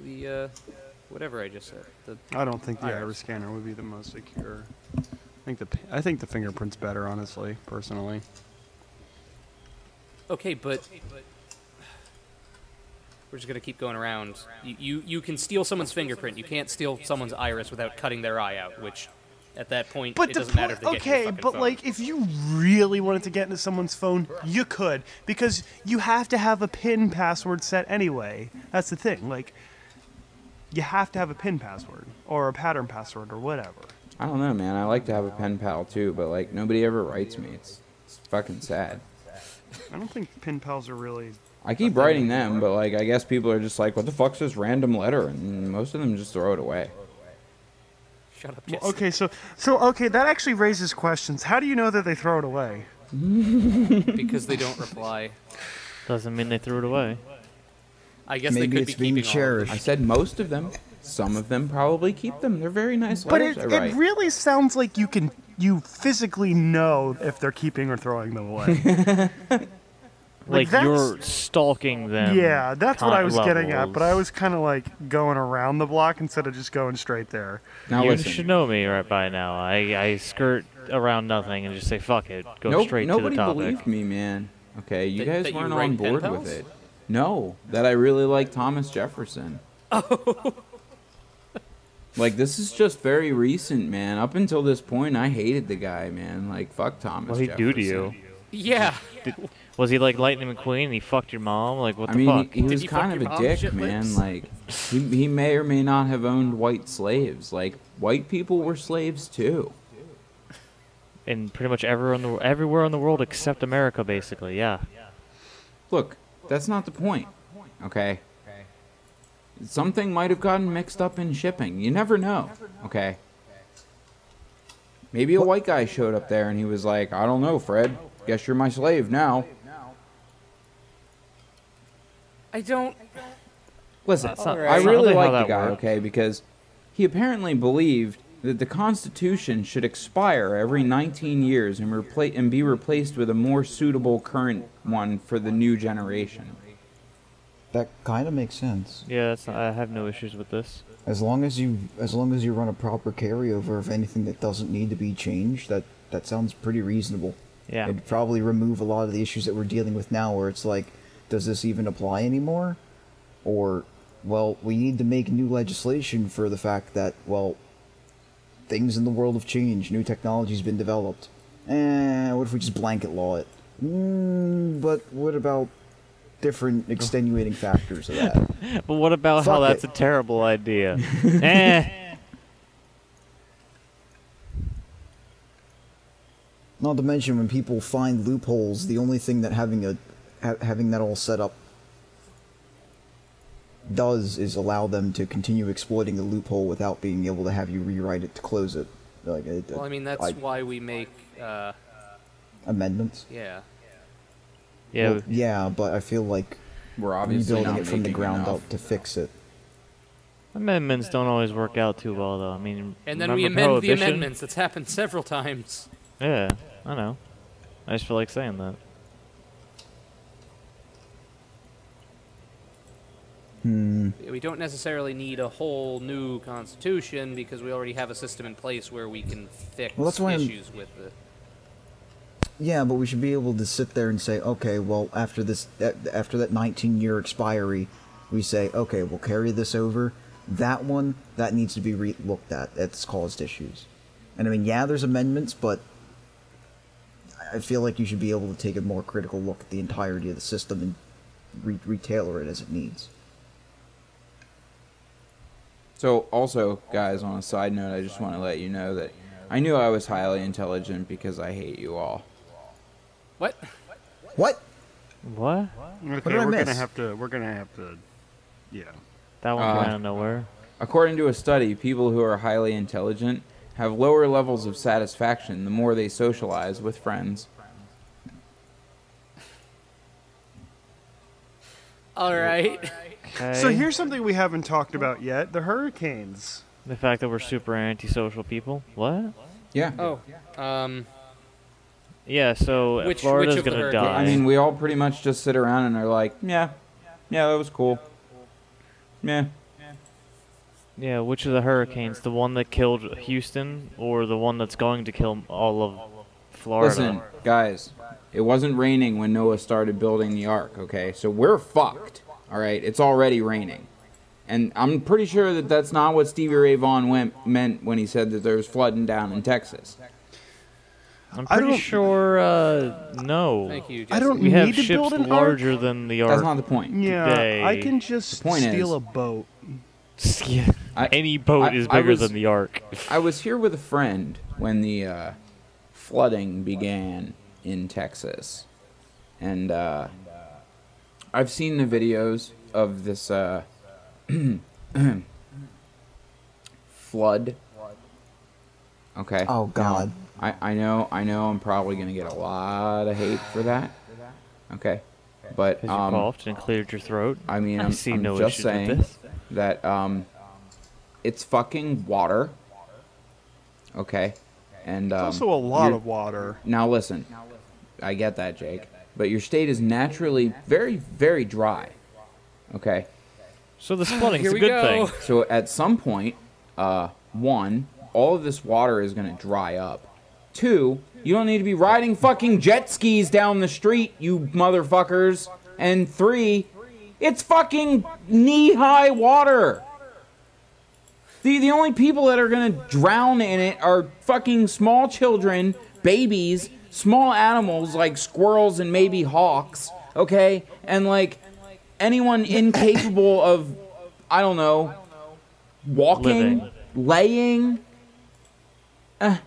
Speaker 3: the uh, whatever I just said. The,
Speaker 4: I don't think the
Speaker 3: Iris.
Speaker 4: iris scanner would be the most secure. I think the pi- I think the fingerprint's better, honestly, personally.
Speaker 3: okay, but we're just gonna keep going around. You, you you can steal someone's fingerprint. You can't steal someone's iris without cutting their eye out. Which, at that point,
Speaker 4: But
Speaker 3: it
Speaker 4: the
Speaker 3: doesn't matter if they
Speaker 4: point-
Speaker 3: get your
Speaker 4: okay,
Speaker 3: fucking
Speaker 4: but
Speaker 3: phone.
Speaker 4: like if you really wanted to get into someone's phone, you could because you have to have a PIN password set anyway. That's the thing. Like you have to have a PIN password or a pattern password or whatever.
Speaker 1: I don't know, man. I like to have a pen pal too, but like nobody ever writes me. It's, it's fucking sad.
Speaker 4: I don't think PIN pals are really
Speaker 1: I keep writing them, but like I guess people are just like, "What the fuck's this random letter?" and most of them just throw it away.
Speaker 3: shut up.
Speaker 4: Well,
Speaker 3: Jess.
Speaker 4: okay, so so okay, that actually raises questions. How do you know that they throw it away?
Speaker 3: because they don't reply.
Speaker 2: Doesn't mean they threw it away.
Speaker 3: I guess they
Speaker 5: Maybe
Speaker 3: could
Speaker 5: it's
Speaker 3: be
Speaker 5: being
Speaker 3: keeping all of them.
Speaker 1: I
Speaker 5: cherished.
Speaker 1: said most of them. Some of them probably keep them. They're very nice
Speaker 4: But
Speaker 1: letters
Speaker 4: it,
Speaker 1: I write.
Speaker 4: it really sounds like you can you physically know if they're keeping or throwing them away. Like,
Speaker 2: Like,
Speaker 4: that's-
Speaker 2: you're stalking them.
Speaker 4: yeah, that's what
Speaker 2: con-
Speaker 4: I was getting at,
Speaker 2: levels.
Speaker 4: but I was kind of like going around the block instead of just going straight there.
Speaker 1: now
Speaker 2: you
Speaker 1: listen,
Speaker 2: should know me right by now. I, I skirt around nothing and just say fuck it. Go
Speaker 1: Nope,
Speaker 2: straight to the
Speaker 1: nobody
Speaker 2: topic.
Speaker 1: believed me, man. Okay, you
Speaker 3: That-
Speaker 1: guys
Speaker 3: that you
Speaker 1: weren't
Speaker 3: write
Speaker 1: on
Speaker 3: pen
Speaker 1: board
Speaker 3: pals?
Speaker 1: with it. No, that I really like Thomas Jefferson. Oh. like this is just very recent, man. Up until this point, I hated the guy, man. Like fuck Thomas.
Speaker 2: What he
Speaker 1: Jefferson.
Speaker 2: do to you?
Speaker 3: Yeah.
Speaker 2: Was he like Lightning McQueen? He fucked your mom. Like what
Speaker 1: I
Speaker 2: the
Speaker 1: mean,
Speaker 2: fuck?
Speaker 1: he, he was
Speaker 3: he fuck
Speaker 1: kind of
Speaker 3: your
Speaker 1: a
Speaker 3: mom,
Speaker 1: dick,
Speaker 3: shit
Speaker 1: man.
Speaker 3: lips?
Speaker 1: Like, he, he may or may not have owned white slaves. Like, white people were slaves too.
Speaker 2: And pretty much everywhere in the everywhere in the world except America, basically. Yeah.
Speaker 1: Look, that's not the point. Okay. Something might have gotten mixed up in shipping. You never know. Okay. Maybe a white guy showed up there and he was like, I don't know, Fred. Guess you're my slave now.
Speaker 3: I don't.
Speaker 1: Listen,
Speaker 2: not-
Speaker 1: I
Speaker 2: that's not
Speaker 1: really
Speaker 2: really
Speaker 1: like
Speaker 2: how
Speaker 1: the
Speaker 2: that
Speaker 1: guy,
Speaker 2: worked.
Speaker 1: okay, because he apparently believed that the Constitution should expire every 19 years and, repla- and be replaced with a more suitable current one for the new generation.
Speaker 5: That kind of makes sense.
Speaker 2: Yeah. That's not, I have no issues with this.
Speaker 5: As long as you as long as you run a proper carryover of anything that doesn't need to be changed, that that sounds pretty reasonable.
Speaker 2: Yeah.
Speaker 5: It'd probably remove a lot of the issues that we're dealing with now where it's like, does this even apply anymore? Or well, we need to make new legislation for the fact that, well, things in the world have changed, new technology's been developed. Eh, what if we just blanket law it? Mm, but what about different extenuating factors of that?
Speaker 2: But what about how
Speaker 5: Fuck
Speaker 2: that's
Speaker 5: it.
Speaker 2: a terrible idea? eh.
Speaker 5: Not to mention when people find loopholes, the only thing that having a ha- having that all set up does is allow them to continue exploiting the loophole without being able to have you rewrite it to close it. Like it,
Speaker 3: Well, I mean, that's
Speaker 5: like,
Speaker 3: why we make. Uh,
Speaker 5: amendmends.
Speaker 3: yeah.
Speaker 2: Yeah.
Speaker 5: Well, yeah, but I feel like
Speaker 1: We're obviously
Speaker 5: rebuilding
Speaker 1: not
Speaker 5: it from the
Speaker 1: making
Speaker 5: ground
Speaker 1: enough.
Speaker 5: up to fix it
Speaker 2: Amendments don't always work out too well, though. I mean,
Speaker 3: And then
Speaker 2: remember
Speaker 3: we amend the
Speaker 2: prohibition?
Speaker 3: amendments. That's happened several times.
Speaker 2: Yeah, I know. I just feel like saying that.
Speaker 3: We don't necessarily need a whole new constitution because we already have a system in place where we can fix
Speaker 5: Well, that's why I'm-
Speaker 3: issues with the.
Speaker 5: Yeah, but we should be able to sit there and say, okay, well, after this, a- after that 19-year expiry, we say, okay, we'll carry this over. That one, that needs to be re- looked at. That's caused issues. And I mean, yeah, there's amendments, but I- I feel like you should be able to take a more critical look at the entirety of the system and re- retailor it as it needs.
Speaker 1: So, also, guys, on a side note, I just want to let you know that I knew I was highly intelligent because I hate you all.
Speaker 3: What?
Speaker 5: What?
Speaker 2: What?
Speaker 5: did
Speaker 4: Okay, we're
Speaker 5: I
Speaker 4: gonna
Speaker 5: miss?
Speaker 4: have to. We're gonna have to. Yeah.
Speaker 2: That one
Speaker 1: Uh,
Speaker 2: came out of nowhere.
Speaker 1: According to a study, people who are highly intelligent have lower levels of satisfaction the more they socialize with friends.
Speaker 3: All right.
Speaker 4: So
Speaker 2: Okay.
Speaker 4: here's something we haven't talked about yet: the hurricanes.
Speaker 2: the fact that we're super antisocial people. What?
Speaker 1: Yeah.
Speaker 3: Oh, um,
Speaker 2: Yeah. So uh,
Speaker 3: Which-
Speaker 2: Florida's
Speaker 3: which of the
Speaker 2: gonna
Speaker 3: hurricanes?
Speaker 2: die.
Speaker 1: I mean, we all pretty much just sit around and are like, yeah, yeah, that was cool. Yeah.
Speaker 2: yeah. Which of the hurricanes? The one that killed Houston, or the one that's going to kill all of Florida?
Speaker 1: Listen, guys, it wasn't raining when Noah started building the ark, okay? So we're fucked, all right? It's already raining. And I'm pretty sure that that's not what Stevie Ray Vaughan went, meant when he said that there was flooding down in Texas.
Speaker 2: I'm
Speaker 4: I
Speaker 2: pretty
Speaker 4: don't-
Speaker 2: sure. Uh, no.
Speaker 3: thank you. Jesse.
Speaker 4: I don't
Speaker 2: We have
Speaker 4: need to
Speaker 2: ships
Speaker 4: build an ark.
Speaker 2: larger than the
Speaker 1: That's
Speaker 2: Ark.
Speaker 1: not the point.
Speaker 4: Yeah, I
Speaker 2: today.
Speaker 4: can just
Speaker 1: The point
Speaker 4: steal
Speaker 1: is-
Speaker 4: a boat.
Speaker 2: Yeah.
Speaker 1: I-
Speaker 2: Any boat
Speaker 1: I-
Speaker 2: is
Speaker 1: I
Speaker 2: bigger
Speaker 1: was-
Speaker 2: than the Ark.
Speaker 1: I was here with a friend when the uh, flooding began in Texas, and uh, I've seen the videos of this uh, flood. Okay.
Speaker 5: Oh, God.
Speaker 1: I, I know I know I'm probably gonna get a lot of hate for that. Okay. But
Speaker 2: Because you
Speaker 1: um,
Speaker 2: coughed and cleared your throat.
Speaker 1: I mean,
Speaker 2: I
Speaker 1: I'm,
Speaker 2: see
Speaker 1: I'm
Speaker 2: no
Speaker 1: just
Speaker 2: issues with
Speaker 1: saying
Speaker 2: this.
Speaker 1: that um, it's fucking water. Okay, and um,
Speaker 4: It's also a lot
Speaker 1: you're-
Speaker 4: of water.
Speaker 1: Now listen, I get that, Jake, but your state is naturally very, very dry. Okay,
Speaker 2: So the flooding's
Speaker 3: Here
Speaker 2: a
Speaker 3: we
Speaker 2: good
Speaker 3: go.
Speaker 2: thing.
Speaker 1: so at some point, uh, one, all of this water is gonna dry up. Two, you don't need to be riding fucking jet skis down the street, you motherfuckers. And three, it's fucking knee high water. The, the only people that are gonna drown in it are fucking small children, babies, small animals like squirrels and maybe hawks, okay? And like anyone incapable of, I don't know, walking,
Speaker 2: Living.
Speaker 1: laying. Uh,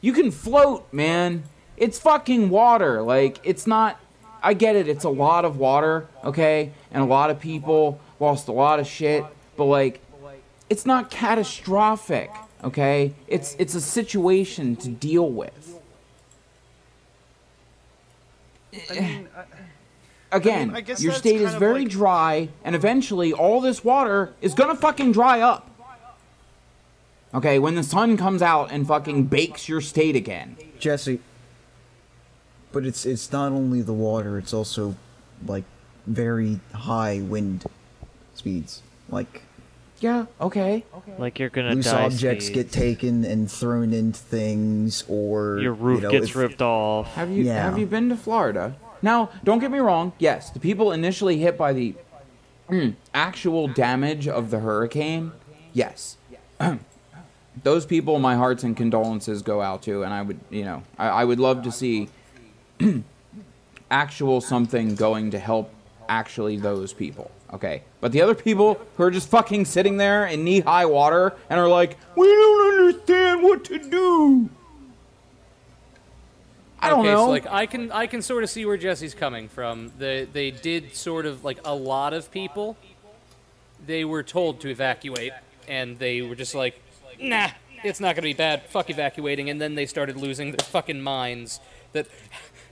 Speaker 1: you can float, man. It's fucking water. Like, it's not. I get it. It's a lot of water, okay? And a lot of people lost a lot of shit, but like, it's not catastrophic, okay? It's it's a situation to deal with. Again,
Speaker 4: I guess
Speaker 1: your
Speaker 4: that's
Speaker 1: state
Speaker 4: kind
Speaker 1: is
Speaker 4: of
Speaker 1: very
Speaker 4: like-
Speaker 1: dry, and eventually all this water is gonna fucking dry up. Okay, when the sun comes out and fucking bakes your state again.
Speaker 5: Jesse. But it's it's not only the water; it's also like very high wind speeds. Like
Speaker 1: Yeah, okay.
Speaker 2: Like you're gonna
Speaker 5: loose
Speaker 2: die.
Speaker 5: objects
Speaker 2: Steve.
Speaker 5: get taken and thrown into things, or
Speaker 2: Your roof
Speaker 5: you know,
Speaker 2: gets
Speaker 5: if-
Speaker 2: ripped off.
Speaker 1: Have you
Speaker 5: Yeah.
Speaker 1: have you been to Florida? Now, don't get me wrong. Yes, the people initially hit by the mm, actual damage of the hurricane. Yes, those people, my hearts and condolences go out to, and I would, you know, I, I would love to see actual something going to help actually those people. Okay, but the other people who are just fucking sitting there in knee high water and are like, we don't understand what to do. I don't
Speaker 3: okay,
Speaker 1: know.
Speaker 3: So like I can I can sort of see where Jesse's coming from. They they did sort of like a lot of people. They were told to evacuate, and they were just like, nah, it's not gonna be bad. Fuck evacuating, and then they started losing their fucking minds. That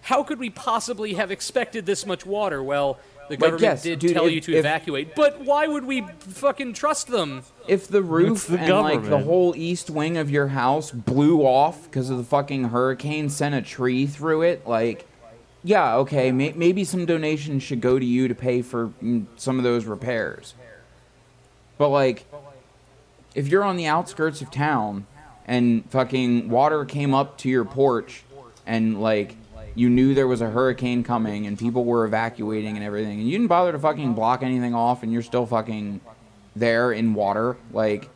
Speaker 3: how could we possibly have expected this much water? Well, the government
Speaker 1: yes,
Speaker 3: did
Speaker 1: dude,
Speaker 3: tell
Speaker 1: if-
Speaker 3: you to
Speaker 1: if-
Speaker 3: evacuate, but why would we fucking trust them?
Speaker 1: If the roof
Speaker 2: the
Speaker 1: and like the
Speaker 2: government.
Speaker 1: whole east wing of your house blew off because of the fucking hurricane, sent a tree through it, like, yeah, okay, may- maybe some donations should go to you to pay for mm, some of those repairs. But like, if you're on the outskirts of town and fucking water came up to your porch and like you knew there was a hurricane coming and people were evacuating and everything and you didn't bother to fucking block anything off and you're still fucking there in water like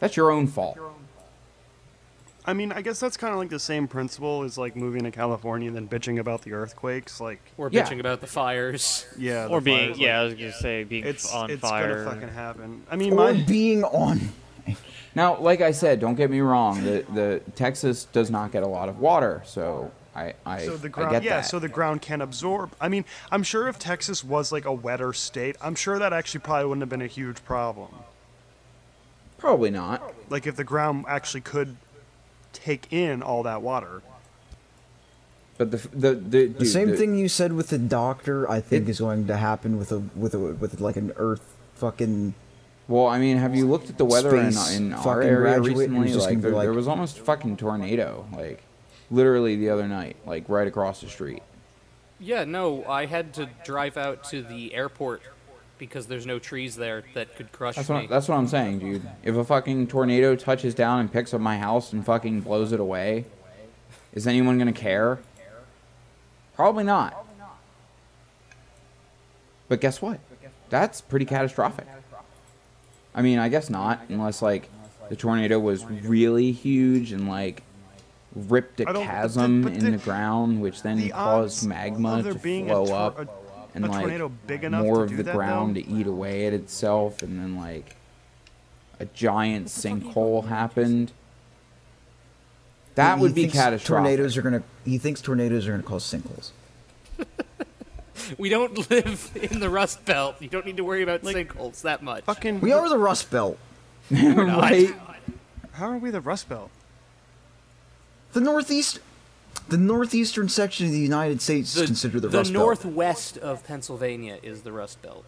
Speaker 1: that's your own fault
Speaker 4: I mean, I guess that's kind of like the same principle as like moving to California and then bitching about the earthquakes. Like,
Speaker 3: We're
Speaker 1: Yeah.
Speaker 3: bitching about the fires.
Speaker 4: yeah, the
Speaker 2: or being
Speaker 4: fires, like,
Speaker 2: yeah, I was gonna say being
Speaker 4: it's
Speaker 2: on
Speaker 4: it's
Speaker 2: fire.
Speaker 4: gonna fucking happen. I mean,
Speaker 5: Or
Speaker 4: my
Speaker 5: being on.
Speaker 1: now like i said don't get me wrong the, the texas does not get a lot of water so i i,
Speaker 4: so the
Speaker 1: I
Speaker 4: ground
Speaker 1: get
Speaker 4: yeah,
Speaker 1: that
Speaker 4: so the ground can absorb. I mean, I'm sure if Texas was like a wetter state, I'm sure that actually probably wouldn't have been a huge problem.
Speaker 1: probably not
Speaker 4: Like if the ground actually could take in all that water.
Speaker 1: but the f- the the,
Speaker 5: The
Speaker 1: dude,
Speaker 5: same
Speaker 1: the-
Speaker 5: thing you said with the doctor, I think, is going to happen with a with a with like an earth fucking.
Speaker 1: Well, I mean, have you looked at the weather in,
Speaker 5: Space
Speaker 1: in our
Speaker 5: fucking
Speaker 1: area
Speaker 5: graduate who's
Speaker 1: recently?
Speaker 5: just
Speaker 1: Like,
Speaker 5: gonna be
Speaker 1: there,
Speaker 5: like-
Speaker 1: there was almost a fucking tornado, like, literally the other night, like right across the street.
Speaker 3: Yeah, no, I had to drive out to the airport because there's no trees there that could crush
Speaker 1: That's
Speaker 3: me.
Speaker 1: what that's what I'm saying, dude. If a fucking tornado touches down and picks up my house and fucking blows it away, is anyone gonna care? Probably not. But guess what? That's pretty catastrophic. I mean, I guess not, unless like the tornado was really huge and like ripped a
Speaker 4: I don't- but the-
Speaker 1: chasm
Speaker 4: but
Speaker 1: in
Speaker 4: the-
Speaker 1: the ground, which then
Speaker 4: the
Speaker 1: caused
Speaker 4: odds
Speaker 1: magma
Speaker 4: of there
Speaker 1: to
Speaker 4: being a
Speaker 1: flow
Speaker 4: tor-
Speaker 1: up
Speaker 4: a-
Speaker 1: and
Speaker 4: a
Speaker 1: like
Speaker 4: tornado big enough
Speaker 1: more
Speaker 4: to
Speaker 1: of
Speaker 4: do
Speaker 1: the
Speaker 4: that, though?
Speaker 1: ground to eat away at itself, and then like a giant sinkhole happened. That
Speaker 5: he
Speaker 1: would be
Speaker 5: thinks
Speaker 1: catastrophic.
Speaker 5: Tornadoes are gonna. He thinks tornadoes are gonna cause sinkholes.
Speaker 3: We don't live in the Rust Belt. You don't need to worry about sinkholes that much.
Speaker 4: Fucking
Speaker 5: We are the Rust Belt.
Speaker 1: right?
Speaker 4: How are we the Rust Belt?
Speaker 5: The Northeast, the northeastern section of the United States is considered the, Rust Belt.
Speaker 3: northwest of Pennsylvania is the Rust Belt.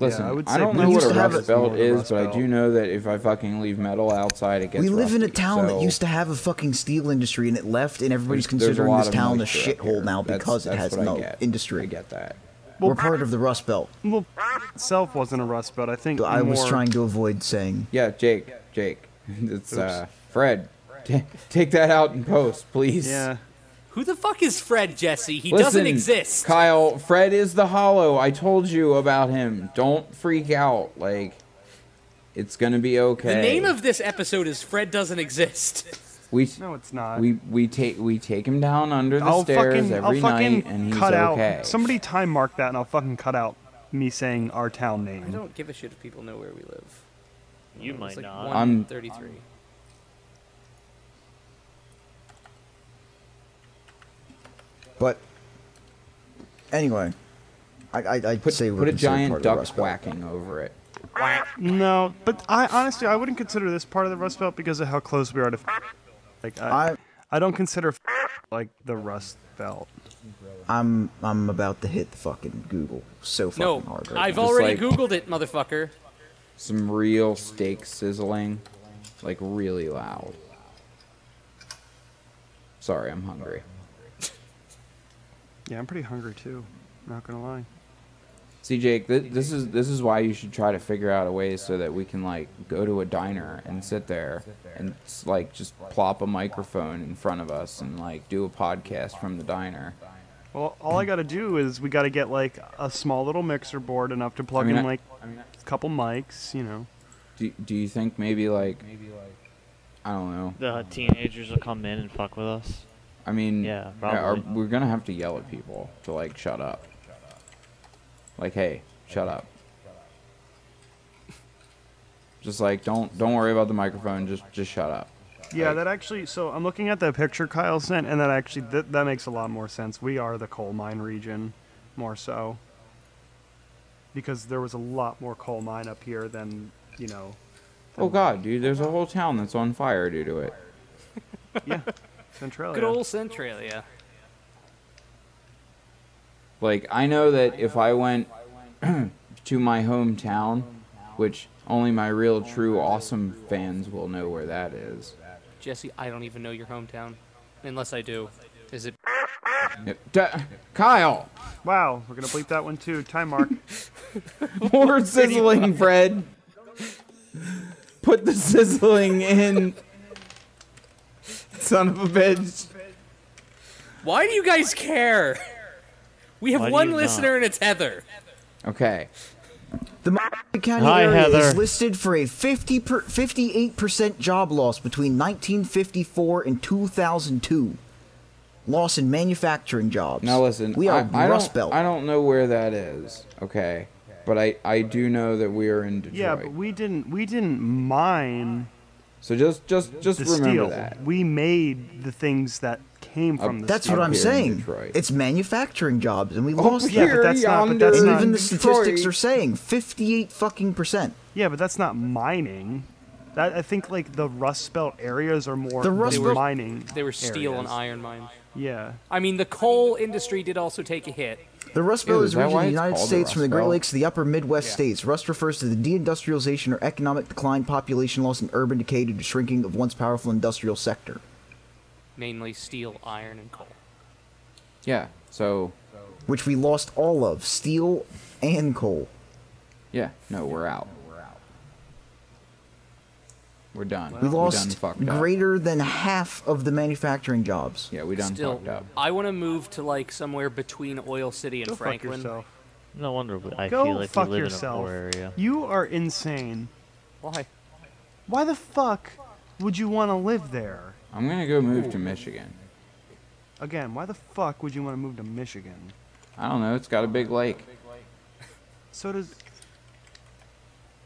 Speaker 1: Listen,
Speaker 4: I
Speaker 1: I,
Speaker 4: would say
Speaker 1: don't
Speaker 4: we
Speaker 1: know what
Speaker 5: used
Speaker 1: a
Speaker 5: to have
Speaker 1: rust
Speaker 5: a-
Speaker 1: belt
Speaker 4: more
Speaker 1: is,
Speaker 4: Rust
Speaker 1: but I
Speaker 4: Belt.
Speaker 1: do know that if I fucking leave metal outside, it gets.
Speaker 5: We live in a
Speaker 1: rusty,
Speaker 5: town
Speaker 1: so
Speaker 5: that used to have a fucking steel industry, and it left, and everybody's
Speaker 1: there's- there's a
Speaker 5: considering
Speaker 1: lot
Speaker 5: this
Speaker 1: of
Speaker 5: town a
Speaker 1: moisture up here.
Speaker 5: shithole now
Speaker 1: That's-
Speaker 5: because it
Speaker 1: that's
Speaker 5: has
Speaker 1: what I
Speaker 5: no
Speaker 1: get.
Speaker 5: industry.
Speaker 1: I get that.
Speaker 5: We're part of the Rust Belt.
Speaker 4: Well, itself wasn't a Rust Belt. I think
Speaker 5: But I was
Speaker 4: more-
Speaker 5: trying to avoid saying.
Speaker 1: Yeah, Jake, Jake, it's uh, Fred. Ta take that out and post, please.
Speaker 4: Yeah.
Speaker 3: Who the fuck is Fred Jesse? He
Speaker 1: Listen,
Speaker 3: doesn't exist.
Speaker 1: Kyle, Fred is the hollow. I told you about him. Don't freak out. Like, it's gonna be okay.
Speaker 3: the name of this episode is Fred doesn't exist.
Speaker 1: we
Speaker 4: No, it's not.
Speaker 1: we we take we take him down under the
Speaker 4: I'll
Speaker 1: stairs
Speaker 4: fucking,
Speaker 1: every
Speaker 4: I'll fucking
Speaker 1: night, and he's
Speaker 4: cut
Speaker 1: okay.
Speaker 4: out. Somebody time mark that, and I'll fucking cut out me saying our town name.
Speaker 3: I don't give a shit if people know where we live.
Speaker 2: You might
Speaker 3: It's like
Speaker 2: not.
Speaker 1: I'm-
Speaker 3: 133.
Speaker 5: But anyway, I, I, I'd
Speaker 1: put
Speaker 5: say we're
Speaker 1: put a
Speaker 5: considered part
Speaker 1: giant
Speaker 5: of the
Speaker 1: duck
Speaker 5: Rust Belt.
Speaker 1: whacking over it.
Speaker 4: No, but I honestly I wouldn't consider this part of the Rust Belt because of how close we are to. Like I,
Speaker 5: I,
Speaker 4: I don't consider like the Rust Belt.
Speaker 5: I'm I'm about to hit the fucking Google so fucking
Speaker 3: No,
Speaker 5: hard. Right
Speaker 3: I've
Speaker 5: now.
Speaker 1: Just
Speaker 3: already
Speaker 1: like-
Speaker 3: Googled it, motherfucker.
Speaker 1: Some real steak sizzling, like really loud. Sorry, I'm hungry.
Speaker 4: Yeah, I'm pretty hungry too. Not gonna lie.
Speaker 1: See, Jake, th- this is this is why you should try to figure out a way so that we can like go to a diner and sit there and s- like just plop a microphone in front of us and like do a podcast from the diner.
Speaker 4: Well, all I gotta do is we gotta get like a small little mixer board enough to plug
Speaker 1: I mean,
Speaker 4: in
Speaker 1: I-
Speaker 4: like a couple mics, you know.
Speaker 1: Do Do you think maybe like I don't know.
Speaker 2: The teenagers will come in and fuck with us.
Speaker 1: I mean,
Speaker 2: Yeah,
Speaker 1: are-
Speaker 2: probably.
Speaker 1: we're gonna have to yell at people to like shut up. Like, hey, shut up. Just like don't don't worry about the microphone. Just just shut up.
Speaker 4: Yeah, that actually. So I'm looking at the picture Kyle sent, and that actually th- that makes a lot more sense. We are the coal mine region, more so, because there was a lot more coal mine up here than you know.
Speaker 1: Oh God, dude, there's a whole town that's on fire due to it.
Speaker 4: Yeah, Centralia.
Speaker 3: Good old Centralia.
Speaker 1: Like I know that if I went to my hometown, which only my real true awesome fans will know where that is.
Speaker 3: Jesse, I don't even know your hometown, unless I do. Is it?
Speaker 1: D- Kyle,
Speaker 4: Wow, we're gonna bleep that one too. Time mark.
Speaker 1: more sizzling, Fred. Put the sizzling in. Son of a bitch.
Speaker 3: Why do you guys care? We have
Speaker 2: Why do
Speaker 3: one
Speaker 2: you not?
Speaker 3: listener and it's Heather.
Speaker 1: Okay.
Speaker 5: The Miami County
Speaker 2: Hi,
Speaker 5: area is
Speaker 2: Heather.
Speaker 5: listed for a 50 per, 58% job loss between 1954 and 2002. Loss in manufacturing jobs.
Speaker 1: Now listen,
Speaker 5: we are
Speaker 1: I, I
Speaker 5: Rust
Speaker 1: don't,
Speaker 5: Belt.
Speaker 1: I don't know where that is. Okay, but I I do know that we are in Detroit.
Speaker 4: yeah, but we didn't we didn't mine
Speaker 1: so just just just
Speaker 4: the
Speaker 1: remember
Speaker 4: steel.
Speaker 1: that.
Speaker 4: We made the things that came from the
Speaker 5: That's
Speaker 4: steel.
Speaker 5: what I'm
Speaker 1: here in
Speaker 5: saying.
Speaker 1: Detroit.
Speaker 5: It's manufacturing jobs, and we
Speaker 1: Over
Speaker 5: lost
Speaker 4: yeah,
Speaker 5: them.
Speaker 4: but
Speaker 1: here
Speaker 4: that's not- but
Speaker 1: yonder
Speaker 4: that's
Speaker 1: in
Speaker 4: not-
Speaker 5: Even the statistics are
Speaker 1: Detroit.
Speaker 5: saying 58 fucking percent.
Speaker 4: Yeah, but that's not mining. That I think like the Rust Belt areas are more
Speaker 5: The Rust
Speaker 4: than
Speaker 5: Belt-
Speaker 4: mining.
Speaker 3: They were steel
Speaker 4: areas.
Speaker 3: and iron mines.
Speaker 4: Yeah.
Speaker 3: I mean, the coal industry did also take a hit.
Speaker 5: The Rust Belt
Speaker 1: Ew,
Speaker 5: is
Speaker 1: is
Speaker 5: a
Speaker 1: that
Speaker 5: region
Speaker 1: why
Speaker 5: of the
Speaker 1: it's
Speaker 5: United
Speaker 1: called the
Speaker 5: States from the
Speaker 1: Rust
Speaker 5: Great
Speaker 1: Belt?
Speaker 5: Lakes to the upper Midwest
Speaker 3: Yeah.
Speaker 5: states. Rust refers to the deindustrialization or economic decline, population loss, and urban decay due to shrinking of once powerful industrial sector.
Speaker 3: mainly steel, iron, and coal.
Speaker 1: Yeah. So
Speaker 5: which we lost all of steel and coal.
Speaker 1: yeah, no, we're out. We're done.
Speaker 5: We
Speaker 1: done
Speaker 5: lost
Speaker 1: fucked up.
Speaker 5: greater than half of the manufacturing jobs.
Speaker 1: Yeah, we done
Speaker 3: Still,
Speaker 1: fucked up.
Speaker 3: I want to move to like somewhere between Oil City and
Speaker 4: Go
Speaker 3: Franklin.
Speaker 4: fuck yourself.
Speaker 2: No wonder we, I
Speaker 4: Go
Speaker 2: feel like we
Speaker 4: fuck
Speaker 2: live in a
Speaker 4: yourself.
Speaker 2: poor area.
Speaker 4: You are insane.
Speaker 3: Why?
Speaker 4: Why the fuck would you want to live there?
Speaker 1: I'm gonna go move to Michigan.
Speaker 4: Again, why the fuck would you want to move to Michigan?
Speaker 1: I don't know. It's got a big lake.
Speaker 4: So does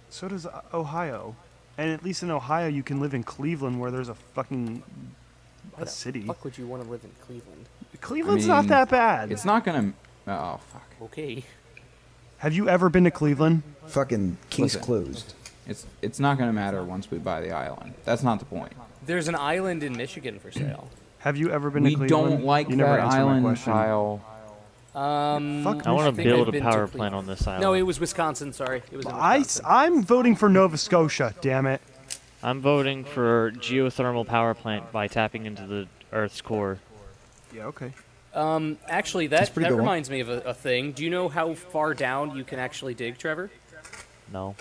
Speaker 4: So does uh, Ohio. And at least in Ohio you can live in Cleveland where there's a fucking
Speaker 3: Why
Speaker 4: a
Speaker 3: the
Speaker 4: city.
Speaker 3: fuck would you want to live in Cleveland?
Speaker 4: Cleveland's
Speaker 1: mean,
Speaker 4: not that bad.
Speaker 1: It's not gonna. Oh fuck.
Speaker 3: Okay.
Speaker 4: Have you ever been to Cleveland?
Speaker 5: Fucking case
Speaker 1: Listen.
Speaker 5: closed.
Speaker 1: It's it's not gonna matter once we buy the island. That's not the point.
Speaker 3: There's an island in Michigan for sale.
Speaker 4: Have you ever been
Speaker 1: We
Speaker 4: to Cleveland?
Speaker 1: don't like
Speaker 4: you never
Speaker 1: that
Speaker 4: answered my
Speaker 1: island,
Speaker 4: question.
Speaker 1: Kyle.
Speaker 3: Um,
Speaker 4: Fuck
Speaker 2: I want to
Speaker 4: Michigan.
Speaker 3: think I've
Speaker 2: build a
Speaker 3: been to
Speaker 2: power
Speaker 3: Cleveland.
Speaker 2: plant on this island.
Speaker 3: No, it was Wisconsin. Sorry, it was. In
Speaker 4: I,
Speaker 3: Wisconsin.
Speaker 4: am voting for Nova Scotia, damn it.
Speaker 2: I'm voting for geothermal power plant by tapping into the Earth's core.
Speaker 4: Yeah, okay.
Speaker 3: um, actually, that
Speaker 5: pretty
Speaker 3: that
Speaker 5: good one.
Speaker 3: reminds me of a, a thing. Do you know how far down you can actually dig, Trevor?
Speaker 2: No.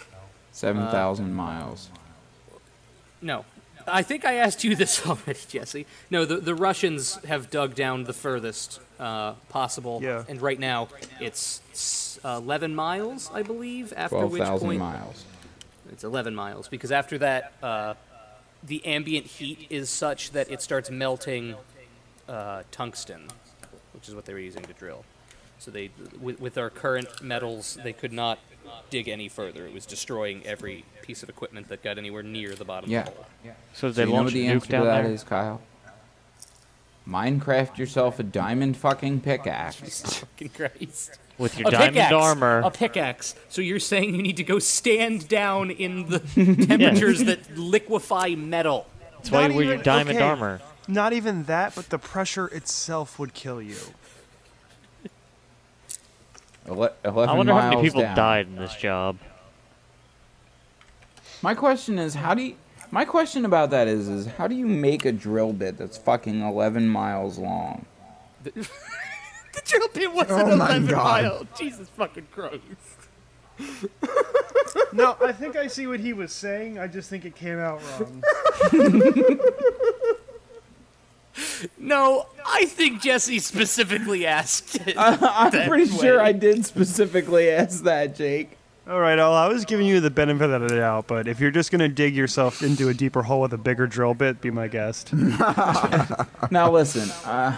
Speaker 1: Seven thousand miles.
Speaker 3: No. I think I asked you this already, Jesse. No, the, the Russians have dug down the furthest uh, possible.
Speaker 4: Yeah.
Speaker 3: And right now, it's s- uh, 11 miles, I believe, after
Speaker 1: Twelve
Speaker 3: which
Speaker 1: thousand
Speaker 3: point.
Speaker 1: miles.
Speaker 3: It's 11 miles, because after that, uh, the ambient heat is such that it starts melting uh, tungsten, which is what they were using to drill. So they, with, with our current metals, they could not dig any further. It was destroying every piece of equipment that got anywhere near the bottom
Speaker 1: Yeah.
Speaker 3: of the hole.
Speaker 2: So did
Speaker 1: So
Speaker 2: they
Speaker 1: you know
Speaker 2: launch
Speaker 1: what
Speaker 2: a
Speaker 1: the
Speaker 2: nuke
Speaker 1: answer to
Speaker 2: down
Speaker 1: that
Speaker 2: there?
Speaker 1: is, Kyle? Minecraft yourself a diamond fucking pickaxe.
Speaker 3: Fucking Christ.
Speaker 2: With your diamond armor.
Speaker 3: A pickaxe. So you're saying you need to go stand down in the temperatures that liquefy metal.
Speaker 2: That's why
Speaker 4: Not
Speaker 2: you wear your
Speaker 4: even-
Speaker 2: diamond
Speaker 4: okay.
Speaker 2: armor.
Speaker 4: Not even that, but the pressure itself would kill you.
Speaker 1: Ele- Eleven
Speaker 2: I wonder how many
Speaker 1: miles
Speaker 2: people
Speaker 1: down.
Speaker 2: died in this job.
Speaker 1: My question is, how do you? My question about that is, is how do you make a drill bit that's fucking eleven miles long?
Speaker 3: The drill pit wasn't
Speaker 5: Oh my 11 God.
Speaker 3: Jesus fucking Christ.
Speaker 4: No, I think I see what he was saying. I just think it came out wrong.
Speaker 3: No, I think Jesse specifically asked it.
Speaker 1: I'm pretty sure
Speaker 3: way.
Speaker 1: I did specifically ask that, Jake.
Speaker 4: All right, Al, I was giving you the benefit of the doubt, but if you're just going to dig yourself into a deeper hole with a bigger drill bit, be my guest.
Speaker 1: Now listen, uh,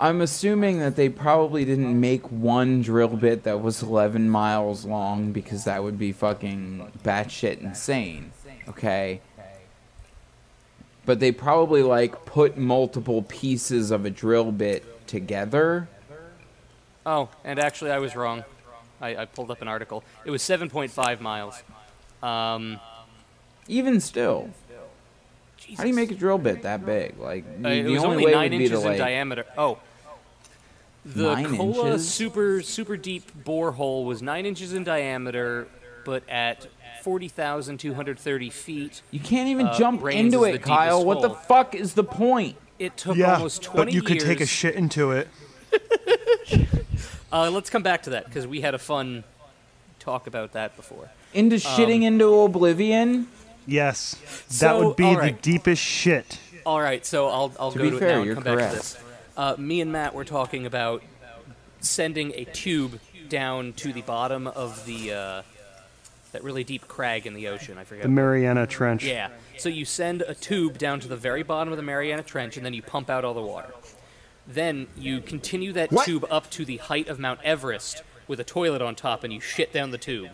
Speaker 1: I'm assuming that they probably didn't make one drill bit that was 11 miles long because that would be fucking batshit insane. Okay. But they probably like put multiple pieces of a drill bit together.
Speaker 3: Oh, and actually, I was wrong. I, I pulled up an article. It was 7.5 miles. Um,
Speaker 1: Even still,
Speaker 3: Jesus.
Speaker 1: how do you make a drill bit that big? Like
Speaker 3: Uh,
Speaker 1: the
Speaker 3: it was
Speaker 1: only,
Speaker 3: only
Speaker 1: way
Speaker 3: nine
Speaker 1: would be
Speaker 3: inches
Speaker 1: to
Speaker 3: in
Speaker 1: like
Speaker 3: diameter. Oh, The
Speaker 1: Nine
Speaker 3: Kola
Speaker 1: inches?
Speaker 3: super super deep borehole was nine inches in diameter, but at forty thousand two hundred thirty feet,
Speaker 1: You can't even
Speaker 3: Uh,
Speaker 1: jump
Speaker 3: brains
Speaker 1: into
Speaker 3: is the
Speaker 1: it, Kyle.
Speaker 3: deepest
Speaker 1: What the
Speaker 3: hole.
Speaker 1: fuck is the point?
Speaker 3: it took
Speaker 4: yeah,
Speaker 3: almost twenty
Speaker 4: but you could
Speaker 3: years.
Speaker 4: take a shit into it.
Speaker 3: Uh, let's come back to that because we had a fun talk about that before.
Speaker 1: Into shitting into oblivion?
Speaker 4: Yes, that
Speaker 3: So,
Speaker 4: would be
Speaker 3: all right.
Speaker 4: the deepest shit.
Speaker 3: All right, so I'll I'll
Speaker 1: To
Speaker 3: go
Speaker 1: be
Speaker 3: to
Speaker 1: fair,
Speaker 3: it now and
Speaker 1: you're
Speaker 3: come back
Speaker 1: correct.
Speaker 3: to this. Uh, me and Matt were talking about sending a tube down to the bottom of the uh, that really deep crag in the ocean. I forget.
Speaker 4: The Mariana Trench.
Speaker 3: Yeah. So you send a tube down to the very bottom of the Mariana Trench, and then you pump out all the water. Then you continue that
Speaker 5: What?
Speaker 3: tube up to the height of Mount Everest with a toilet on top, and you shit down the tube.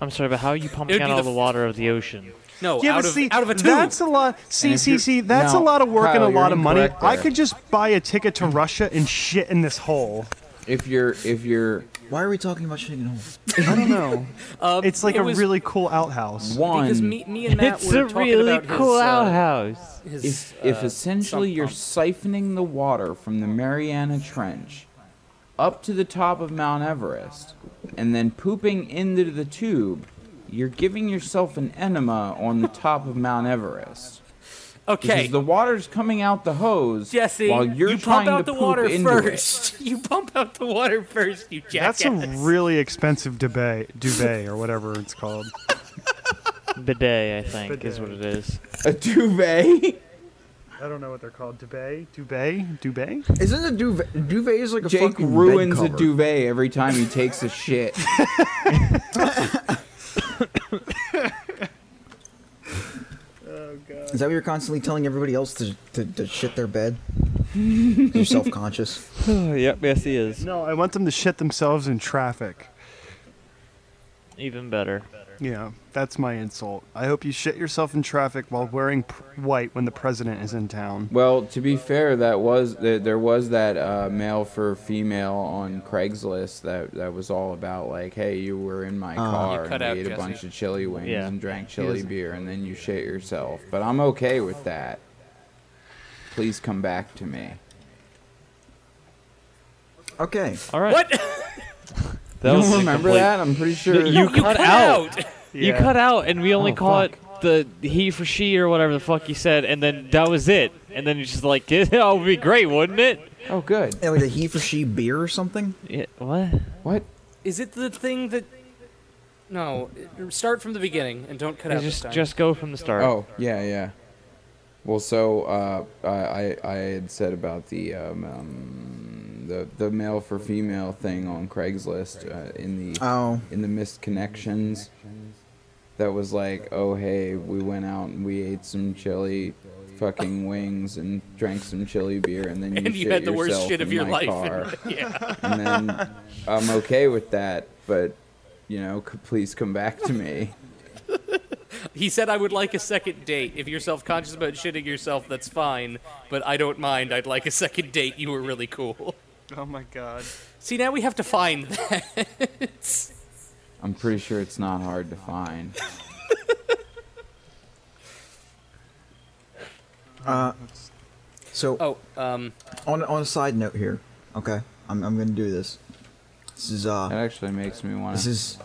Speaker 2: I'm sorry, but how are you pumping
Speaker 3: would
Speaker 2: out
Speaker 3: be
Speaker 2: all
Speaker 3: the
Speaker 2: the water of the ocean?
Speaker 3: No,
Speaker 4: Yeah,
Speaker 3: out
Speaker 4: but
Speaker 3: of
Speaker 4: see,
Speaker 3: out of a tube.
Speaker 4: that's a lot. See,
Speaker 1: if
Speaker 4: see,
Speaker 1: you're-
Speaker 4: see, that's
Speaker 1: no,
Speaker 4: a lot of work
Speaker 1: Kyle,
Speaker 4: and a
Speaker 1: you're
Speaker 4: lot of money.
Speaker 1: incorrect
Speaker 4: I
Speaker 1: there.
Speaker 4: could just buy a ticket to Russia and shit in this hole.
Speaker 1: If you're if you're
Speaker 5: Why are we talking about shitting holes?
Speaker 4: I don't know. it's like
Speaker 3: Um, it
Speaker 4: a
Speaker 3: was-
Speaker 4: really cool outhouse.
Speaker 1: one
Speaker 3: because me, me and Matt were talking about his, uh,
Speaker 2: outhouse.
Speaker 3: his,
Speaker 1: if if
Speaker 3: uh,
Speaker 1: essentially
Speaker 3: sump
Speaker 1: you're
Speaker 3: pump.
Speaker 1: siphoning the water from the Mariana Trench up to the top of Mount Everest and then pooping into the tube, you're giving yourself an enema on the top of Mount Everest. Because
Speaker 3: okay,
Speaker 1: the water's coming out the hose
Speaker 3: Jesse,
Speaker 1: while you're
Speaker 3: you
Speaker 1: trying
Speaker 3: pump out
Speaker 1: to
Speaker 3: the
Speaker 1: poop
Speaker 3: water
Speaker 1: into it.
Speaker 3: first. You pump out the water first, you jackass.
Speaker 4: That's a really expensive duvet, duvet or whatever it's called.
Speaker 2: Bidet, I think, is what it is.
Speaker 1: A duvet?
Speaker 4: I don't know what they're called. Duvet, duvet, duvet.
Speaker 5: Isn't a duvet? Duvet is like a
Speaker 1: Jake
Speaker 5: fucking
Speaker 1: ruins
Speaker 5: bed
Speaker 1: a
Speaker 5: cover.
Speaker 1: duvet every time he takes a shit.
Speaker 5: Is that what you're constantly telling everybody else to, to, to shit their bed? you're self conscious.
Speaker 2: yep, yes, he is.
Speaker 4: No, I want them to shit themselves in traffic.
Speaker 2: Even better.
Speaker 4: Yeah, that's my insult. I hope you shit yourself in traffic while wearing pr- white when the president is in town.
Speaker 1: Well, to be fair, that was there, there was that uh, male for female on Craigslist that that was all about like, hey, you were in my car
Speaker 3: You
Speaker 1: and
Speaker 3: cut
Speaker 1: we
Speaker 3: out,
Speaker 1: ate a
Speaker 3: Jesse.
Speaker 1: bunch of chili wings
Speaker 2: Yeah.
Speaker 1: and drank
Speaker 4: He
Speaker 1: chili
Speaker 4: doesn't-
Speaker 1: beer and then you shit yourself. But I'm okay with that. Please come back to me.
Speaker 5: Okay.
Speaker 2: All right.
Speaker 3: What?
Speaker 2: That
Speaker 1: you
Speaker 2: was
Speaker 1: don't remember
Speaker 2: incomplete.
Speaker 1: that? I'm pretty sure.
Speaker 2: you-
Speaker 3: No, you
Speaker 2: cut
Speaker 3: cut
Speaker 2: out.
Speaker 3: out.
Speaker 2: You
Speaker 4: Yeah.
Speaker 2: cut out, and we only
Speaker 1: Oh,
Speaker 2: call it the he for she or whatever the fuck you said, and then that was it. And then you're just like, that would be great, wouldn't it?
Speaker 1: oh, good.
Speaker 5: Yeah, like a he for she beer or something?
Speaker 2: Yeah, what?
Speaker 1: What?
Speaker 3: Is it the thing that? No, start from the beginning and don't cut out. this
Speaker 2: just
Speaker 3: time.
Speaker 2: just go from the start.
Speaker 1: Oh, yeah, yeah. Well, so uh, I I I had said about the um, um the the male for female thing on Craigslist uh, in the
Speaker 5: Oh.
Speaker 1: in the missed connections. That was like, oh hey, we went out and we ate some chili, fucking wings, and drank some chili beer, and then you,
Speaker 3: and you
Speaker 1: shit
Speaker 3: had the worst
Speaker 1: yourself
Speaker 3: shit of
Speaker 1: in
Speaker 3: your
Speaker 1: my
Speaker 3: life.
Speaker 1: car.
Speaker 3: yeah.
Speaker 1: and then I'm okay with that, but you know, c- please come back to me.
Speaker 3: He said, I would like a second date. If you're self conscious about shitting yourself, that's fine, but I don't mind. I'd like a second date. You were really cool.
Speaker 4: Oh my god.
Speaker 3: See, now we have to find that.
Speaker 1: I'm pretty sure it's not hard to find.
Speaker 5: So,
Speaker 3: oh, um,
Speaker 5: on, on a side note here, okay? I'm, I'm going to do this. This is, uh.
Speaker 1: That actually makes me want
Speaker 5: This
Speaker 1: to.
Speaker 5: is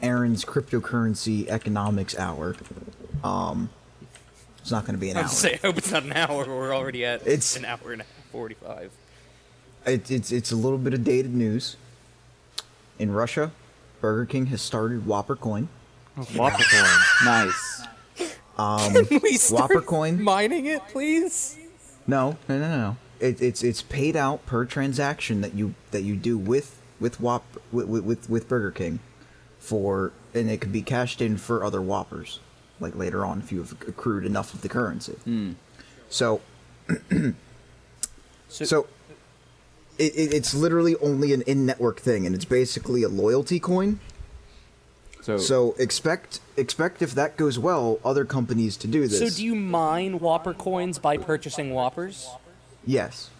Speaker 5: Aaron's cryptocurrency economics hour. Um, it's not going to be an
Speaker 3: I
Speaker 5: hour.
Speaker 3: was say, I hope it's not an hour. We're already at
Speaker 5: It's-
Speaker 3: an hour and a half, 45.
Speaker 5: It, it's it's a little bit of dated news. In Russia, Burger King has started Whopper Coin.
Speaker 2: Whopper corn.
Speaker 1: Nice.
Speaker 3: we
Speaker 5: Whopper coin?
Speaker 3: mining it, please?
Speaker 5: No, no, no, no. It, it's it's paid out per transaction that you that you do with with Whop with with- with, with Burger King, for and it can be cashed in for other Whoppers, like later on if you have accrued enough of the currency. So
Speaker 3: So,
Speaker 5: So it, it, it's literally only an in-network thing, and it's basically a loyalty coin.
Speaker 1: So,
Speaker 5: So expect expect if that goes well, other companies to do this.
Speaker 3: so do you mine Whopper coins by purchasing Whoppers?
Speaker 5: Yes,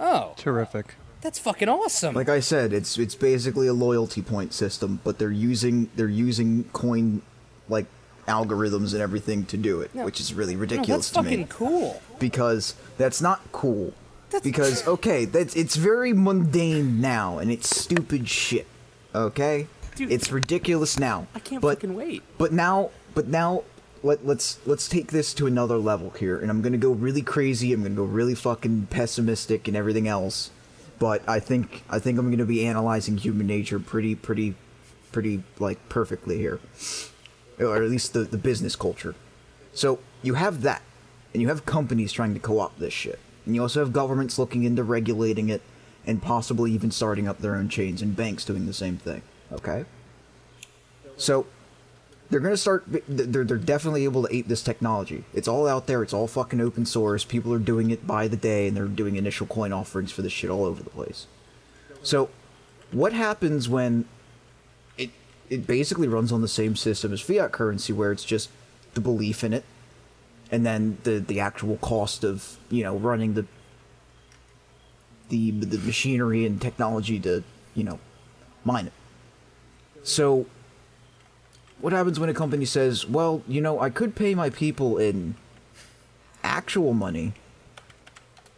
Speaker 3: Oh,
Speaker 4: Terrific.
Speaker 3: that's fucking awesome.
Speaker 5: like I said, it's it's basically a loyalty point system, but they're using they're using coin like algorithms and everything to do it,
Speaker 3: No.
Speaker 5: which is really
Speaker 3: No, that's
Speaker 5: ridiculous to
Speaker 3: fucking
Speaker 5: me
Speaker 3: cool.
Speaker 5: because that's not cool. because okay, that's it's very mundane now and it's stupid shit. Okay,
Speaker 3: Dude.
Speaker 5: it's ridiculous now.
Speaker 3: I can't
Speaker 5: but,
Speaker 3: fucking wait.
Speaker 5: But now, but now, let let's let's take this to another level here, and I'm gonna go really crazy. I'm gonna go really fucking pessimistic and everything else. But I think I think I'm gonna be analyzing human nature pretty pretty pretty like perfectly here, or at least the the business culture. So you have that, and you have companies trying to co-opt this shit, and you also have governments looking into regulating it, and possibly even starting up their own chains, and banks doing the same thing. Okay. So they're going to start they're, they're definitely able to ape this technology it's all out there it's all fucking open source people are doing it by the day and they're doing initial coin offerings for this shit all over the place so what happens when it it basically runs on the same system as fiat currency where it's just the belief in it and then the the actual cost of you know running the the the machinery and technology to you know mine it so what happens when a company says, well, you know, I could pay my people in actual money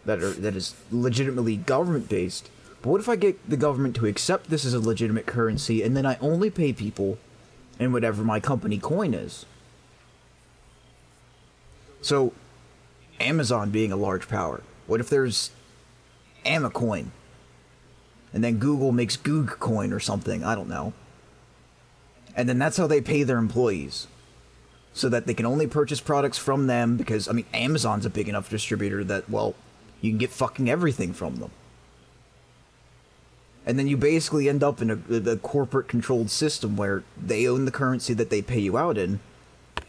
Speaker 5: that are that is legitimately government based, but what if I get the government to accept this as a legitimate currency and then I only pay people in whatever my company coin is? So Amazon being a large power, what if there's Amacoin? And then Google makes Goog coin or something, I don't know and then that's how they pay their employees so that they can only purchase products from them because i mean amazon's a big enough distributor that well you can get fucking everything from them and then you basically end up in a, a corporate controlled system where they own the currency that they pay you out in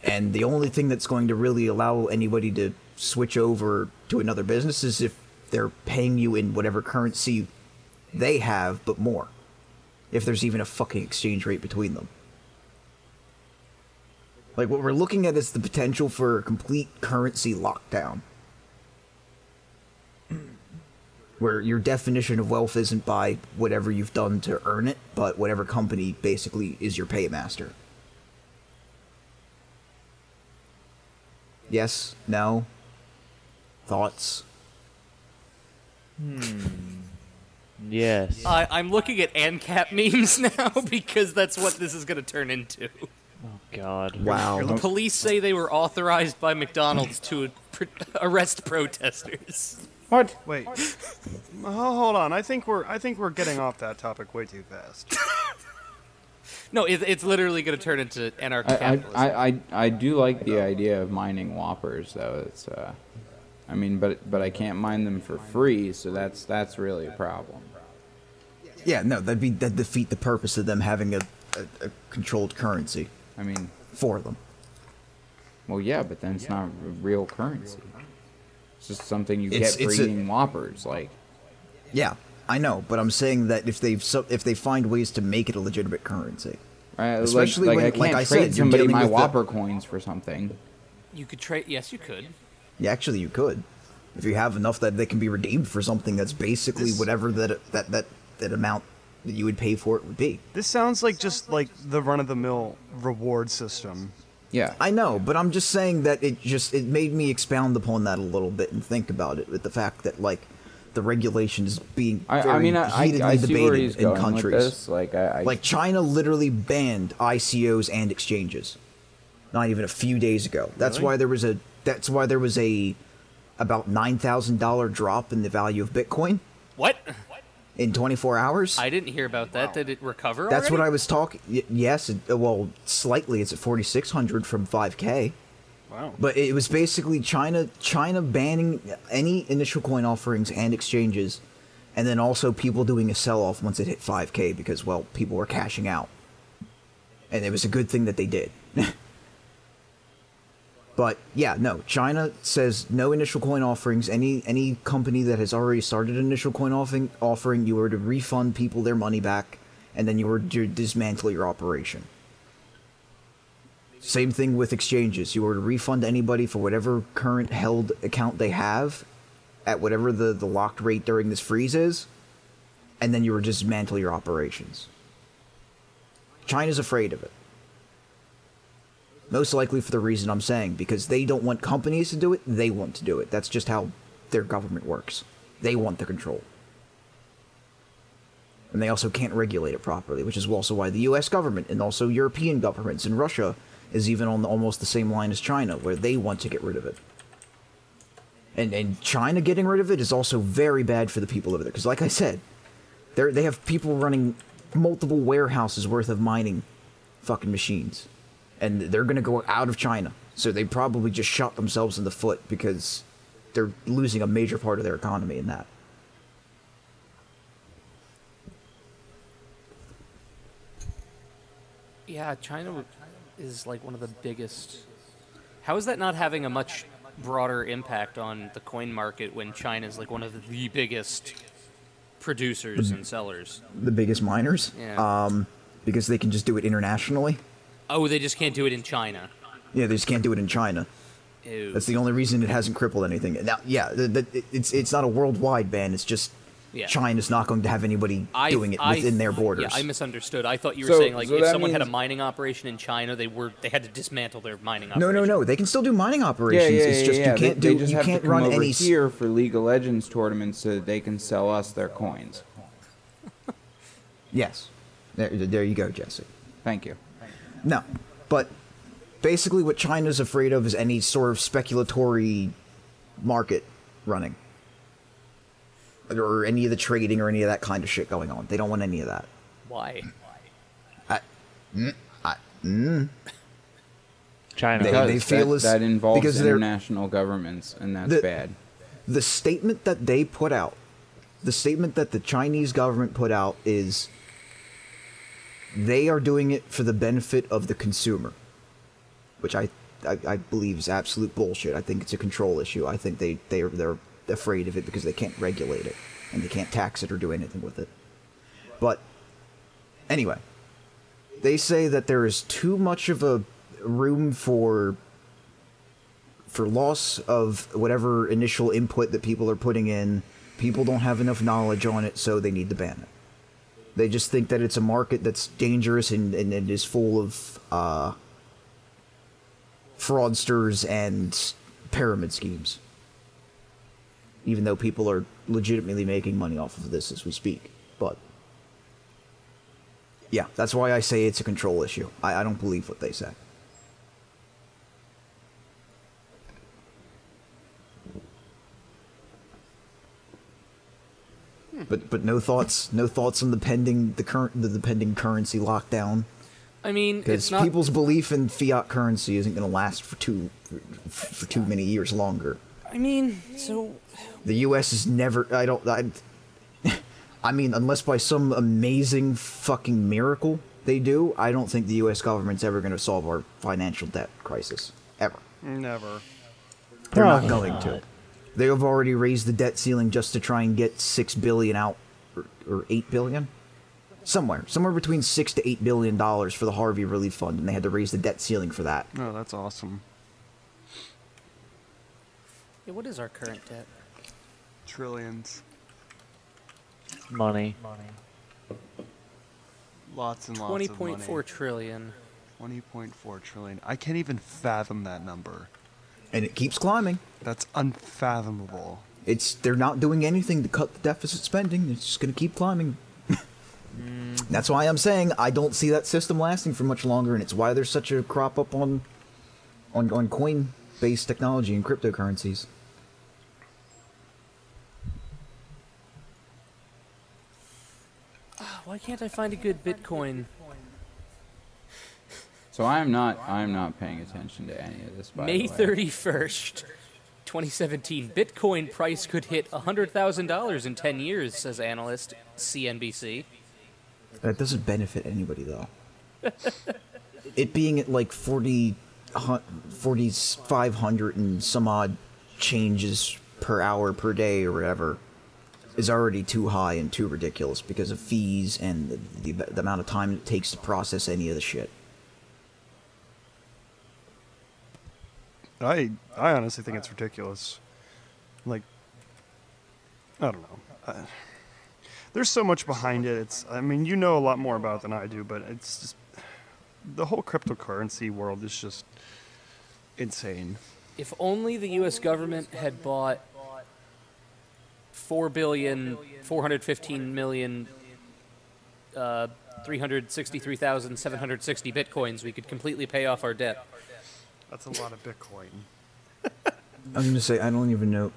Speaker 5: and the only thing that's going to really allow anybody to switch over to another business is if they're paying you in whatever currency they have but more if there's even a fucking exchange rate between them like what we're looking at is the potential for a complete currency lockdown. Where your definition of wealth isn't by whatever you've done to earn it, but whatever company basically is your paymaster. Yes, no. Thoughts?
Speaker 2: Yes.
Speaker 3: I, I'm looking at ANCAP memes now because that's what this is going to turn into.
Speaker 2: oh God.
Speaker 5: Wow.
Speaker 3: Police say they were authorized by McDonald's to pr- arrest protesters.
Speaker 1: What?
Speaker 4: Wait. Oh, hold on. I think we're I think we're getting off that topic way too fast.
Speaker 3: No, it, it's literally going to turn into
Speaker 1: I,
Speaker 3: anarcho-capitalism.
Speaker 1: I, I, I, I do like the idea of mining whoppers though. It's uh, I mean, but but I can't mine them for free, so that's that's really a problem.
Speaker 5: Yeah, no, that'd be that'd defeat the purpose of them having a, a, a controlled currency
Speaker 1: I mean,
Speaker 5: for them.
Speaker 1: well, yeah, but then it's not a real currency. It's just something you
Speaker 5: It's-
Speaker 1: get for
Speaker 5: it's a-
Speaker 1: eating whoppers. Like,
Speaker 5: Yeah, I know, but I'm saying that if they so, if they find ways to make it a legitimate currency,
Speaker 1: I- uh, like-
Speaker 5: Especially
Speaker 1: like,
Speaker 5: when-
Speaker 1: I
Speaker 5: like
Speaker 1: can't
Speaker 5: I
Speaker 1: trade
Speaker 5: said, you're
Speaker 1: somebody
Speaker 5: dealing
Speaker 1: my
Speaker 5: with the-
Speaker 1: whopper coins for something.
Speaker 3: You could trade. Yes, you could.
Speaker 5: yeah, actually you could, if you have enough that they can be redeemed for something that's basically whatever that that that that amount that you would pay for it would be.
Speaker 4: This sounds like just like the run of the mill reward system.
Speaker 1: Yeah,
Speaker 5: I know, but I'm just saying that it just it made me expound upon that a little bit and think about it with the fact that like the regulation is being
Speaker 1: I,
Speaker 5: very
Speaker 1: I mean, I, I,
Speaker 5: heatedly
Speaker 1: I see where he's
Speaker 5: debated in
Speaker 1: going
Speaker 5: countries.
Speaker 1: with this. Like, I, I
Speaker 5: Like China literally banned ICOs and exchanges. Not even a few days ago. That's why there was a that's why there was a about nine thousand dollar drop in the value of Bitcoin
Speaker 3: What?
Speaker 5: in twenty four hours.
Speaker 3: I didn't hear about that. Did it recover?
Speaker 5: that's what I
Speaker 3: already?
Speaker 5: was talking. Yes, it, uh, well, slightly. It's at forty six hundred from five k.
Speaker 4: Wow.
Speaker 5: But it was basically China China banning any initial coin offerings and exchanges, and then also people doing a sell off once it hit 5k because well people were cashing out, and it was a good thing that they did. but yeah, no, China says no initial coin offerings. Any any company that has already started an initial coin offering offering you were to refund people their money back, and then you were to dismantle your operation. Same thing with exchanges. You were to refund anybody for whatever current held account they have at whatever the, the locked rate during this freeze is, and then you were to dismantle your operations. China's afraid of it. Most likely for the reason I'm saying, because they don't want companies to do it, they want to do it. That's just how their government works. They want the control. And they also can't regulate it properly, which is also why the US government and also European governments and Russia is even on almost the same line as China, where they want to get rid of it. And, and China getting rid of it is also very bad for the people over there. Because, like I said, they they have people running multiple warehouses worth of mining fucking machines. And they're going to go out of China. So they probably just shot themselves in the foot because they're losing a major part of their economy in that.
Speaker 3: Yeah, China is like one of the biggest. How is that not having a much broader impact on the coin market when China is like one of the biggest producers and sellers?
Speaker 5: The biggest miners.
Speaker 3: Yeah.
Speaker 5: Um, because they can just do it internationally.
Speaker 3: Oh, they just can't do it in China.
Speaker 5: Yeah, they just can't do it in China.
Speaker 3: Ew.
Speaker 5: That's the only reason it hasn't crippled anything. Now, yeah, the, the, it's it's not a worldwide ban. It's just
Speaker 3: Yeah.
Speaker 5: China's not going to have anybody
Speaker 3: I-
Speaker 5: doing it
Speaker 3: I-
Speaker 5: within their borders.
Speaker 3: Yeah, I misunderstood. I thought you were
Speaker 1: So-
Speaker 3: saying like
Speaker 1: so
Speaker 3: if
Speaker 1: that
Speaker 3: someone had a
Speaker 1: means-
Speaker 3: mining operation in China, they were they had to dismantle their mining
Speaker 5: no,
Speaker 3: operation.
Speaker 5: no, no. They can still do mining operations. it's just you
Speaker 1: They-
Speaker 5: can't
Speaker 1: they
Speaker 5: do
Speaker 1: just
Speaker 5: you
Speaker 1: have to
Speaker 5: can't
Speaker 1: come
Speaker 5: run
Speaker 1: over
Speaker 5: any s-
Speaker 1: here for League of Legends tournaments so that they can sell us their coins.
Speaker 5: Yes. There, there you go, Jesse.
Speaker 1: Thank you.
Speaker 5: No. But basically, what China's afraid of is any sort of speculatory market running. Or any of the trading or any of that kind of shit going on. They don't want any of that.
Speaker 3: Why?
Speaker 2: China.
Speaker 5: They-
Speaker 1: Because
Speaker 5: they feel
Speaker 1: that,
Speaker 5: as-
Speaker 1: that involves
Speaker 5: because they're-
Speaker 1: international governments, and that's
Speaker 5: The-
Speaker 1: bad.
Speaker 5: The statement that they put out, the statement that the Chinese government put out is they are doing it for the benefit of the consumer, which I, I, I believe is absolute bullshit. I think it's a control issue. I think they, they are, they're afraid of it because they can't regulate it and they can't tax it or do anything with it. But anyway, they say that there is too much of a room for for loss of whatever initial input that people are putting in. People don't have enough knowledge on it, so they need to ban it. They just think that it's a market that's dangerous and, and, and is full of uh, fraudsters and pyramid schemes. Even though people are legitimately making money off of this as we speak. But yeah, that's why I say it's a control issue. I, I don't believe what they say. But but no thoughts no thoughts on the pending the current the, the pending currency lockdown
Speaker 3: I mean, it's
Speaker 5: because
Speaker 3: not
Speaker 5: people's belief in fiat currency isn't going to last for too for, for too many years longer.
Speaker 3: I mean, so
Speaker 5: The U.S. is never. I don't. I, I mean, unless by some amazing fucking miracle they do, I don't think the U.S. government's ever going to solve our financial debt crisis ever.
Speaker 4: Never.
Speaker 5: They're
Speaker 2: Probably
Speaker 5: not going to. They have already raised the debt ceiling just to try and get six billion out, or, or eight billion, somewhere, somewhere between six to eight billion dollars for the Harvey Relief Fund, and they had to raise the debt ceiling for that.
Speaker 4: Oh, that's awesome.
Speaker 3: yeah, what is our current debt?
Speaker 4: Trillions.
Speaker 2: money.
Speaker 4: Lots and lots
Speaker 3: Twenty
Speaker 4: of money.
Speaker 3: point four trillion.
Speaker 4: 20.4 trillion. I can't even fathom that number.
Speaker 5: And it keeps climbing.
Speaker 4: That's unfathomable.
Speaker 5: It's they're not doing anything to cut the deficit spending. It's just going to keep climbing. That's why I'm saying I don't see that system lasting for much longer, and it's why there's such a crop up on on on coin based technology and cryptocurrencies.
Speaker 3: Why can't I find a good Bitcoin?
Speaker 1: So I'm not. I'm not paying attention to any of this. By
Speaker 3: May
Speaker 1: the way.
Speaker 3: thirty first, twenty seventeen. Bitcoin price could hit hundred thousand dollars in ten years, says analyst CNBC.
Speaker 5: That doesn't benefit anybody though. it being at like 40, hu- 4,500 and some odd changes per hour per day or whatever is already too high and too ridiculous because of fees and the, the, the amount of time it takes to process any of the shit.
Speaker 4: I I honestly think it's ridiculous. Like, I don't know. Uh, there's so much behind it. It's I mean you know a lot more about it than I do, but it's just the whole cryptocurrency world is just insane.
Speaker 3: If only the U.S. government had bought four billion four hundred fifteen million uh, three hundred sixty-three thousand seven hundred sixty bitcoins, we could completely pay off our debt.
Speaker 4: That's a lot of Bitcoin.
Speaker 5: I'm gonna say I don't even know.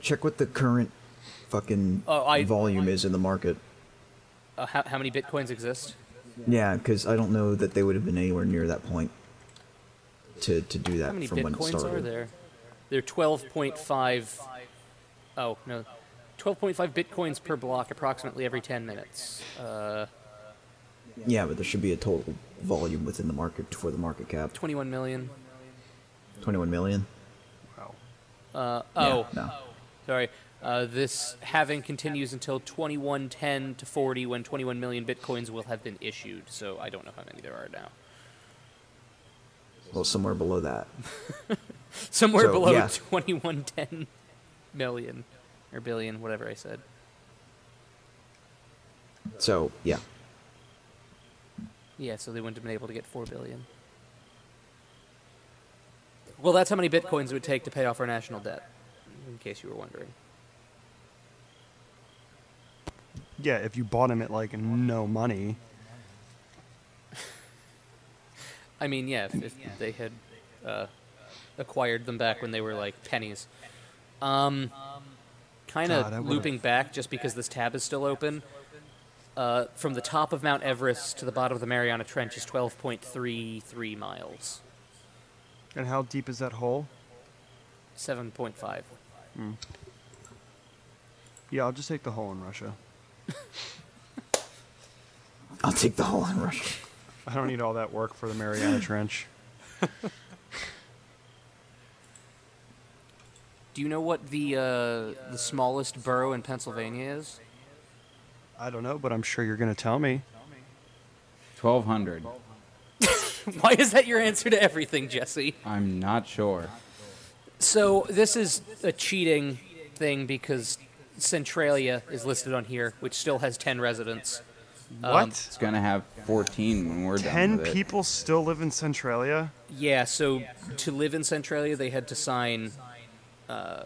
Speaker 5: Check what the current fucking
Speaker 3: Oh, I-
Speaker 5: volume is in the market.
Speaker 3: Uh, how, how many bitcoins exist?
Speaker 5: Yeah, because I don't know that they would have been anywhere near that point to to do that
Speaker 3: How many
Speaker 5: from when it
Speaker 3: bitcoins
Speaker 5: started.
Speaker 3: are there? They're 12.5. Oh, no. 12.5 bitcoins per block approximately every 10 minutes. Uh,
Speaker 5: Yeah, but there should be a total volume within the market for the market cap.
Speaker 3: 21 million.
Speaker 5: Twenty-one million.
Speaker 4: Wow.
Speaker 3: Uh, oh,
Speaker 5: no.
Speaker 3: sorry. Uh, this halving continues until 2110 to 40 when 21 million bitcoins will have been issued. So I don't know how many there are now.
Speaker 5: Well, somewhere below that.
Speaker 3: Somewhere
Speaker 5: So,
Speaker 3: below
Speaker 5: yeah.
Speaker 3: 2110 million or billion, whatever I said.
Speaker 5: So yeah,
Speaker 3: Yeah, so they wouldn't have been able to get four billion. Well, that's how many bitcoins it would take to pay off our national debt, in case you were wondering.
Speaker 4: Yeah, if you bought him at like no money,
Speaker 3: I mean, yeah, if, if they had uh, acquired them back when they were like pennies. Um, kind
Speaker 4: God, I
Speaker 3: of
Speaker 4: would've-
Speaker 3: looping back, just because this tab is still open. Uh, from the top of Mount Everest to the bottom of the Mariana Trench is 12.33 miles,
Speaker 4: and how deep is that hole?
Speaker 3: 7.5.
Speaker 4: Yeah, I'll just take the hole in Russia.
Speaker 5: I'll take the whole in Russia.
Speaker 4: I don't need all that work for the Mariana Trench.
Speaker 3: Do you know what the uh, the smallest borough in Pennsylvania is?
Speaker 4: I don't know, but I'm sure you're going to tell me.
Speaker 1: Twelve hundred.
Speaker 3: Why is that your answer to everything, Jesse?
Speaker 1: I'm not sure.
Speaker 3: So this is a cheating thing because Centralia is listed on here, which still has ten residents. Um,
Speaker 1: It's gonna have fourteen when we're done
Speaker 4: Ten
Speaker 1: with it.
Speaker 4: people still live in Centralia?
Speaker 3: Yeah. So to live in Centralia, they had to sign. Uh,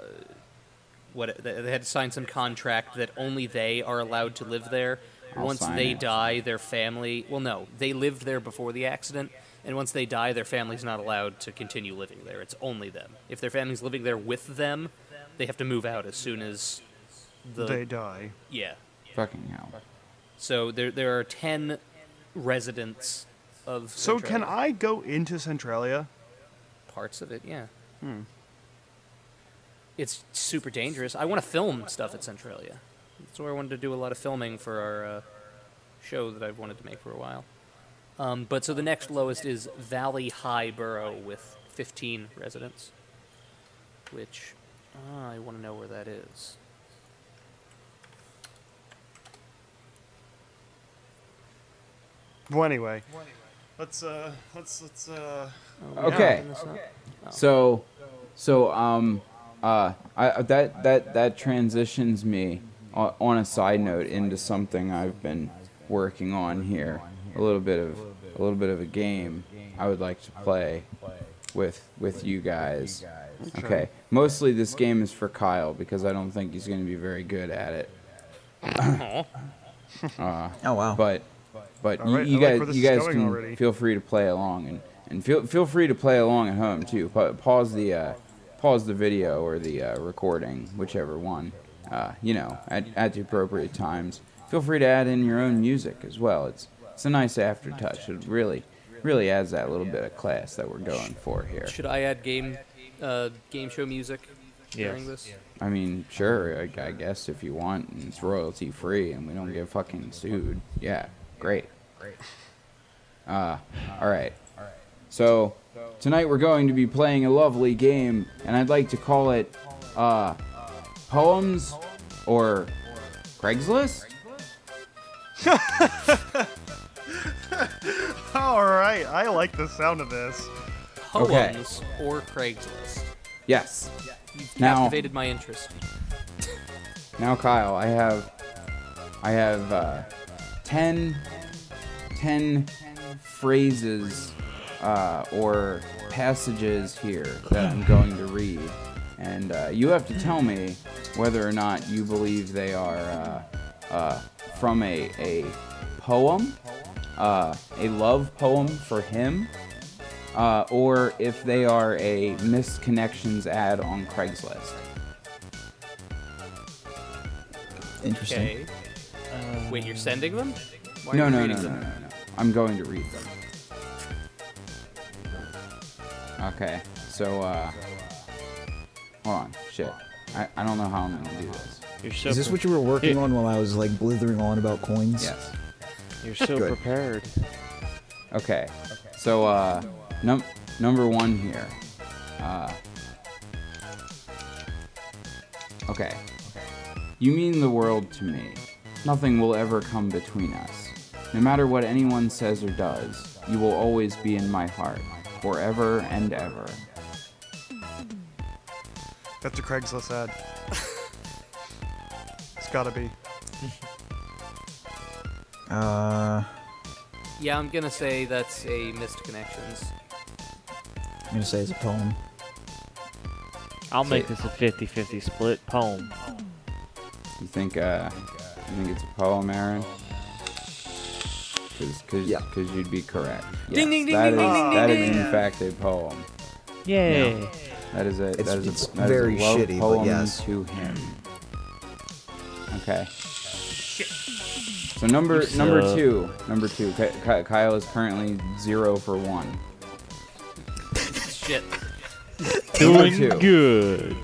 Speaker 3: what they they had to sign some contract that only they are allowed to live there.
Speaker 1: I'll
Speaker 3: once
Speaker 1: sign
Speaker 3: they
Speaker 1: it.
Speaker 3: die, their family. Well, no, they lived there before the accident, and once they die, their family's not allowed to continue living there. It's only them. If their family's living there with them, they have to move out as soon as the
Speaker 4: They die.
Speaker 3: yeah.
Speaker 1: Fucking hell.
Speaker 3: So there there are ten residents of.
Speaker 4: So can
Speaker 3: Centralia.
Speaker 4: I go into Centralia?
Speaker 3: parts of it, yeah.
Speaker 1: Hmm.
Speaker 3: It's super dangerous. I want to film stuff at Centralia. That's where I wanted to do a lot of filming for our uh, show that I've wanted to make for a while. Um, but so the next lowest is Valley High Borough with 15 residents, which ah, I want to know where that is.
Speaker 4: Well, anyway. Let's uh, let's let's uh.
Speaker 3: Oh,
Speaker 1: Okay.
Speaker 3: Open this up.
Speaker 1: So, so um, uh, I that that that transitions me o- on a side note into something I've been working on here. A little bit of a little bit of a game I would like to play with with you guys. Okay. Mostly this game is for Kyle because I don't think he's going to be very good at it.
Speaker 5: Oh wow.
Speaker 1: But but
Speaker 4: All
Speaker 1: you,
Speaker 4: right,
Speaker 1: you
Speaker 4: I like
Speaker 1: guys
Speaker 4: where this
Speaker 1: you
Speaker 4: is
Speaker 1: guys
Speaker 4: going
Speaker 1: can
Speaker 4: already.
Speaker 1: feel free to play along and, and feel feel free to play along at home too. Pa- pause the uh, pause the video or the uh, recording, whichever one. Uh, you know, at, at the appropriate times. Feel free to add in your own music as well. It's it's a nice aftertouch. It really really adds that little bit of class that we're going for here.
Speaker 3: Should I add game uh, game show music during
Speaker 2: Yes.
Speaker 3: this?
Speaker 1: I mean, sure, I, I guess if you want, and it's royalty free, and we don't get fucking sued. Yeah, great. Great. Uh, all right. So tonight we're going to be playing a lovely game, and I'd like to call it uh, poems or Craigslist.
Speaker 4: All right, I like the sound of this.
Speaker 1: Okay.
Speaker 3: Poems or Craigslist?
Speaker 1: Yes.
Speaker 3: You've
Speaker 1: Now-
Speaker 3: captivated my interest.
Speaker 1: Now, Kyle, I have, I have uh, 10, 10 phrases uh, or passages here that I'm going to read, and uh, you have to tell me whether or not you believe they are uh, uh, from a, a poem, uh, a love poem for him, uh, or if they are a missed connections ad on Craigslist.
Speaker 5: Interesting.
Speaker 3: Okay. Uh, Wait, you're sending them? Why
Speaker 1: No,
Speaker 3: are
Speaker 1: no,
Speaker 3: you
Speaker 1: no,
Speaker 3: reading
Speaker 1: no, no,
Speaker 3: them?
Speaker 1: no, no. I'm going to read them. Okay, so, uh. Hold on. Shit. I, I don't know how I'm gonna do this.
Speaker 2: You're so
Speaker 5: Is this
Speaker 2: pre-
Speaker 5: what you were working
Speaker 2: Yeah.
Speaker 5: on while I was like blithering on about coins?
Speaker 1: Yes.
Speaker 2: You're so
Speaker 5: Good.
Speaker 2: prepared.
Speaker 1: Okay. So, uh. Num- number one here. Uh. Okay. You mean the world to me. Nothing will ever come between us. No matter what anyone says or does, you will always be in my heart, forever and ever.
Speaker 4: That's a Craigslist ad. it's gotta be.
Speaker 5: Uh,
Speaker 3: Yeah, I'm gonna say that's a missed connections.
Speaker 5: I'm gonna say it's a poem.
Speaker 2: I'll make this a 50-50 split poem.
Speaker 1: You think, uh, you think it's a poem, Aaron? Because cause,
Speaker 5: Yeah.
Speaker 1: 'cause you'd be correct.
Speaker 3: Ding, ding, ding,
Speaker 1: that is-
Speaker 3: ding, ding, ding,
Speaker 1: that
Speaker 3: ding,
Speaker 1: is
Speaker 4: ding.
Speaker 1: in fact a poem.
Speaker 2: Yay!
Speaker 1: That is a,
Speaker 5: It's-
Speaker 1: that is a,
Speaker 5: it's
Speaker 1: that is a
Speaker 5: very
Speaker 1: love
Speaker 5: shitty, but
Speaker 1: poem
Speaker 5: yes.
Speaker 1: to him. Okay. So number
Speaker 2: You
Speaker 1: number
Speaker 2: suck.
Speaker 1: two, number two. Ky- Ky- Kyle is currently zero for one.
Speaker 3: Shit.
Speaker 1: Number
Speaker 2: Doing
Speaker 1: two.
Speaker 2: good.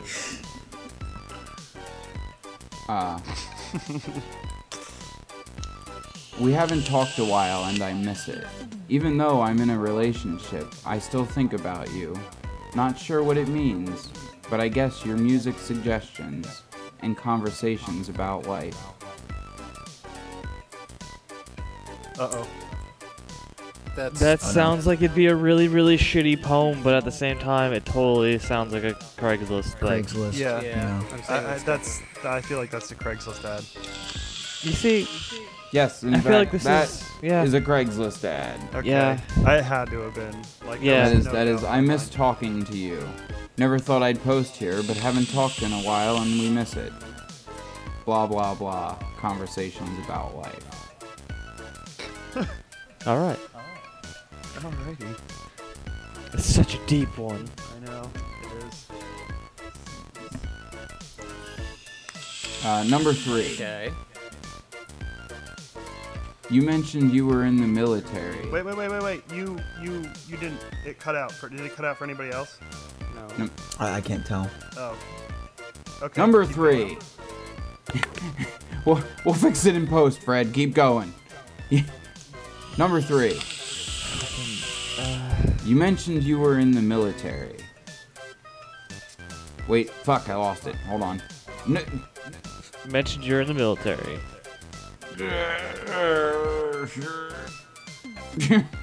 Speaker 1: Uh, we haven't talked a while and I miss it. Even though I'm in a relationship, I still think about you. Not sure what it means, but I guess your music suggestions and conversations about life.
Speaker 4: Uh oh.
Speaker 3: That's,
Speaker 2: That sounds like it'd be a really, really shitty poem, but at the same time, it totally sounds like a Craigslist thing.
Speaker 5: Craigslist.
Speaker 4: Yeah.
Speaker 3: yeah.
Speaker 5: Yeah.
Speaker 3: I'm
Speaker 4: I,
Speaker 3: saying
Speaker 4: I, that's. I feel like that's a Craigslist ad.
Speaker 2: You see,
Speaker 1: Yes, in
Speaker 2: I
Speaker 1: fact,
Speaker 2: feel like this
Speaker 1: that
Speaker 2: is- yeah.
Speaker 1: is a Craigslist ad.
Speaker 4: Okay.
Speaker 2: Yeah.
Speaker 4: I had to have been. Like,
Speaker 2: Yeah.
Speaker 4: there
Speaker 1: That
Speaker 4: was
Speaker 1: is,
Speaker 4: no
Speaker 1: that is,
Speaker 4: doubt
Speaker 1: I
Speaker 4: in my
Speaker 1: miss
Speaker 4: mind.
Speaker 1: talking to you. Never thought I'd post here, but haven't talked in a while and we miss it. Blah, blah, blah. Conversations about life.
Speaker 2: all right,
Speaker 4: Alrighty.
Speaker 2: it's such a deep one.
Speaker 4: I know. It is.
Speaker 1: Uh, number three.
Speaker 3: okay.
Speaker 1: You mentioned you were in the military.
Speaker 4: Wait, wait, wait, wait, wait. You, you, you didn't. It cut out for. Did it cut out for anybody else?
Speaker 3: No.
Speaker 1: No.
Speaker 5: I, I can't tell.
Speaker 4: Oh. Okay.
Speaker 1: Number
Speaker 4: keep
Speaker 1: three.
Speaker 4: going.
Speaker 1: we'll, we'll fix it in post, Fred. Keep going. Number three. You mentioned you were in the military. Wait, fuck, I lost it. Hold on. N-
Speaker 2: You mentioned you're in the military.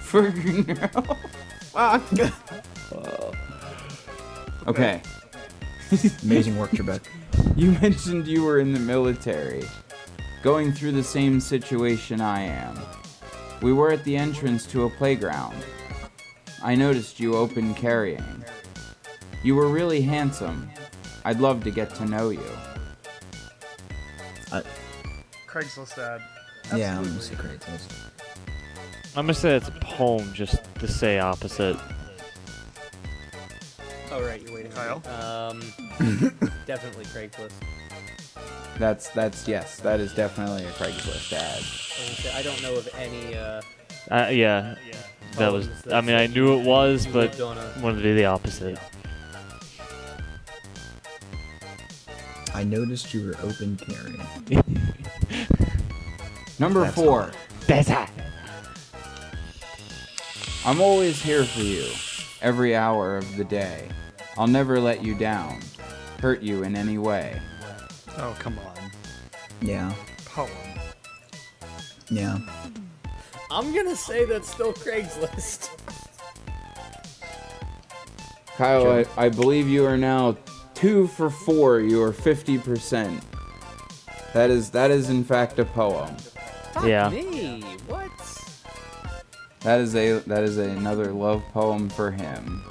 Speaker 1: Fucking hell. Fuck. Okay.
Speaker 5: Amazing work, Trebek.
Speaker 1: You mentioned you were in the military, going through the same situation I am. We were at the entrance to a playground. I noticed you open carrying. You were really handsome. I'd love to get to know you.
Speaker 4: Craigslist ad.
Speaker 5: yeah, I'm gonna say
Speaker 4: Absolutely.
Speaker 5: Craigslist.
Speaker 2: I'm gonna say it's a poem, just to say opposite.
Speaker 3: Oh right, you're waiting.
Speaker 4: Kyle?
Speaker 3: Um, definitely Craigslist.
Speaker 1: That's that's yes, that is definitely a Craigslist ad.
Speaker 3: I was gonna say, I don't know of any. Uh,
Speaker 2: Uh, yeah, that was.
Speaker 3: Poems that
Speaker 2: I mean, I
Speaker 3: say
Speaker 2: knew it was,
Speaker 3: you
Speaker 2: but
Speaker 3: lived on a-
Speaker 2: wanted to do the opposite.
Speaker 5: I noticed you were open carrying.
Speaker 1: Number
Speaker 5: That's
Speaker 1: four.
Speaker 5: hard.
Speaker 2: That's hot.
Speaker 1: I'm always here for you, every hour of the day. I'll never let you down, hurt you in any way.
Speaker 4: Oh come on.
Speaker 5: Yeah.
Speaker 4: Poem.
Speaker 5: Yeah.
Speaker 3: I'm gonna say that's still Craigslist.
Speaker 1: Kyle, I, I believe you are now two for four. You are fifty percent. That is that is in fact a poem.
Speaker 3: Fuck
Speaker 2: Yeah.
Speaker 3: Me? What?
Speaker 1: That is a that is another love poem for him.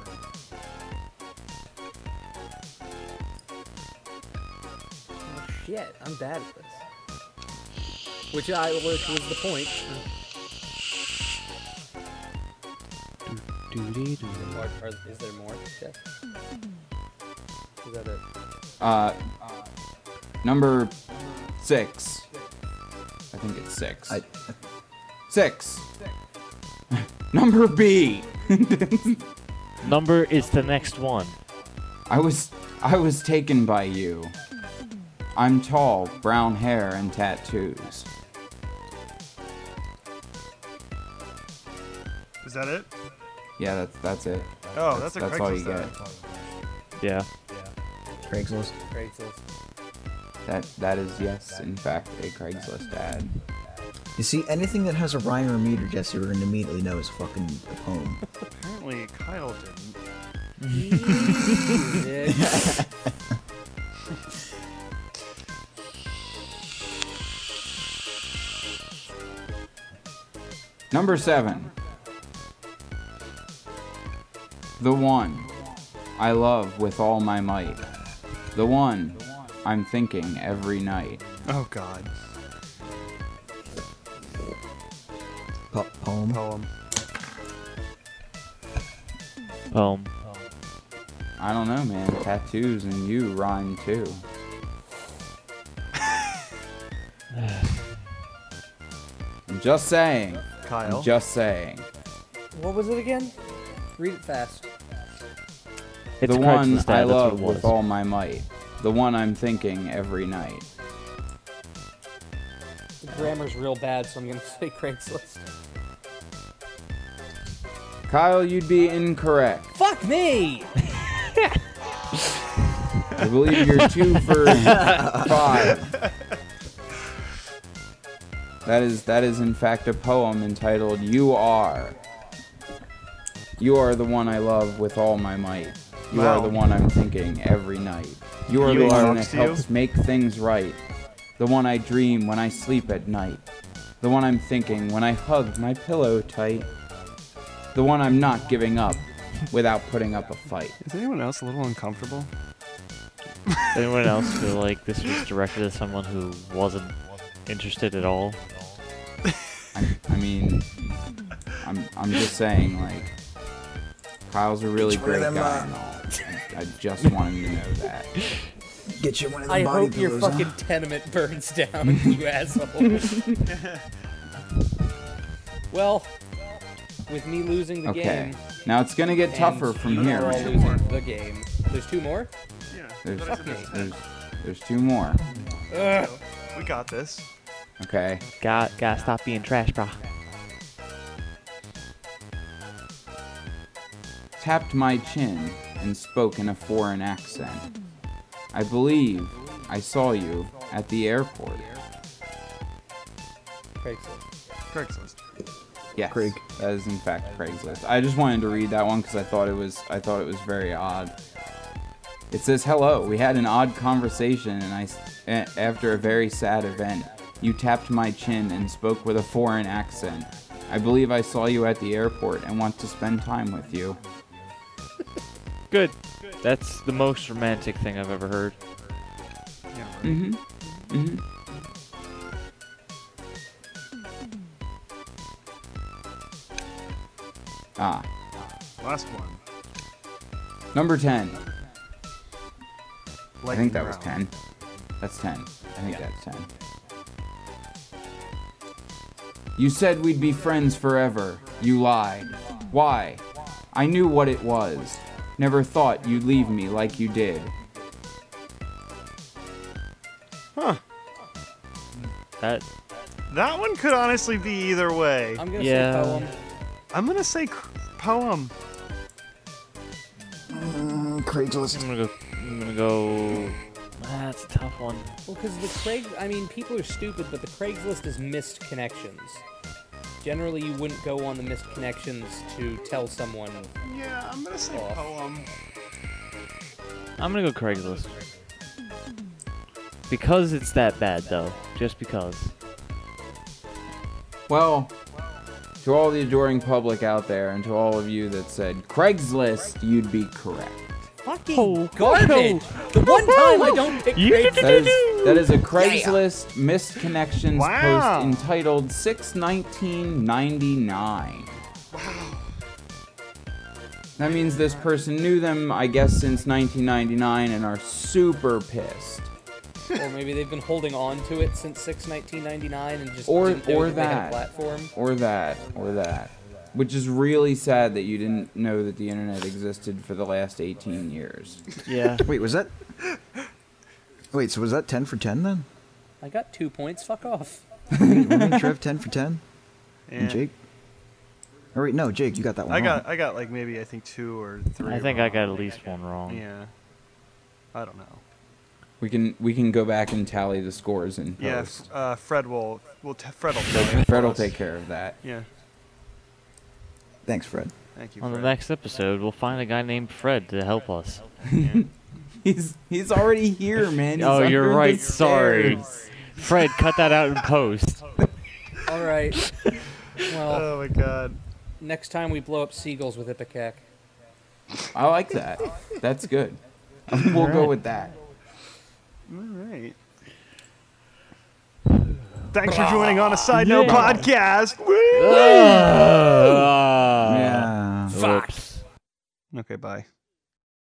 Speaker 3: get. I'm bad at this. Which I which was the point.
Speaker 6: Or, or is there more? Jeff? Is that it?
Speaker 1: Uh, number six. I think it's six.
Speaker 5: I,
Speaker 1: Six. number B.
Speaker 2: Number is the next one.
Speaker 1: I was I was taken by you. I'm tall, brown hair, and tattoos.
Speaker 4: Is that it?
Speaker 1: Yeah, that's that's it.
Speaker 4: Oh, that's, a
Speaker 1: that's
Speaker 4: Craigslist
Speaker 1: all you
Speaker 4: ad.
Speaker 2: Yeah.
Speaker 5: Craigslist.
Speaker 6: Craigslist.
Speaker 1: That that is yes, in fact, a Craigslist ad.
Speaker 5: You see, anything that has a rhyme or meter, Jesse, we're gonna immediately know is fucking a poem.
Speaker 4: Apparently, Kyle didn't.
Speaker 3: Yeah.
Speaker 1: Number seven. The one I love with all my might. The one I'm thinking every night.
Speaker 4: Oh God,
Speaker 5: Po- poem.
Speaker 4: poem.
Speaker 2: Poem.
Speaker 1: I don't know, man. Tattoos and you rhyme too. I'm just saying.
Speaker 4: Kyle.
Speaker 1: I'm just saying.
Speaker 6: What was it again? Read it fast.
Speaker 2: It's
Speaker 1: the
Speaker 2: Craigslist
Speaker 1: one
Speaker 2: ad,
Speaker 1: I
Speaker 2: that's what
Speaker 1: love
Speaker 2: it
Speaker 1: with
Speaker 2: was.
Speaker 1: all my might. The one I'm thinking every night.
Speaker 3: The grammar's real bad, so I'm gonna say Craigslist.
Speaker 1: Kyle, you'd be incorrect.
Speaker 3: Fuck me!
Speaker 1: I believe you're two for five. That is that is in fact a poem entitled "You Are." You are the one I love with all my might. You
Speaker 4: Wow.
Speaker 1: are the one I'm thinking every night. You are
Speaker 4: You
Speaker 1: the one
Speaker 4: belongs
Speaker 1: that
Speaker 4: to you?
Speaker 1: helps make things right. The one I dream when I sleep at night. The one I'm thinking when I hug my pillow tight. The one I'm not giving up without putting up a fight.
Speaker 4: Is anyone else a little uncomfortable?
Speaker 2: Does anyone else feel like this was directed at someone who wasn't interested at all?
Speaker 1: I, I mean, I'm I'm just saying, like, Kyle's a really
Speaker 5: It's one
Speaker 1: great
Speaker 5: of
Speaker 1: guy and
Speaker 5: them, uh,
Speaker 1: all. I, I just want him to know that.
Speaker 5: Get you one of them
Speaker 3: I
Speaker 5: body
Speaker 3: hope your
Speaker 5: pillows, huh?
Speaker 3: fucking tenement burns down, you asshole. well, with me losing the
Speaker 1: Okay.
Speaker 3: game,
Speaker 1: Now it's gonna get tougher
Speaker 3: and
Speaker 1: from
Speaker 3: you
Speaker 1: here.
Speaker 3: all
Speaker 1: man.
Speaker 3: losing the game. There's two more.
Speaker 4: Yeah.
Speaker 1: There's, there's there's two more.
Speaker 4: We got this.
Speaker 1: Okay.
Speaker 2: Got, gotta stop being trash, bro.
Speaker 1: Tapped my chin and spoke in a foreign accent. I believe I saw you at the airport.
Speaker 3: Craigslist.
Speaker 4: Craigslist.
Speaker 1: Yes,
Speaker 5: Craig.
Speaker 1: That is in fact Craigslist. I just wanted to read that one because I thought it was I thought it was very odd. It says, "Hello. We had an odd conversation, and I, s- a- after a very sad event, you tapped my chin and spoke with a foreign accent. I believe I saw you at the airport and want to spend time with you."
Speaker 2: Good. That's the most romantic thing I've ever heard.
Speaker 1: Mm-hmm. Mm-hmm. Ah,
Speaker 4: Last one.
Speaker 1: number ten. I
Speaker 4: Lightning
Speaker 1: think that was
Speaker 4: round.
Speaker 1: 10. That's 10. I think that's 10. You said we'd be friends forever. You lied. Why? I knew what it was. Never thought you'd leave me like you did.
Speaker 2: That
Speaker 4: That one could honestly be either way.
Speaker 3: I'm gonna
Speaker 2: Yeah.
Speaker 3: say poem.
Speaker 4: I'm gonna say cr- poem.
Speaker 2: I'm gonna go. I'm gonna go. Ah, that's a tough one.
Speaker 3: Well, because the Craig, I mean, people are stupid, but the Craigslist is missed connections. Generally, you wouldn't go on the missed connections to tell someone.
Speaker 4: Yeah, I'm gonna say
Speaker 3: Aw.
Speaker 4: poem.
Speaker 2: I'm gonna go Craigslist. Because it's that bad, though. Just because.
Speaker 1: Well, to all the adoring public out there and to all of you that said Craigslist, you'd be correct.
Speaker 3: fucking
Speaker 2: Oh,
Speaker 3: garbage. The one time I don't pick
Speaker 2: You
Speaker 3: great
Speaker 2: did
Speaker 3: food.
Speaker 1: That is, that is a Craigslist missed connections
Speaker 4: Wow.
Speaker 1: post entitled 61999. That means this person knew them, I guess, since 1999 and are super pissed.
Speaker 6: or maybe they've been holding on to it since 6 1999 and just
Speaker 1: Or-
Speaker 6: didn't know
Speaker 1: or
Speaker 6: that, they had
Speaker 1: that.
Speaker 6: a platform
Speaker 1: Or that, or that. Which is really sad that you didn't know that the internet existed for the last 18 years.
Speaker 2: Yeah.
Speaker 5: Wait, was that? Wait, so was that ten for ten then?
Speaker 6: i got two points fuck off
Speaker 5: Wasn't Trev ten for ten?
Speaker 4: Yeah.
Speaker 5: And Jake. All right, no, Jake, you got that one.
Speaker 4: I
Speaker 5: wrong.
Speaker 4: got I got like maybe I think two or three.
Speaker 2: I think I
Speaker 4: wrong.
Speaker 2: got at least one wrong.
Speaker 4: Yeah. I don't know.
Speaker 1: We can we can go back and tally the scores in
Speaker 4: Yeah,
Speaker 1: post.
Speaker 4: f- uh, Fred will. will t- Fred will. tell you.
Speaker 1: Fred will take care of that.
Speaker 4: Yeah.
Speaker 5: Thanks, Fred.
Speaker 4: Thank you.
Speaker 2: On the
Speaker 4: Fred.
Speaker 2: next episode, we'll find a guy named Fred to help us.
Speaker 1: He's he's already here, man. He's
Speaker 2: oh,
Speaker 1: under
Speaker 2: you're
Speaker 1: the
Speaker 2: right. Sorry.
Speaker 1: stairs.
Speaker 2: Fred, cut that out in post.
Speaker 6: all right well
Speaker 4: Oh my god.
Speaker 6: next time we blow up seagulls with ipecac
Speaker 1: I like that. That's good. we'll go with that.
Speaker 4: All right. Thanks for joining on a side note podcast. Woo!
Speaker 1: Yeah.
Speaker 5: Uh,
Speaker 2: Fuck.
Speaker 4: Okay, bye.